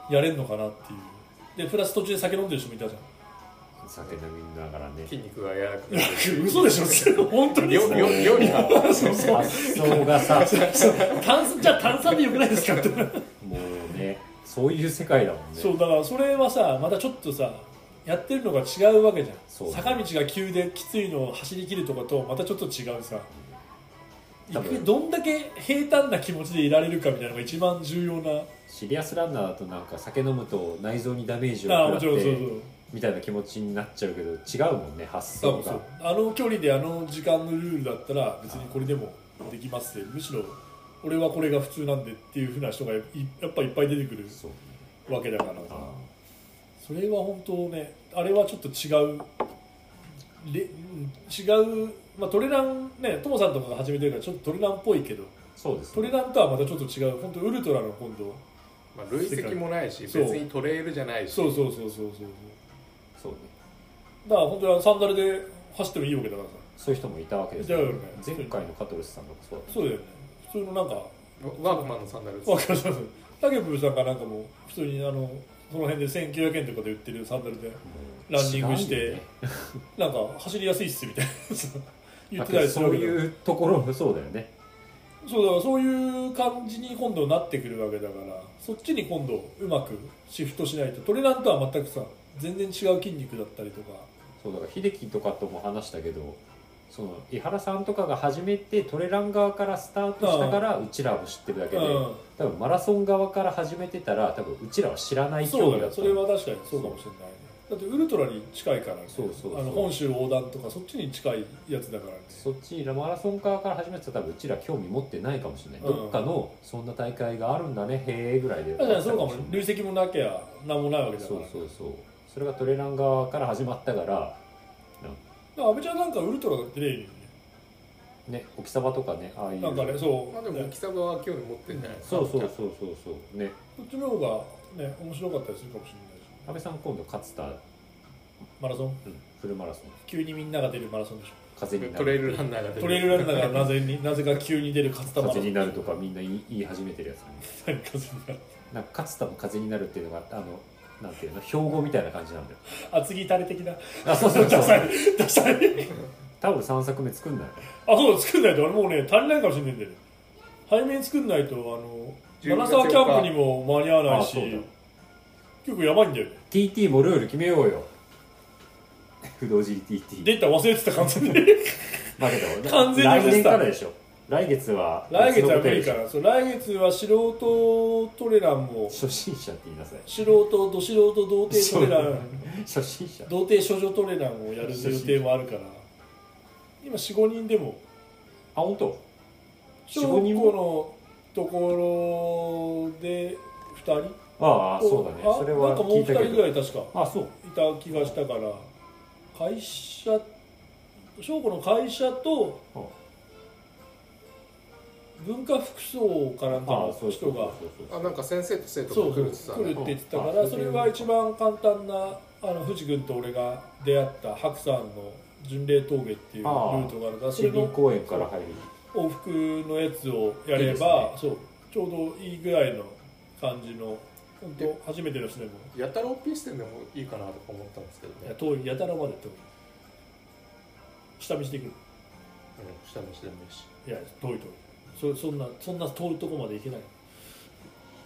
S1: やれるのかなっていうでプラス途中で酒飲んでる人もいたじゃん
S2: 酒飲みながら ね
S3: 筋肉が柔らかくなる
S1: 嘘でしょそれ本当に
S3: 料料 料理が
S2: 発想がさ
S1: 炭酸じゃあ炭酸でよくないですかって
S2: もうねそういう世界だもんね
S1: そうだからそれはさまたちょっとさやってるのが違うわけじゃん、
S2: そうだね
S1: 坂道が急できついのを走り切るとかとまたちょっと違うさ
S2: 多
S1: 行
S2: 分
S1: くどんだけ平坦な気持ちでいられるかみたいなのが一番重要な
S2: シリアスランナーだとなんか酒飲むと内臓にダメージを
S1: ああもち
S2: 食ら
S1: ろ
S2: っ
S1: んそう
S2: てみたいな気持ちになっちゃうけど違うもんね発
S1: そう多分
S2: 想
S1: そ
S2: が
S1: うあの距離であの時間のルールだったら別にこれでもできますってむしろ俺はこれが普通なんでっていうふうな人がいやっぱいっぱい出てくる
S2: そう
S1: わけだから
S2: あ
S1: それは本当ねあれはちょっと違うれ違う、まあ、トレランねトモさんとかが始めてるからちょっとトレランっぽいけど
S2: そうです
S1: トレ
S2: ね
S1: ランとはまたちょっと違う本当ウルトラの今度
S3: まあ累積もないし別
S1: そう
S3: にトレイルじゃないし
S1: そうそうそうそうそう
S2: そうね
S1: だから本当にあのサンダルで走ってもいいわけだからさ
S2: そういう人もいたわけです
S1: いたよね
S2: 前回のカトルスさんとかそうだっ
S1: そうだよね普通のなんか
S3: ワークマンのサンダル
S1: わかりますタケプルさんがなんかもう普通にあのその辺で1900円とかで売ってるサンダルで
S2: た
S1: ランニングし
S2: 違う
S1: て、
S2: よね
S1: なんか走りやすいっすみたいな言
S2: だ
S1: っ
S2: け
S1: てた
S2: ど
S1: りす
S2: そ
S1: るわ
S2: う
S1: けだから
S2: いうところもそうだよね
S1: そうだからそういう感じに今度なってくるわけだからそっちに今度うまくシフトしないとトレランとは全くさ全然違う筋肉だったりとか
S2: そうだから秀樹とかとも話したけどその井原さんとかが始めてトレラン側からスタートしたからうちらも知ってるだけで
S1: うん
S2: 多分マラソン側から始めてたら多分うちらは知らない競
S1: そうだ
S2: 技
S1: ね
S2: だと
S1: そ
S2: 思
S1: れ
S2: う
S1: は確かにそうかもしれないねだってウルトラに近いからね
S2: そうそうそう
S1: あの本州横断とかそっちに近いやつだからね
S2: そっちマラソン側から始めてたら多分うちら興味持ってないかもしれない、
S1: うん
S2: どっかのそんな大会があるんだねへえぐらいで
S1: 確かにそうかもね
S2: そう
S1: 累積もなきゃ何もないわけだから、ね、
S2: そうそうそれがトレラン側から始まったから
S1: だから安倍ちゃんなんかウルトラだってねえよね
S2: ね沖サバとかねああいう
S1: なんかねそう、
S3: まあでも貴様は興味持ってんじゃないですか
S2: そうそうそうそうそうね
S1: そっちの方がね面白かったりするかもしれないし
S2: 安倍さん今度勝田、うん、
S1: マラソン
S2: フルマラソン
S1: 急にみんなが出るマラソンでし
S2: 風にな
S3: トレイ
S2: る
S3: ルランナーが出て
S1: ょトレイルランナーがなぜ になぜか急に出る勝田マラソ
S2: 風
S1: ン
S2: になるとかみんな言い言い始めてるやつね
S1: 風になる
S2: なんか勝田も風になるっていうのがあのなんていうの標語みたいな感じなんだ よ
S1: 厚木タレ的な
S2: あそうそうそう
S1: ダサいダサい
S2: 多分3作目作んない
S1: あそうだ作んないと俺もうね足りないかもしれないんだよね早めに作んないとあの
S3: 10
S1: 長沢キャンプにも間に合わないし
S2: あそうだ
S1: 結構やばいんだよね
S2: TT もルール決めようよ不動 GTT
S1: データ忘れてた感 じで
S2: だけど
S1: 完全に
S2: 来
S1: 忘れて
S2: 年
S1: た
S2: からでしょ来月は
S1: 来月は無理
S2: 別
S1: か
S2: のことやる
S1: なそう来月は素人トレランも
S2: でしょ初心者って言いなさい
S1: 素人ど素人童貞トレラン
S2: 初心者
S1: 童貞処女トレランをやる予定もあるから今45人でも
S2: あ本当
S1: 小
S2: 45
S1: 学
S2: 人
S1: 校のところで2人
S2: ああそうだねそれ
S1: な
S2: は
S1: んかもう
S2: 聞
S1: 2
S2: いたけ
S1: 人ぐら
S2: ど
S1: い確かい
S2: あそう
S1: た気がしたから会社翔子の会社と
S2: あ
S1: 文化服装かなんか
S2: ああ
S1: の
S2: そうそ
S1: 人
S2: うそう
S1: が
S2: そう
S3: あなんか先生と生
S1: そ
S3: 徒
S1: う
S3: が
S1: 来る
S3: 来るっ
S1: って
S3: 言
S1: て
S3: ってたね
S1: 言ってたか
S2: あ
S1: らそれは一番簡単なあの藤君と俺が出会った白山の巡礼峠っていうルートがあるからそれ
S2: 市民
S1: の
S2: 公園から入る
S1: 往復のやつをやればそうちょうどいいぐらいの感じの本当初めての人でも
S3: やたらオピース店でもいいかなとか思ったんですけど
S1: いや
S3: ね、
S1: 遠いやたらまで遠い下道で行く
S3: うん、下の下でもいいし
S1: いや遠い遠いそそんなそんな遠いとこまで行けない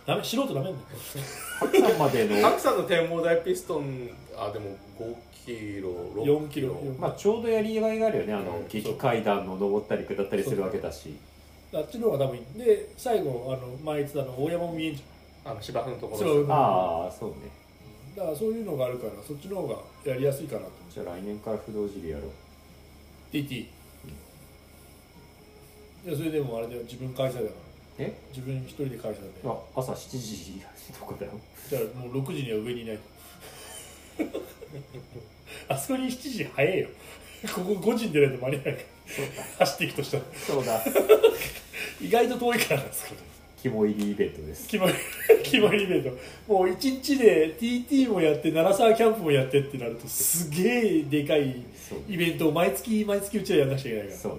S1: ダメ素人ダメなんだよ
S2: 白山までの
S3: 白山の展望台ピストンあでも5キロ6
S1: 4キロ
S2: まあちょうどやりがいがあるよねあの
S3: うん
S2: 激階段の上ったり下ったりするわけだし
S1: あっちの方が多分いいで最後あの前言ってたの大山も見えんじ
S3: あの芝生のと
S1: ゃん
S3: こ
S1: そ
S3: ろ
S1: う
S2: ああそうね
S1: だからそういうのがあるからそっちの方がやりやすいかなと
S2: じゃあ来年から不動尻やろう
S1: TT いやそれでもあれだよ自分開催だから
S2: え
S1: 自分一人で開催だよ
S2: あ朝7時とかだよ
S1: じゃあもう6時には上にいないと あそこに7時早えよここ5時に出ないと間に合わないから走っていくとしたら
S2: そうだ
S1: 意外と遠いからなんですけど
S2: 肝入りイベントです
S1: 決まり 決まりイベントもう1日で TT もやって奈良沢キャンプもやってってなるとすげえでかい
S2: そう
S1: イベントを毎月毎月うちらやんなくちゃいけないか
S2: そうね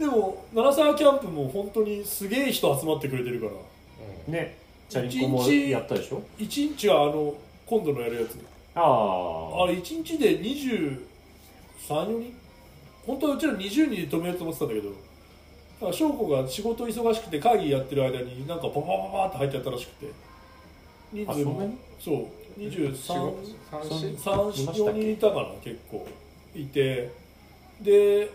S1: らでも奈良沢キャンプも本当にすげえ人集まってくれてるから
S2: ねチャリンコもやったでしょ
S1: 1日はあの今度のやるやつあ
S2: ああ
S1: れ1日で234人本当はうちら20人で止めようと思ってたんだけどなんか翔子が仕事忙しくて会議やってる間になんかババババって入っちゃったらしくて人数
S2: あそんな
S1: も
S2: に
S1: そう23
S3: 3
S1: 三
S2: いました
S1: 4
S2: っけ
S1: 人いたかな結構いてで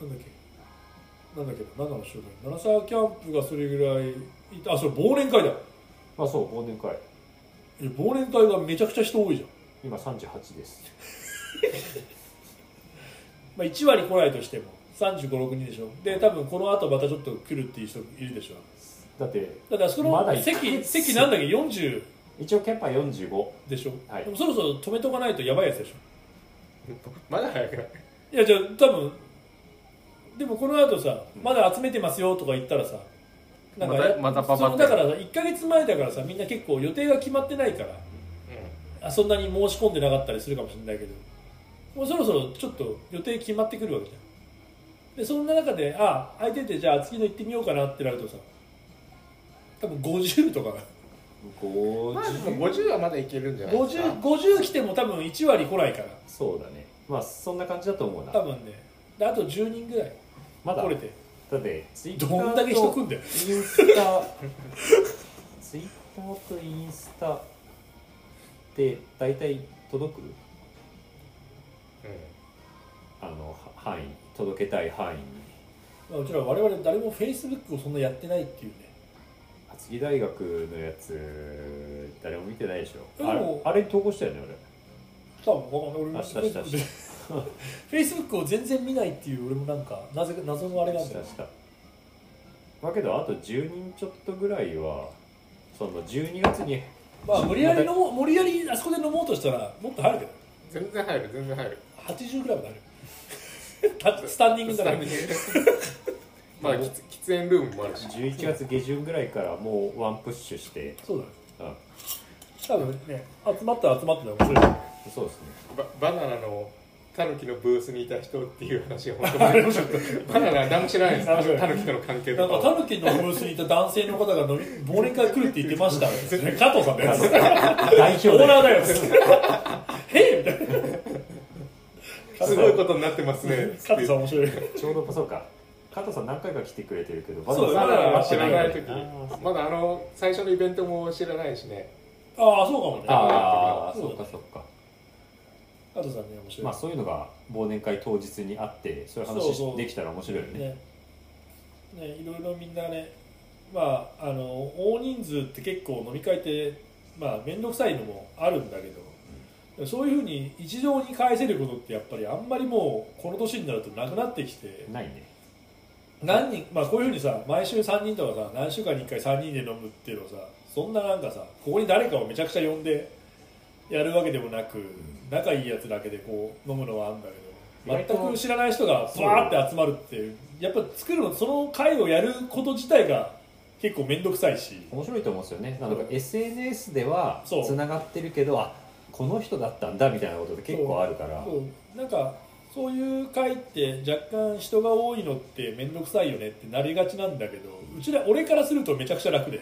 S1: なんだっけなんだっけ長野集団長沢キャンプがそれぐらいいたあそれ忘年会だい
S2: あそう忘年会
S1: や忘年会がめちゃくちゃ人多いじゃん、
S2: 今38です
S1: まあ、1割来ないとしても356人でしょで多分この後またちょっと来るっていう人いるでしょ
S2: だって
S1: だからそ
S2: まだ
S1: の
S2: 一ヶ
S1: 席、
S2: 月
S1: 席なんだっけ40
S2: 一応キャパ45
S1: でしょ、
S2: はい
S1: でもそろそろ止めとかないとやばいやつでしょ
S3: まだ早くない
S1: いやじゃあ多分でもこの後さまだ集めてますよとか言ったらさなんかや
S3: またまたパパ
S1: そ
S3: っ
S1: の
S3: て
S1: だからさ1か月前だからさみんな結構予定が決まってないからあそんなに申し込んでなかったりするかもしれないけどもうそろそろちょっと予定決まってくるわけじゃんでそんな中であ空いててじゃあ次の行ってみようかなってなるとさ多分50とか
S3: まあで
S2: 50
S3: も50はまだいけるんじゃないですか
S1: 50, 50来ても多分1割来ないから
S2: そうだねまあそんな感じだと思うな
S1: 多分ねであと10人ぐらい
S2: まだ
S1: 来れて
S2: だってツイッタ
S1: どんだけ人
S2: ー
S1: 来
S2: と
S1: んだよ
S2: インスタツイッターとインスタって大体届く
S3: う
S2: あのは範囲届けたい範囲に
S1: まあ、うちら我々誰もフェイスブックをそんなやってないっていうね
S2: 厚木大学のやつ誰も見てないでし
S1: で
S2: ょあれ
S1: も
S2: あれに投稿したよね俺
S1: 多分わかんない俺も
S2: あしたしたした
S1: フェイスブックを全然見ないっていう俺もなんかなぜか謎のあれなん
S2: し
S1: だ
S2: た
S1: よ
S2: しただけどあと10人ちょっとぐらいはその12月に
S1: まあ無理やり飲もう無理やりあそこで飲もうとしたらもっと入るけど
S3: 全然入る全然入る
S1: 80ぐらいまで入るた スタンディングだから
S3: スタンディング まあ喫喫煙ルームもあるし
S2: 11月下旬ぐらいからもうワンプッシュして、
S1: そうだね
S2: うん、
S1: 多分ね集まったら集まってたら面白い
S2: そうです ね
S3: ババナナのタヌキのブースにいた人っていう話が本 当にバナナ何も知らないです
S1: 面白い
S3: タヌキとの関係
S1: な
S3: と
S1: ん
S3: か
S1: か
S3: を
S1: タヌキのブースにいた男性の方が飲み忘年会来るって言ってま した、ね、加藤さんだよ
S2: 代表
S1: オー
S2: で
S1: ナーだよへえみたいな
S3: すごいことになってますね
S1: 加藤さん面白い
S2: ちょうどそうか加藤さん何回か来てくれてるけどバ
S1: そう
S3: バナナは
S2: 知
S3: 知
S2: ら
S3: ら
S2: な
S3: ないい
S2: 時
S3: 時
S2: に
S3: にまだあの最初のイベントも知らないしね
S1: ああそうかもね
S2: ああ
S1: そ
S2: そうう
S1: だ
S2: か
S1: ね
S2: そうか
S1: 加藤さんね面白い、
S2: まあそういうのが忘年会当日にあってそういう
S1: そう
S2: 話
S1: そう
S2: できたら面白いよね
S1: ねねいろいろみんなねまああの大人数って結構飲み会ってまあ面倒くさいのもあるんだけど、そういうふうに一堂に返せることってやっぱりあんまりもうこの年になるとなくなってきて
S2: ないね
S1: 何人まあこういうふうにさ毎週3人とかさ何週間に1回3人で飲むっていうのさそんななんかさここに誰かをめちゃくちゃ呼んでやるわけでもなく、仲いいやつだけでこう飲むのはあるんだけど
S2: 意外
S1: 全く
S2: と
S1: 知らない人がバーって集まるっていうやっぱ作るのその会をやること自体が結構面倒くさいし
S2: 面白いと思うんですよねなんか SNS では
S1: そう
S2: つながってるけどあこの人だったんだみたいなことで結構あるから
S1: そうなんかそういう会って若干人が多いのって面倒くさいよねってなりがちなんだけどうちら俺からするとめちゃくちゃ楽で。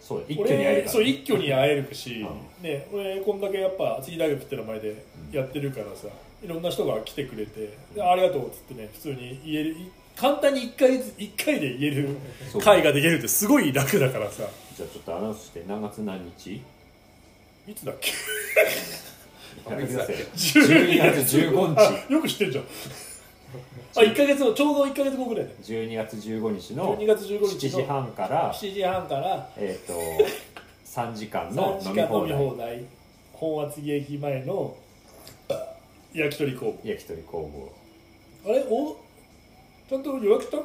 S2: そう一挙にやる
S1: 俺
S2: か
S1: そう
S2: ら
S1: 一挙に会えるし、
S2: う
S1: ね、俺こんだけやっぱ次大学って名前でやってるからさいろんな人が来てくれてでありがとうっつってね普通に言えるい簡単に1回ず一回で言える
S2: そう
S1: 会ができるってすごい楽だからさ
S2: じゃあちょっとアナウンスして何月何日
S1: いつだっけ
S2: やめてくださいよ
S1: 12
S2: 12月15日
S1: あよく知ってるじゃんあ一ヶ月後ちょうど1か月後ぐらいだよ
S2: 12月15日の
S1: 12月15
S2: 7
S1: 日の
S2: 時半から
S1: 7時半から
S2: えっと3時間の
S1: 3時
S2: 飲
S1: 間
S2: み
S1: 飲
S2: 放
S1: み
S2: 題
S1: 放題本厚木駅前の焼き鳥工房
S2: 焼き鳥工
S1: あれおちゃんと予約したあ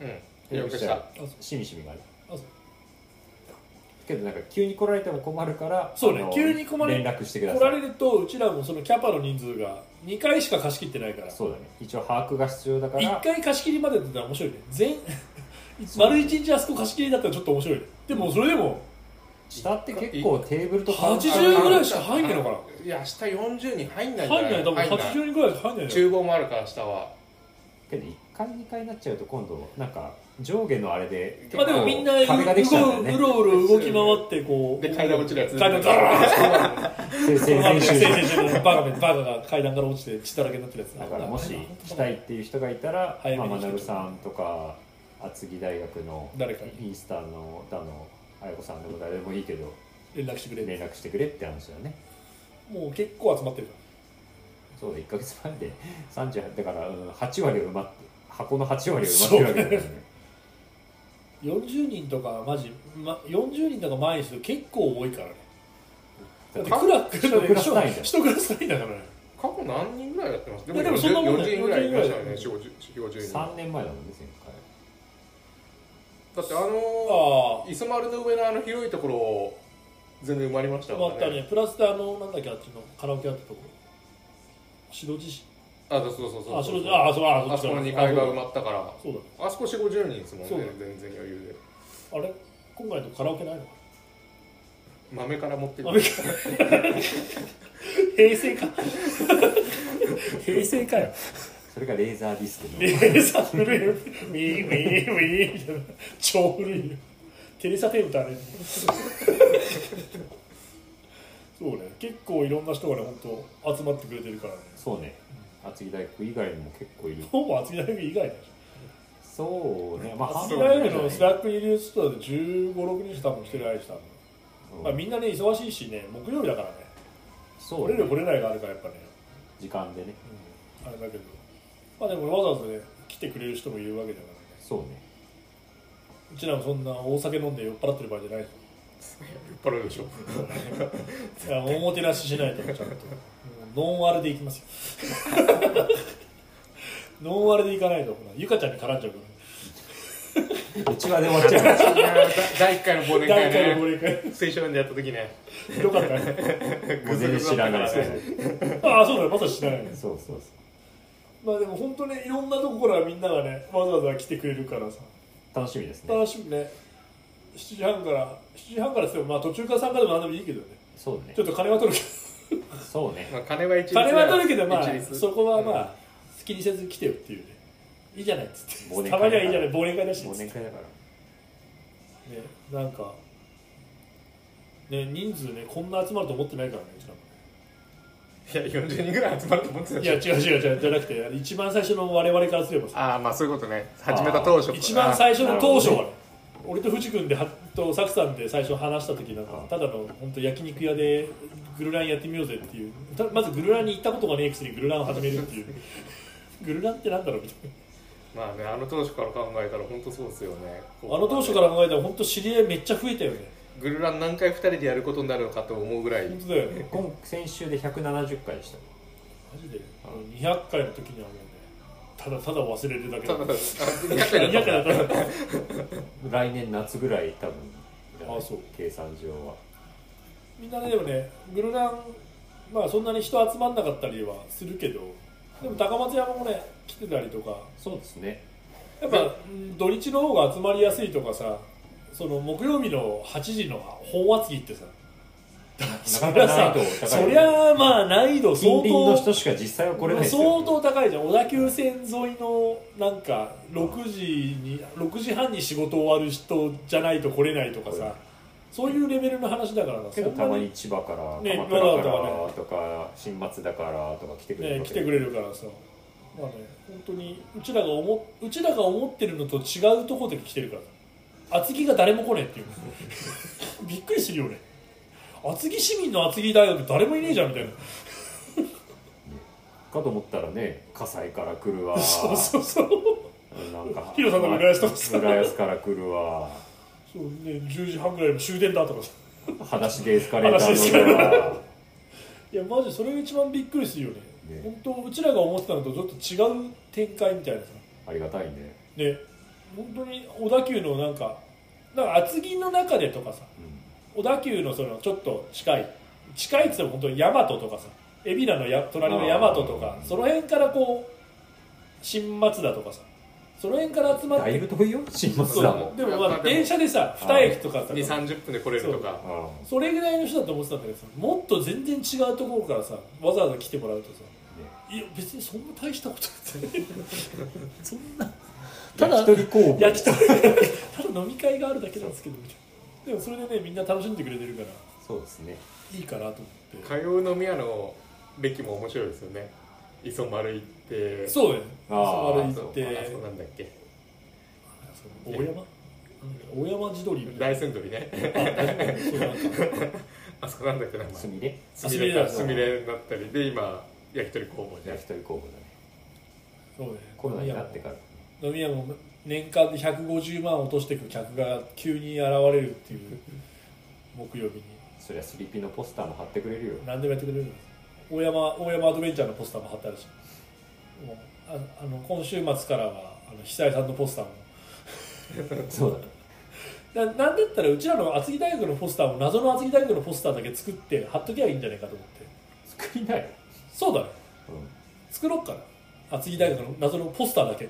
S3: うん
S2: 房
S3: よくした
S1: そう
S2: しみしみがある
S1: あそう
S2: けどなんか急に来られても困るから
S1: そうね
S2: あの
S1: 急に困る
S2: 連絡してくだ
S1: 来
S2: さ
S1: ら
S2: い
S1: れるとうちらもそのキャパの人数が2回しか貸し切ってないから
S2: そうだね一応把握が必要だから
S1: 1回貸し切りまでだったら面白いね全丸一日あそこ貸し切りだったらちょっと面白いねでもそれでも
S2: 下って結構テーブルとか
S1: 80ぐらいしか入んないのかない
S3: や下40人入んないんじゃ
S1: 入んない多分
S3: 入んない
S1: 80人ぐらいしか入んないよ
S3: 厨房もあるから下は
S2: けど1回2回になっちゃうと今度なんか上下のあれで
S1: まあでもみんなう
S2: 壁ができちゃうんだよね
S1: ろうろ動き回ってこう
S3: で階段落ちるやつ
S1: 階段ザラーッ
S2: 先
S1: となって
S2: 生
S1: 先
S2: 先
S1: 生バカめバカが階段から落ちて血だらけになってるやつ
S2: 生だからもし来たいっていう人がいたら
S1: 早めに来て
S2: まあ学さんとか厚木大学の
S1: 誰かに
S2: インスタのだのあやこさんでも誰でもいいけど
S1: 連絡してくれ
S2: 連絡してくれって話だよね
S1: もう結構集まってるから
S2: そうだ1か月前で38だから、うん、8割埋まって箱の8割が埋まってるわけだよね
S1: 40人とかマジ、ま、40人とか前にすると結構多いからねだ
S2: だ
S1: っ
S2: ってて
S1: クラス
S2: 一クラス単位だよ
S1: 一クラス単位だからね
S3: 過去何人ぐらいやってますで
S1: いやでもそんなもんだよ
S3: 40人ぐらいいましたよね
S1: 40
S3: 40 50 人
S2: 3年前だもんね前回
S3: だってあの
S1: あ
S3: ー、磯丸の上のあの広いところを全然埋まりました
S1: あ
S3: か
S1: また
S3: らね
S1: ねプラスであのなんだっけあっちのカラオケあったところ白地市
S3: あそうそうそうそう
S1: あ白地ああそうあ
S3: あそこの2階が埋まったから
S1: そうだ
S3: あそこ4 5 0人ですもん
S1: そうだ
S3: ね全然余裕で
S1: あれ今回のカラオケないのか
S3: 豆から持って
S1: な
S3: く
S1: あれ
S3: る
S1: 平成か 平成かよ
S2: それがレーザーディスクの
S1: レーザー古いよウィーウィーウィーみたいな超古いよテレサテーブだねそうね結構いろんな人がね本当集まってくれてるからね
S2: そうね厚木大学以外にも結構いる
S1: ほぼ厚木大学以外だし
S2: そうねまあ
S1: 厚木
S2: 半分
S1: 大
S2: ぐらい
S1: 学
S2: じゃない
S1: のスラックにいる人だって1 5 6人しか多分してないし多分、
S2: うん
S1: まあ、みんなね忙しいしね木曜日だからね
S2: そう
S1: 来れる来
S2: ね
S1: れないがあるからやっぱね
S2: 時間でね
S1: あれだけどまあでもわざわざね来てくれる人もいるわけだからね
S2: そうね
S1: うちらもそんな大酒飲んで酔っ払ってる場合じゃないぞ
S3: 酔っ払うでしょ
S1: いやおもてなししないとちゃんともうノンアルでいきますよ ノンアルでいかないとほらゆかちゃんに絡んじゃうか
S2: うちわで終わっちゃう
S3: 第1回の忘年
S1: ら大
S3: 会
S1: 体
S3: ね
S1: 俺が
S3: 青少年でやった時ね
S1: ひどかったね
S2: もう全然知ら ない
S3: グズグ
S1: ああそうだよまさに知らないです
S2: そうそうそう
S1: まあでも本当ねいろんなとこからみんながねわざわざ来てくれるからさ
S2: 楽しみですね
S1: 楽しみね7時半から7時半からしてもまあ途中から参加でも何でもいいけどね
S2: そうね
S1: ちょっと金は取るけ
S2: そうね
S3: まあ金 は一律
S1: ど
S3: だよ
S1: 金は取るけどまあ
S3: 一律
S1: そこはま
S3: う
S1: あ好きにせず来てよっていうねいいじゃないっつっ
S2: 忘
S1: て
S2: 年会
S1: たまにはいいじゃない忘年会だしっつっ
S2: 忘
S1: て
S2: 年会だから
S1: ねなんかね人数ねこんな集まると思ってないからねうちらも
S3: いや40人ぐらい集まると思ってた
S1: い
S3: じゃ
S1: や
S3: ん
S1: 違う違う違うじゃなくてあの一番最初の我々からすればさ
S3: ああまあそういうことね始めた当初
S1: 一番最初の当初
S2: な
S1: は、俺と藤君ではとサクさんで最初話した時なんかただの本当焼肉屋でグルランやってみようぜっていうたまずグルランに行ったことがねえくせにグルランを始めるっていう グルランってなんだろうみたい
S3: まあねあの当初から考えたら本当そうですよね
S1: なあの当初から考えたら本当知り合いめっちゃ増えたよね
S3: グルラン何回2人でやることになるのかと思うぐらい
S1: 本当だよね
S2: 今先週で170回でした
S1: マジであの200回の時にはもうねただただ忘れるだけだ
S3: た
S1: っ
S3: だ
S1: た
S3: 200
S1: 200
S3: 回だ
S1: 回
S3: った
S1: だった
S2: 来年夏ぐらい多分じゃない
S1: あそう
S2: 計算上は
S1: みんなねでもねグルランまあそんなに人集まんなかったりはするけどでも高松山もね来てたりとか
S2: そうですね
S1: やっぱうん土日の方が集まりやすいとかさその木曜日の8時の本厚木ってさ
S2: な
S1: そ
S2: かな
S1: りゃさ
S2: か難易度高い
S1: そりゃまあ難易度相
S2: 近隣の
S1: 当
S2: 人しか実際は来れないですよ
S1: 相当高いじゃん小田急線沿いのなんか6時に6時半に仕事終わる人じゃないと来れないとか
S2: 来れない
S1: さそういうレベルの話だからさ
S2: けど
S1: そんな
S2: た
S1: に
S2: まに千葉から、
S1: ね
S2: 鎌倉か
S1: わざわ
S2: らとか新松だからとか来てくれる
S1: ね、
S2: わ
S1: 来
S2: け
S1: てくれるからさまあね本当にうちらが思うちらが思ってるのと違うとこで来てるから厚木が誰も来ねえっていう びっくりするよね厚木市民の厚木大学誰もいねえじゃんみたいな
S2: かと思ったらね葛西から来るわ
S1: そうそうそう
S2: なんか
S1: ヒロさんの浦安とかさ
S2: 浦安から来るわ
S1: そう、ね、10時半ぐらいの終電だとかさ
S2: 裸足でエスカレータ
S1: 裸足でエ
S2: ー
S1: スカレ
S2: 乗
S1: ー
S2: るわ
S1: いやマジそれが一番びっくりするよね
S2: ね
S1: 本当うちらが思ってたのとちょっと違う展開みたいなさ
S2: ありがたいね
S1: ね本当に小田急のなんかなんか厚木の中でとかさ小田急のそのちょっと近い近いって言っても本当に大和とかさ海老名のや隣の大和とか
S2: あー
S1: その辺からこう新松田とかさその辺から集まっ
S2: だい
S1: て
S2: ぶ遠いよ新松だもん
S1: でもま
S3: やっ
S1: あ
S3: ぱでも
S1: 電車でさ2駅とかさ
S3: 2 3 0分で来れるとか
S2: ああ
S1: それぐらいの人だと思ってたんだけどさもっと全然違うところからさわざわざ来てもらうとさいや別にそんな大したことないそんなただ
S2: 焼き鳥工房
S1: 焼き鳥ただ飲み会があるだけなんですけどみたいなでもそれでねみんな楽しんでくれてるから
S2: そうですね
S1: いいかなと思って
S3: 通う飲み屋の歴も面白いですよね磯丸行って
S1: そうね。
S2: あー
S1: 丸
S3: そ
S1: 行
S3: う
S1: って、
S3: あそうなんだっけ
S1: 大山大山地鶏みたい
S3: 大山鳥ね
S1: な。そうなんか
S3: あそこなんだっけ名前
S2: 炭で
S3: すみれか
S1: あ
S3: す
S1: す
S3: み
S1: み
S3: れだったりで今焼き鳥工房じゃん
S2: 焼き鳥工房だね
S1: そうね。
S2: コロナになってから
S1: 飲み屋も年間で150万落としていく客が急に現れるっていう木曜日に
S2: そりゃスリピのポスターも貼って くれるよ
S1: 何でもやってくれるんです。大山大山アドベンチャーのポスターも貼ってあるし、もうああの今週末からはあの久井さんのポスターも。
S2: そうだね
S1: ななんだったらうちらの厚木大学のポスターも謎の厚木大学のポスターだけ作って貼っときゃいいんじゃないかと思って
S2: 作りないよ
S1: そうだね
S2: うん
S1: 作ろっかな厚木大学の謎のポスターだけ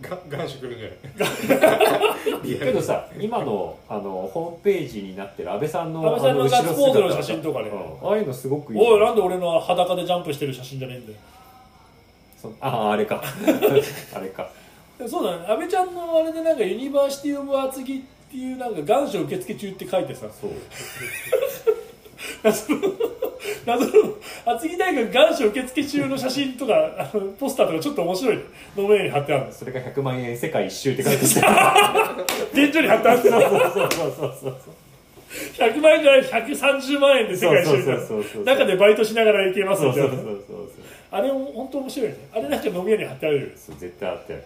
S3: が願書くるんじゃな い
S2: けどさ今のあのホームページになってる安倍さんの
S1: 安倍さんの
S2: あ
S1: ガッツポーズの
S2: 後ろ姿
S1: 写真とかね
S2: うんああいうのすごくいい
S1: おいなんで俺の裸でジャンプしてる写真じゃねえんだよ
S2: そあああれ かあれか
S1: でもそうだね阿部ちゃんのあれでなんかユニバーシティ・オブ厚木っていうなんか願書受付中って書いてさ
S2: そう
S1: 謎の謎の厚木大学願書受付中の写真とかあのポスターとかちょっと面白いの上に貼ってあるんです
S2: それが100万円世界一周って書いてある
S1: 現状に貼ってあるんです
S2: そうそうそうそうそう
S1: 100万円じゃない130万円で世界一周みたいな
S2: そうそうそうそう
S1: 中でバイトしながら行けますみ
S2: そう
S1: た
S2: そ
S1: いうな
S2: そうそう
S1: あれも本当面白いよねあれなんか飲み屋に貼ってあるよ
S2: そう絶対あってある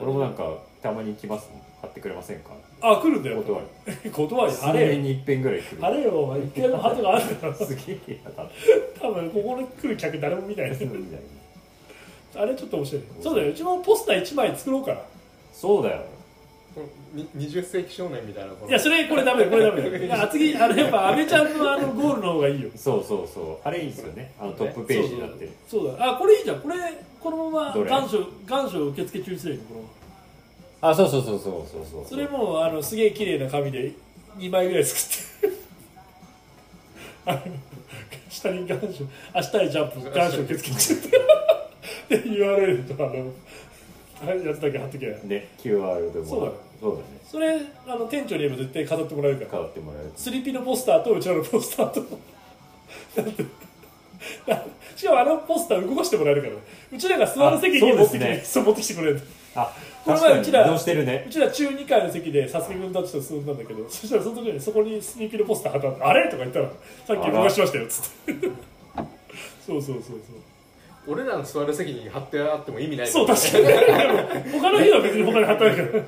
S2: 俺もなんかたまに来ますもん買ってくれませんか
S1: あ来るんだよ
S2: 断る
S1: 断る
S2: 数
S1: あれ
S2: 年
S1: よ
S2: に一遍ぐらい来る
S1: あれよお前一回もハートがあるんだよ
S2: すげえ嫌だっ
S1: 多分ここに来る客誰も見ない
S2: たみたいな
S1: あれちょっと面白いねそうだようちもポスター1枚作ろうから
S2: そうだよ
S3: に20世紀少年みたいなこの
S1: いやそれこれダメこれダメだよ いや厚木あれやっぱ阿部ちゃんのあのゴールの方がいいよ
S2: そうそうそうあれいいですよねあのトップページになってる
S1: そうだあこれいいじゃんこれこのまま
S2: どれ
S1: 願書願書受付中止すればいいのこのま
S2: あそうそうそうそうそうそう
S1: まそれもあのすげえ綺麗な紙で2枚ぐらい作ってあの下に願書明日へジャンプ願書受付中ってで URL とあのやつだけ貼っとけば
S2: ね QR でも
S1: そうだよ
S2: そうだね
S1: それあの店長に言えば絶対飾ってもらえるから
S2: 変わってもらえる
S1: スリピのポスターとうちらのポスターとだってしかもあのポスター動かしてもらえるからねうちらが座る席に
S2: あ
S1: 持
S2: そ
S1: って
S2: うです
S1: きて
S2: ね
S1: そう持ってきてくれる
S2: あ
S1: この
S2: 確
S1: 前
S2: か
S1: う
S2: に
S1: ち
S2: 移
S1: ら
S2: 動してるね
S1: うちら中2階の席で佐々木君たちと進んだんだけどそしたらその時にそこにスリピのポスター貼ってあってあれとか言ったらさっき動かしましたよっつってそうそうそうそう
S3: 俺らの座る席に貼ってあっても意味ない
S1: そう確かにでも他の日は別に他に働いてる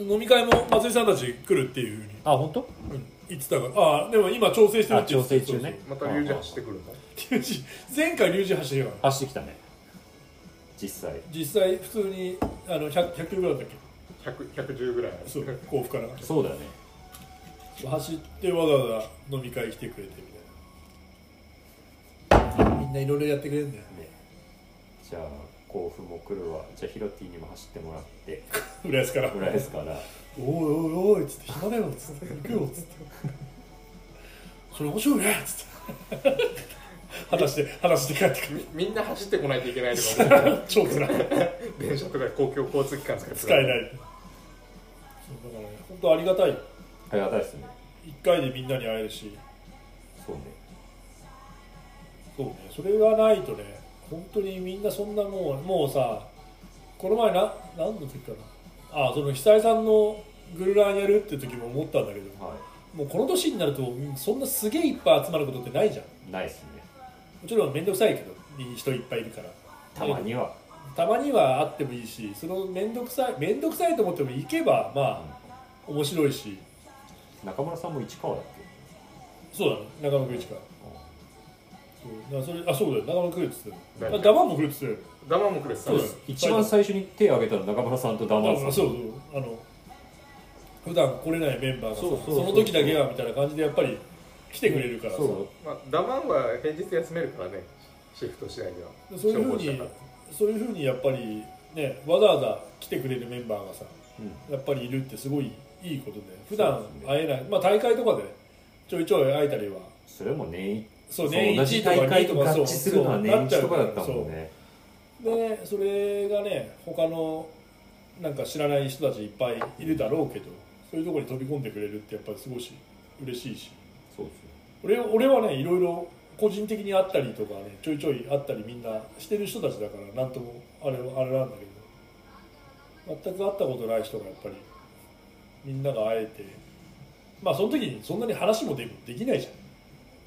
S1: 飲み会も松井さんたち来るっていうふうに
S2: あ本当
S1: 言ってたからああでも今調整してる
S2: あ
S1: って言
S2: 調
S1: って
S2: 整
S1: た
S2: 中ね
S3: また龍二走ってくるん
S1: そ
S3: だ
S1: うそう 龍二前回龍二走りが
S2: 走ってきたね実際
S1: 実際普通にあの 100, 100キロぐらいだったっ
S3: 100 110ぐらいある
S1: けそう甲府から
S2: そうだよね
S1: 走ってわざわざ飲み会来てくれてみたいなみんないろいろやってくれるんだよ
S2: ねじゃあ甲府も来るわじゃあヒロティにも走ってもらって
S1: 浦安から
S2: 浦安から
S1: 「おいおいおい」っつって「暇だよ」っつって「行くよ」っつって「それ面白いね」っつって果たして果たして帰ってくる
S3: みみんな走ってこないといけないとか
S1: 超辛い
S3: 電車とか公共交通機関使って
S1: 使えないそうだからね本当ありがたい
S2: ありがたいですね
S1: 一回でみんなに会えるし
S2: そうね
S1: そうねそれがないとね本当にみんなそんなもうもうさこの前な何の時かなあその久井さんのグルランやるって時も思ったんだけど
S2: は
S1: もうこの年になるとそんなすげえいっぱい集まることってないじゃん
S2: いないですね
S1: もちろん面倒くさいけど人いっぱいいるから
S2: たまには
S1: たまにはあってもいいしその面倒くさい面倒くさいと思っても行けばまあ面白いし
S2: 中村さんも市川だっ
S1: そうだね中野くん一かそうだからそれあそうだよ中野くんっつってたよ
S3: 誰
S1: あダマンも来るっつってたよ
S3: ダマンも来るって
S1: そうだよ
S2: け一番最初に手を挙げたの中村さんとダマ
S1: だ
S2: ン
S1: か
S2: さ
S1: ら
S2: ん
S1: そうそうあの普段来れないメンバーがさ
S2: そうそうそう
S1: の時だけはみたいな感じでやっぱり来てくれるからさ
S2: そう
S3: まあ、ダマンは平日休めるからねシフト次第では
S1: そういうふうに
S3: 消防車から
S1: そういうふうにやっぱりねわざわざ来てくれるメンバーがさ、
S2: う
S1: やっぱりいるってすごいいいことで普段
S2: そうですね
S1: 会えない、まあ大会とかでちょいちょい会えたりは
S2: それも年一
S1: そう
S2: そう
S1: 年
S2: 同
S1: 1
S2: じ
S1: とか
S2: 大
S1: 2
S2: 会
S1: と
S2: と
S1: か
S2: 合
S1: そう
S2: 致するのは
S1: そう
S2: 年
S1: なっ
S2: 一
S1: ちゃ
S2: と
S1: う
S2: か
S1: ら
S2: だったもんね
S1: そうでねそれがね他のなんか知らない人たちいっぱいいるだろうけどそういうところに飛び込んでくれるってやっぱりすごいし嬉しいし
S2: そうですね
S1: 俺俺はねいろいろ個人的に会ったりとかねちょいちょい会ったりみんなしてる人たちだからなんともあれはあれなんだけど全く会ったことない人がやっぱりみんなが会えてまあその時にそんなに話もでできないじ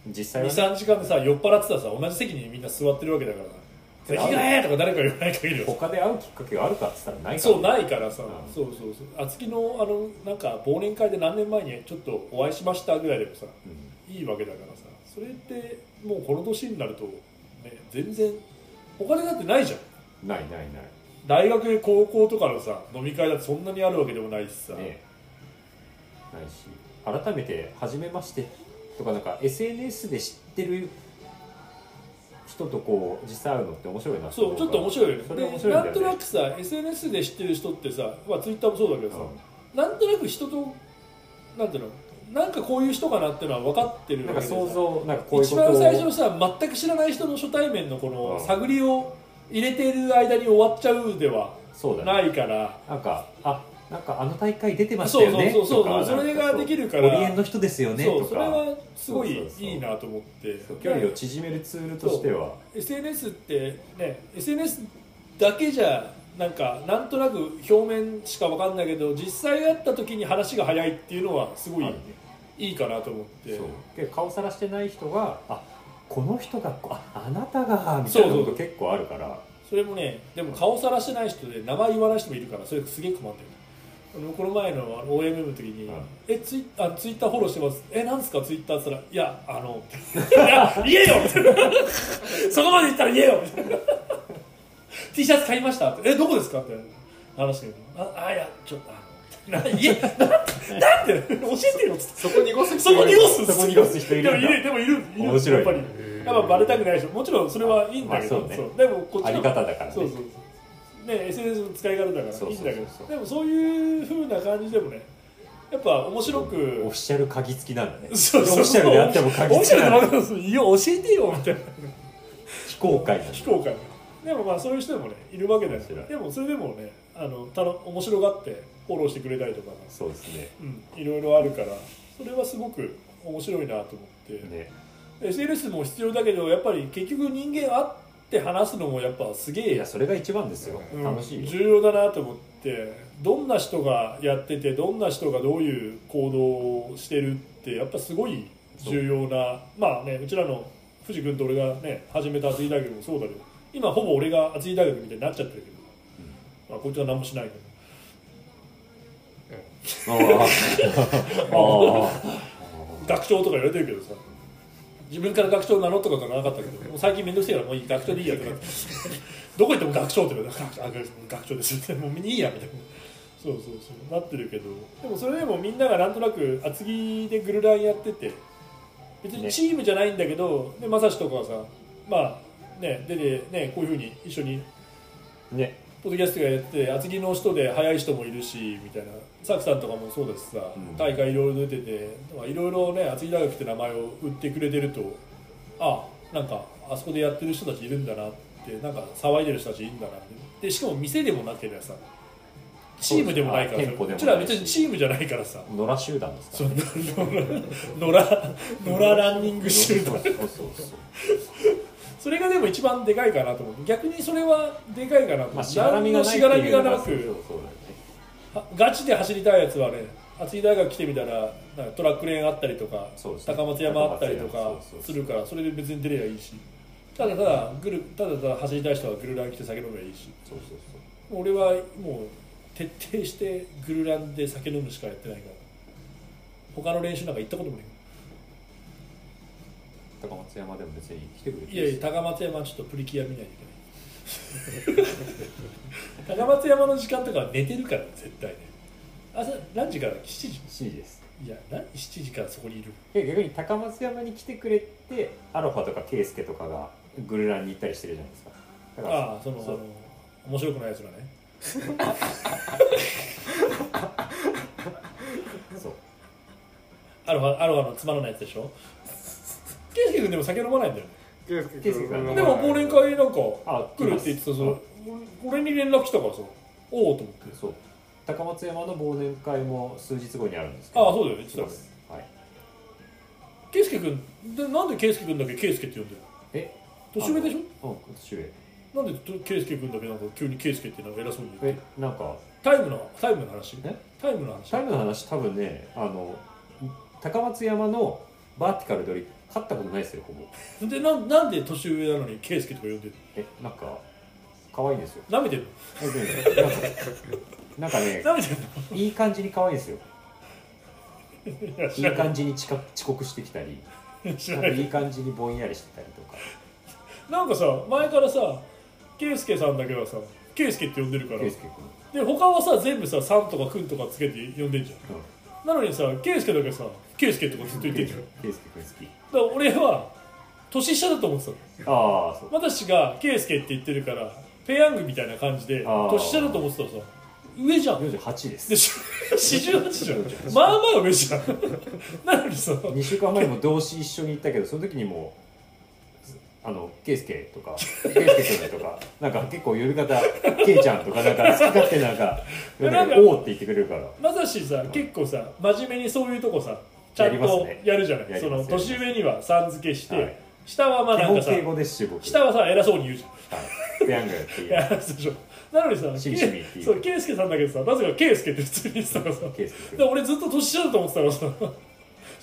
S2: 実
S1: ゃん
S2: 際は
S1: 23
S2: ね
S1: 時間でさ酔っ払ってたらさ同じ席にみんな座ってるわけだから「席がえ!」とか誰か言わない限りはさ
S2: 他で会うきっかけがあるかって言ったらないから
S1: そうないからさ、
S2: うん
S1: そうそうそう厚木のあのなんか忘年会で何年前にちょっとお会いしましたぐらいでもさ
S2: うん
S1: いいわけだからさそれってもうこの年になると、ね、全然お金だってないじゃん
S2: ないないない
S1: 大学高校とかのさ飲み会だってそんなにあるわけでもないしさ、
S2: ねないし改めて「初めまして」とかなんか SNS で知ってる人とこう実際会うのって面白いな
S1: そうちょっと面
S2: 白
S1: 白いよね
S2: それ面
S1: で
S2: 白いん
S1: な
S2: だ
S1: ん
S2: よ
S1: と
S2: ね
S1: なくさ SNS で知ってる人ってさ、まあ、Twitter もそうだけどさ、なんとなく人となんていうのなんかこういう人かなっていうのは分かってる
S2: な
S1: わ
S2: ん
S1: け
S2: か
S1: でさ
S2: 想像なんかこういう
S1: 一
S2: こ
S1: 番
S2: と
S1: 最初のさ全く知らない人の初対面のこ
S2: う
S1: の
S2: ん
S1: 探りを入れている間に終わっちゃうでは
S2: そうだ
S1: な
S2: ね
S1: いから。
S2: なんかあなんかあの大会出てましたよね
S1: そうそうそうそう
S2: とか
S1: それ
S2: なんか
S1: ができるから
S2: オリエンの人ですよね
S1: そ
S2: と
S1: う
S2: か
S1: それはすご
S2: そ
S1: いう
S2: そうそう
S1: いいなと思って
S2: そう距離を縮めるツールとしては
S1: SNS ってね SNS だけじゃなんかなんとなく表面しかわかんないけど実際会った時に話が早いっていうのはすごい
S2: あるね
S1: いいかなと思って
S2: そうで顔さらしてない人があこの人がこああなたがみたいな
S1: そ
S2: こ
S1: うそ
S2: と
S1: う
S2: 結構あるから
S1: それもねでも顔さらしてない人で名前言わない人もいるからそれすげえ困ってるあのこの前のあの OMM の時に
S2: はい
S1: 「えツイあツイッターフォローしてますえなんですかツイッター」っつったら「いやあの いや言えよ」 みたいなそこまで言ったら言えよ」 みたいな T シャツ買いました」って「えどこですか?」って話して「ああいやちょっとあの」な 言えななんで教えてよ」っつって
S3: そこ濁す
S1: そこ濁すんで
S2: そ
S1: す
S2: こに寄す人い
S1: でも
S2: る
S1: い
S2: んだ
S1: るでもいるいる
S2: 面白い
S1: やっぱり
S3: へー
S1: やっぱバレたくないでしょもちろんそれはいいんだけど、
S2: まあそうね
S1: そうでもこっち
S2: あり方だからね
S1: そうそうそうね SNS の使い方だから
S2: そう
S1: い
S2: そう
S1: い
S2: そ
S1: ん
S2: うそう
S1: だけどでもそういう風な感じでもねやっぱ面白
S2: オフ
S1: く
S2: ィシャル鍵付きなんだね
S1: そうそう
S2: オフィシャルであっても鍵
S1: 面
S2: 付きな
S1: 白
S2: ん
S1: い
S2: だ
S1: とかいや教えてよみたいな
S2: 非公開なんだ
S1: 非公開でもまあそういう人もねいるわけだし
S2: 面白い
S1: でもそれでもねあのたの面白がってフォローしてくれたりとか、
S2: そうですね
S1: うん、いろいろあるからそれはすごく面白いなと思って、
S2: ね
S1: SNS も必要だけどやっぱり結局人間会って話すのもやっぱすげ
S2: い
S1: え
S2: やそれが一番ですよ、
S1: うん
S2: 楽しいよ
S1: 重要だなと思ってどんな人がやっててどんな人がどういう行動をしてるってやっぱすごい重要なまあねうちらの藤君と俺がね始めた厚木大学もそうだけど今ほぼ俺が厚木大学みたいになっちゃってるけど、まあ、こいつは何もしないけど
S2: あ ーあー
S1: 学長とか言われてるけどさ自分から学長名乗ったことがなかったけどもう最近面倒くせえからもういい学長でいいやとかどこ行っても学長って言われたからあ学学長ですってもういいやみたいなそうそうそうなってるけどでもそれでもみんながなんとなく厚木でグルランやってて別に
S2: ね
S1: チームじゃないんだけどでまさしとかはさまあねででねこういうふうに一緒に
S2: ね
S1: ポッドキャストがやってて厚木の人で速い人もいるしみたいなサクさんとかもそうですしさ、
S2: うん
S1: 大会いろいろ出ててまあいろいろね厚木大学って名前を売ってくれてるとあなんかあそこでやってる人たちいるんだなってなんか騒いでる人たちいるんだなってでしかも店でもなければさチームでもないからさ
S2: そうですあ店舗で
S1: う
S2: もないし
S1: ちらは別にチームじゃないからさ
S2: 野良集団ですか
S1: そう野良野良野良ランニング
S2: ら
S1: シュート
S2: そうそうそう
S1: それがでも一番でかいかなと思う逆にそれはでかいかなと思
S2: ま
S1: う
S2: あしがらみが
S1: 何のし
S2: ないって
S1: がらみ
S2: いう
S1: が
S2: の
S1: な
S2: がそうそ
S1: く
S2: うそうだよね
S1: はガチで走りたいやつはね厚木大学来てみたらなんかトラックレーンあったりとか、
S2: そうですね
S1: 高松山あったりと
S2: 高松
S1: か
S2: 山そうそう
S1: するからそれで別に出ればいいしただただぐるただただ走りたい人はグルラン来て酒飲めばいいし
S2: そうそうそう
S1: 俺はもう徹底してグルランで酒飲むしかやってないから他の練習なんか行ったこともない
S2: 高松山でも別に来てくれて
S1: いやいや高松山はちょっとプリキュア見ないといけない高松山の時間とかは寝てるから絶対ね朝何時から7時
S2: C です
S1: いや何7時からそこにいる
S2: え逆に高松山に来てくれてアロファとかケイスケとかがグルランに行ったりしてるじゃないですかだから
S1: ああそのあの面白くないやつらね
S2: そう
S1: アロハアロハのつまらないやつでしょケイスケ君でも酒飲まないんだよね
S3: ケー
S2: ケースが
S1: でも忘年会なんか
S2: あ
S1: 来るって言ってたそう俺に連絡来たからさおおと思って
S2: そう高松山の忘年会も数日後にあるんですけど
S1: ああそうだよ言ってた
S2: そう
S1: よ
S2: ですはい
S1: ケイスケ君でなんでケイスケ君だけケイスケって呼んでる
S2: え
S1: の年上でし
S2: ょうん年上
S1: ょなんでとケイスケ君だけなんか急にケイスケってなんか偉そうに言って
S2: えなんか
S1: タイムのタイムの話
S2: え
S1: タイムの話
S2: タイムの話多分ねあの高松山のバーティカルで俺勝ったことないですよほぼ
S1: でなんなんで年上なのにケイスケとか呼んでる
S2: えなんか可愛いんですよ
S1: の舐めてる
S2: なんかね
S1: の舐めてる
S2: いい感じに可愛いんですよ
S1: のいや
S2: い
S1: 知
S2: い
S1: らない
S2: 感じに近遅刻してきたり
S1: 知ら
S2: なん
S1: な
S2: か
S1: い
S2: いい感じにぼんやりしてたりとか
S1: なんかさ前からさケイスケさんだけはさケイスケって呼んでるから
S2: 圭佑君
S1: で他はさ全部さ「さん」とか「くん」とかつけて呼んでんじゃ
S2: うん
S1: んなのにさケイスケだけさ「ケイスケ」とかずっと言ってんじゃんだか
S2: 圭佑君好
S1: ら俺は年下だと思ってたの
S2: きああそう
S1: 私がケイスケって言ってるからペヤングみたいな感じで
S2: あー
S1: 年下だと思ってたらさ上じゃん
S2: 48で す
S1: でし48じゃんまあまあ上じゃん なのにさ
S2: 2週間前にも同志一緒に行ったけどその時にもうあの圭佑とか圭佑君とか なんか結構夜方圭ちゃんとかなんか好き勝手なんか「
S1: やなんか
S2: おお」って言ってくれるから
S1: まさしさ結構さ真面目にそういうとこさちゃ
S2: やり
S1: ん
S2: ます
S1: と
S2: ね
S1: やるじゃない、
S2: やり
S1: そ
S2: ま
S1: の
S2: す
S1: 年上にはさん付けして、
S2: はい
S1: 下はまあ
S2: 基
S1: なんか
S2: 本
S1: さ
S2: 敬語ですし僕
S1: 下はさ偉そうに言うじゃん
S2: はいペヤングっていう
S1: やつでしょなのにさ
S2: しみしみっていう
S1: そう圭介さんだけどさなぜか圭介って普通に言ってたからさ
S2: ケースです
S1: で俺ずっと年下だと思ってたから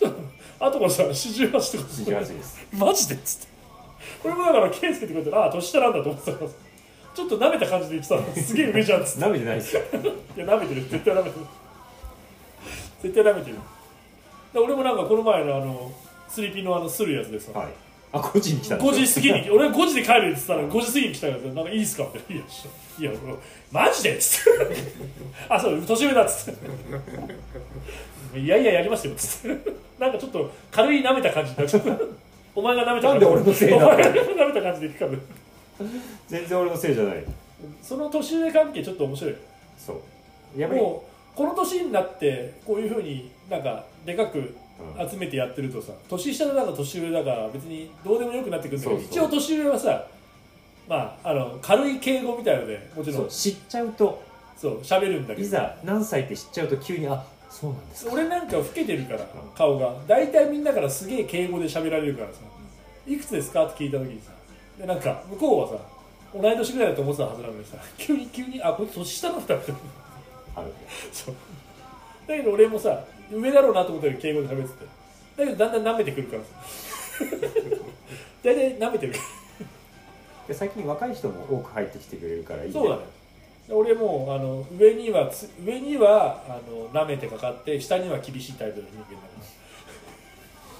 S1: さあとからさ48とかさ
S2: 28です
S1: マジでっつって俺もだから圭介ってことでああ年下なんだと思ってたからさちょっと舐めた感じで言ってたのすげえ上じゃんっつって
S2: 舐めてないですよ
S1: いや舐めてる絶対舐めてる絶対舐めてるで俺もなんかこの前のあのスリピのあのするやつでさ、
S2: はいあ5時に来たんですよ
S1: 5時過ぎ に俺5時で帰るって言ってたら5時過ぎに来たからさなんかいいっすかっていやしいや俺マジでっつって あそう年上だっつっていやいややりましたよっつってなんかちょっと軽い舐めた感じになっちゃ ったお前が舐めた
S2: なんで俺のせいな
S1: お
S2: の
S1: 前が舐めた感じでいくから
S2: 全然俺のせいじゃない
S1: その年上関係ちょっと面白い
S2: そうやっぱり
S1: もうこの年になってこういうふうになんかでかく
S2: うん
S1: 集めてやってるとさ年下だか年上だか別にどうでもよくなってくるんだけど
S2: そうそ
S1: 一
S2: う
S1: 応年上はさまああの軽い敬語みたいのでもちろ
S2: そうん知っちゃうと
S1: そう喋るんだけ
S2: い
S1: ど
S2: ざ何歳って知っちゃうと急にあそうなんですか
S1: 俺なんか老けてるから
S2: ん
S1: 顔が大体みんなからすげえ敬語で喋られるからさ「いくつですか?」って聞いた時にさでなんか向こうはさ同い年ぐらいだと思ってたはずなのにさ急に急に「あこいつ年下なんだ」みたいな。
S2: ある
S1: そうだけど俺もさ上だろうなと思ったけど敬語で喋っててだけどだんだん舐めてくる からさ大体舐めてるか
S2: で最近若い人も多く入ってきてくれるからいい
S1: らそ
S2: ね
S1: うだね俺もうあの上にはつ上にはあの舐めてかかって下には厳しいタイプの人間だか、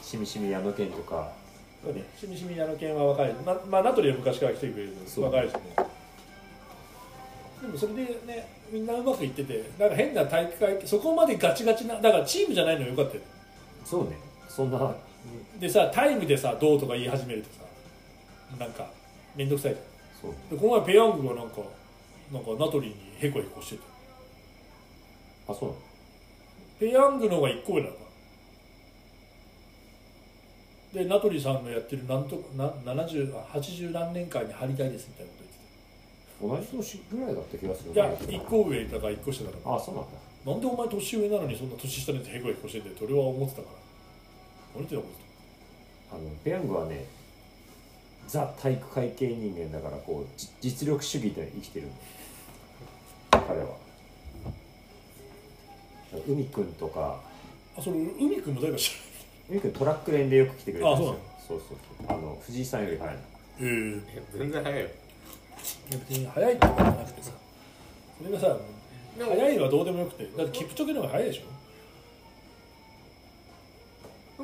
S2: しみしみ矢野健とから
S1: ね、しみしみ矢野犬は若いなまあ名取は昔から来てくれる
S2: そう
S1: 若いしねでもそれでねみんなうまくいっててなんか変な体育会そこまでガチガチなだからチームじゃないのよかったよね
S2: そうねそんな
S1: でさタイムでさどうとか言い始めるとさなんか面倒くさいじ
S2: そう
S1: ゃんでこの前ペヤングがなんかなんかナトリにヘコヘコしてた
S2: あそうなの
S1: ペヤングの方が1個上なのかなでナトリさんのやってるなんとかな70あ80何年間に入りたいですみたいなこと
S2: 同じ年ぐらいだった気がする
S1: 言ってたいや1個上だから1個下だか
S2: あそうなんだ
S1: らなんでお前年上なのにそんな年下でヘコヘコしてんだよって俺は思ってたから何言ってたのこい
S2: あのペヤングはねザ体育会系人間だからこうじ実力主義で生きてるの彼は海くんとか
S1: つあそれ海君も誰か知
S2: 海くんトラック連でよく来てくれて
S1: あ
S2: そうそうそうあの藤井さんより早いの
S1: らんへえ
S3: いや全然早い
S1: い
S3: よ
S1: や別に早いってことじゃなくてさそれがさ
S3: でも
S1: 早いはどうでもよくてだってキプチョゲの方が早いでしょ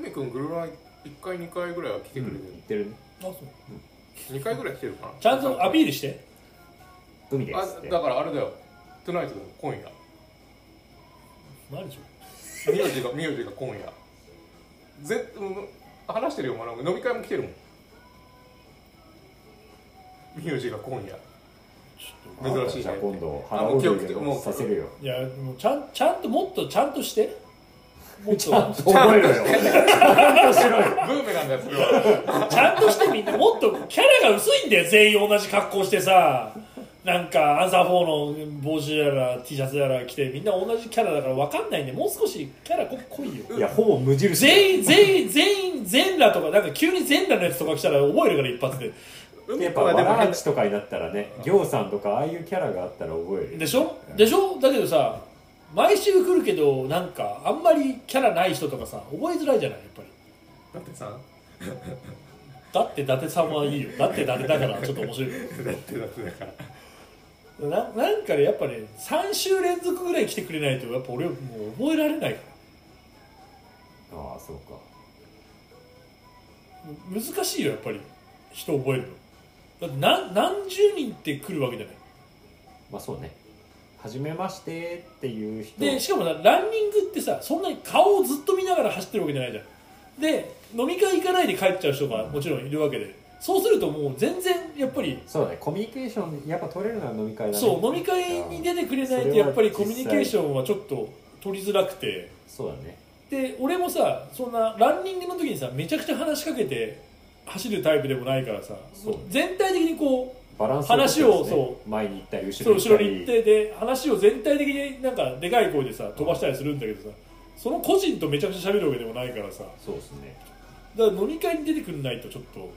S3: 海くんグルラン1回2回ぐらいは来てくれてる、
S2: 行ってるね
S1: あそう
S3: 2回ぐらい来てるかな
S1: ちゃんとアピールして
S2: 海で
S3: あ
S2: すって
S3: だからあれだよトゥナイトだよ今夜
S1: ないでしょ
S3: 名字が名字が今夜ぜ、うん、話してるよお前なんか飲み会も来てるもん名字が今夜
S1: ち
S3: あ珍しいね
S2: じゃあ今度
S3: あ
S2: 腹
S3: もう
S2: を
S3: 記憶的もう
S2: させるよ
S1: ょっといやもうちゃんちゃんともっとちゃんとしてもっとちゃんと
S2: 覚えろよ
S3: ブーメランだよそれは
S1: してみんなもっとキャラが薄いんだよ全員同じ格好してさなんかアンサー4の帽子やら T シャツやら着てみんな同じキャラだから分かんないんでもう少しキャラ濃濃いよ
S2: いやほぼ無印
S1: 全員全員全員全裸とかなんか急に全裸のやつとか来たら覚えるから一発で
S2: やっぱわらちとかになったらね行さんとかああいうキャラがあったら覚えるよ
S1: でしょでしょだけどさ毎週来るけどなんかあんまりキャラない人とかさ覚えづらいじゃないやっぱり
S3: だってさ
S1: だって伊達さんはいいよだって伊達だからちょっと面白い
S3: だってだってだから
S1: ななんかねやっぱね3週連続ぐらい来てくれないとやっぱ俺もう覚えられないか
S2: ああそうから
S1: 難しいよやっぱり人覚えるのだって何何十人って来るわけじゃない
S2: まあそうね初めましてっていう人
S1: でしかもさランニングってさそんなに顔をずっと見ながら走ってるわけじゃないじゃんで飲み会行かないで帰っちゃう人がもちろんいるわけでそうするともう全然やっぱり
S2: そうだねコミュニケーションやっぱ取れるのは飲み会だね
S1: そう飲み会に出てくれないとやっぱりコミュニケーションはちょっと取りづらくて
S2: そうだね
S1: で俺もさそんなランニングの時にさめちゃくちゃ話しかけて走るタイプでもないからさ
S2: そう
S1: 全体的にこう
S2: バランス
S1: 話を
S2: 取ってですね前に行ったり
S1: そう
S2: 後ろ
S1: 後
S2: に
S1: ろに
S2: 行
S1: 行っ
S2: ったり
S1: てで話を全体的になんかでかい声でさ飛ばしたりするんだけどさその個人とめちゃくちゃ喋るわけでもないからさ
S2: そうですね
S1: だから飲み会に出てくんないとちょっと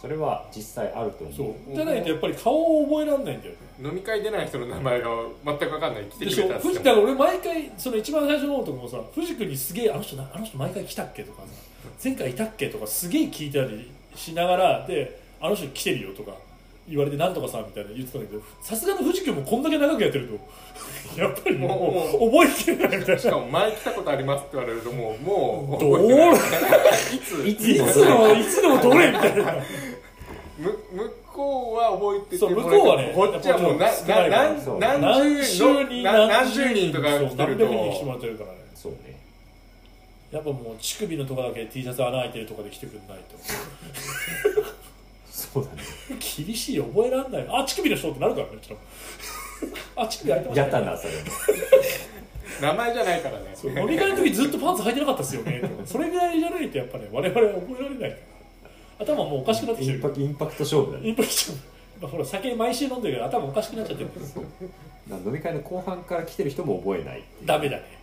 S2: それは実際あると
S1: そ
S2: 思う
S1: うじゃないとやっぱり顔を覚えられないんだよね
S3: 飲み会出ない人の名前が全く分かんない来て
S1: で
S3: く
S1: し
S3: れ
S1: ょ
S3: たっつ
S1: 藤
S3: っ
S1: だか
S3: て
S1: ら
S3: も
S1: 俺毎回その一番最初の方とかもさ藤君にすげえあの人なあの人毎回来たっけとかさ前回いたっけとかすげえ聞いたりしながらであの人来てるよとか言われてなんとかさみたいな言ってたんだけどさすがの藤君もこんだけ長くやってると やっぱりもう覚えてないみたいな
S3: しかも前来たことありますって言われるともうもう
S1: ど
S3: 覚え
S1: う
S3: てない
S1: い
S3: つ
S2: いつ
S1: つのいつでもどれみたいな
S3: む向こうは覚えて
S1: そ
S3: て
S1: う
S3: もら
S1: 向こうは
S3: え
S1: ね
S3: てもこっちはもうな
S1: やっぱ
S3: なな
S2: 少ない
S3: 何
S1: 何
S3: 十
S1: 十人
S3: 人な何十人とか
S1: そう
S3: 来て
S1: 何
S3: る
S1: 百人来てもら
S3: と
S1: ってるからね
S2: そうね
S1: やっぱもう乳首のとこだけ T シャツ穴開いてるとかで来てくんないと
S2: そうだね
S1: 厳しいよ覚えらんないあ乳首の人ってなるからねちょっとあ乳首開いてまし
S2: やったた
S1: ね
S2: なそれも
S3: 名前じゃないからね
S1: そう飲み会の時ずっとパンツ履いてなかったですよねそれぐらいじゃないとやっぱね我々は覚えられないから頭もうおかしくなってき
S2: イ
S1: て
S2: ン
S1: る
S2: パクインパクト勝負だ
S1: イ
S2: ね
S1: ンパクトまあほら酒毎週飲んでるから頭おかしくなっちゃってるから
S2: 飲み会の後半から来てる人も覚えないっていう
S1: ダメだね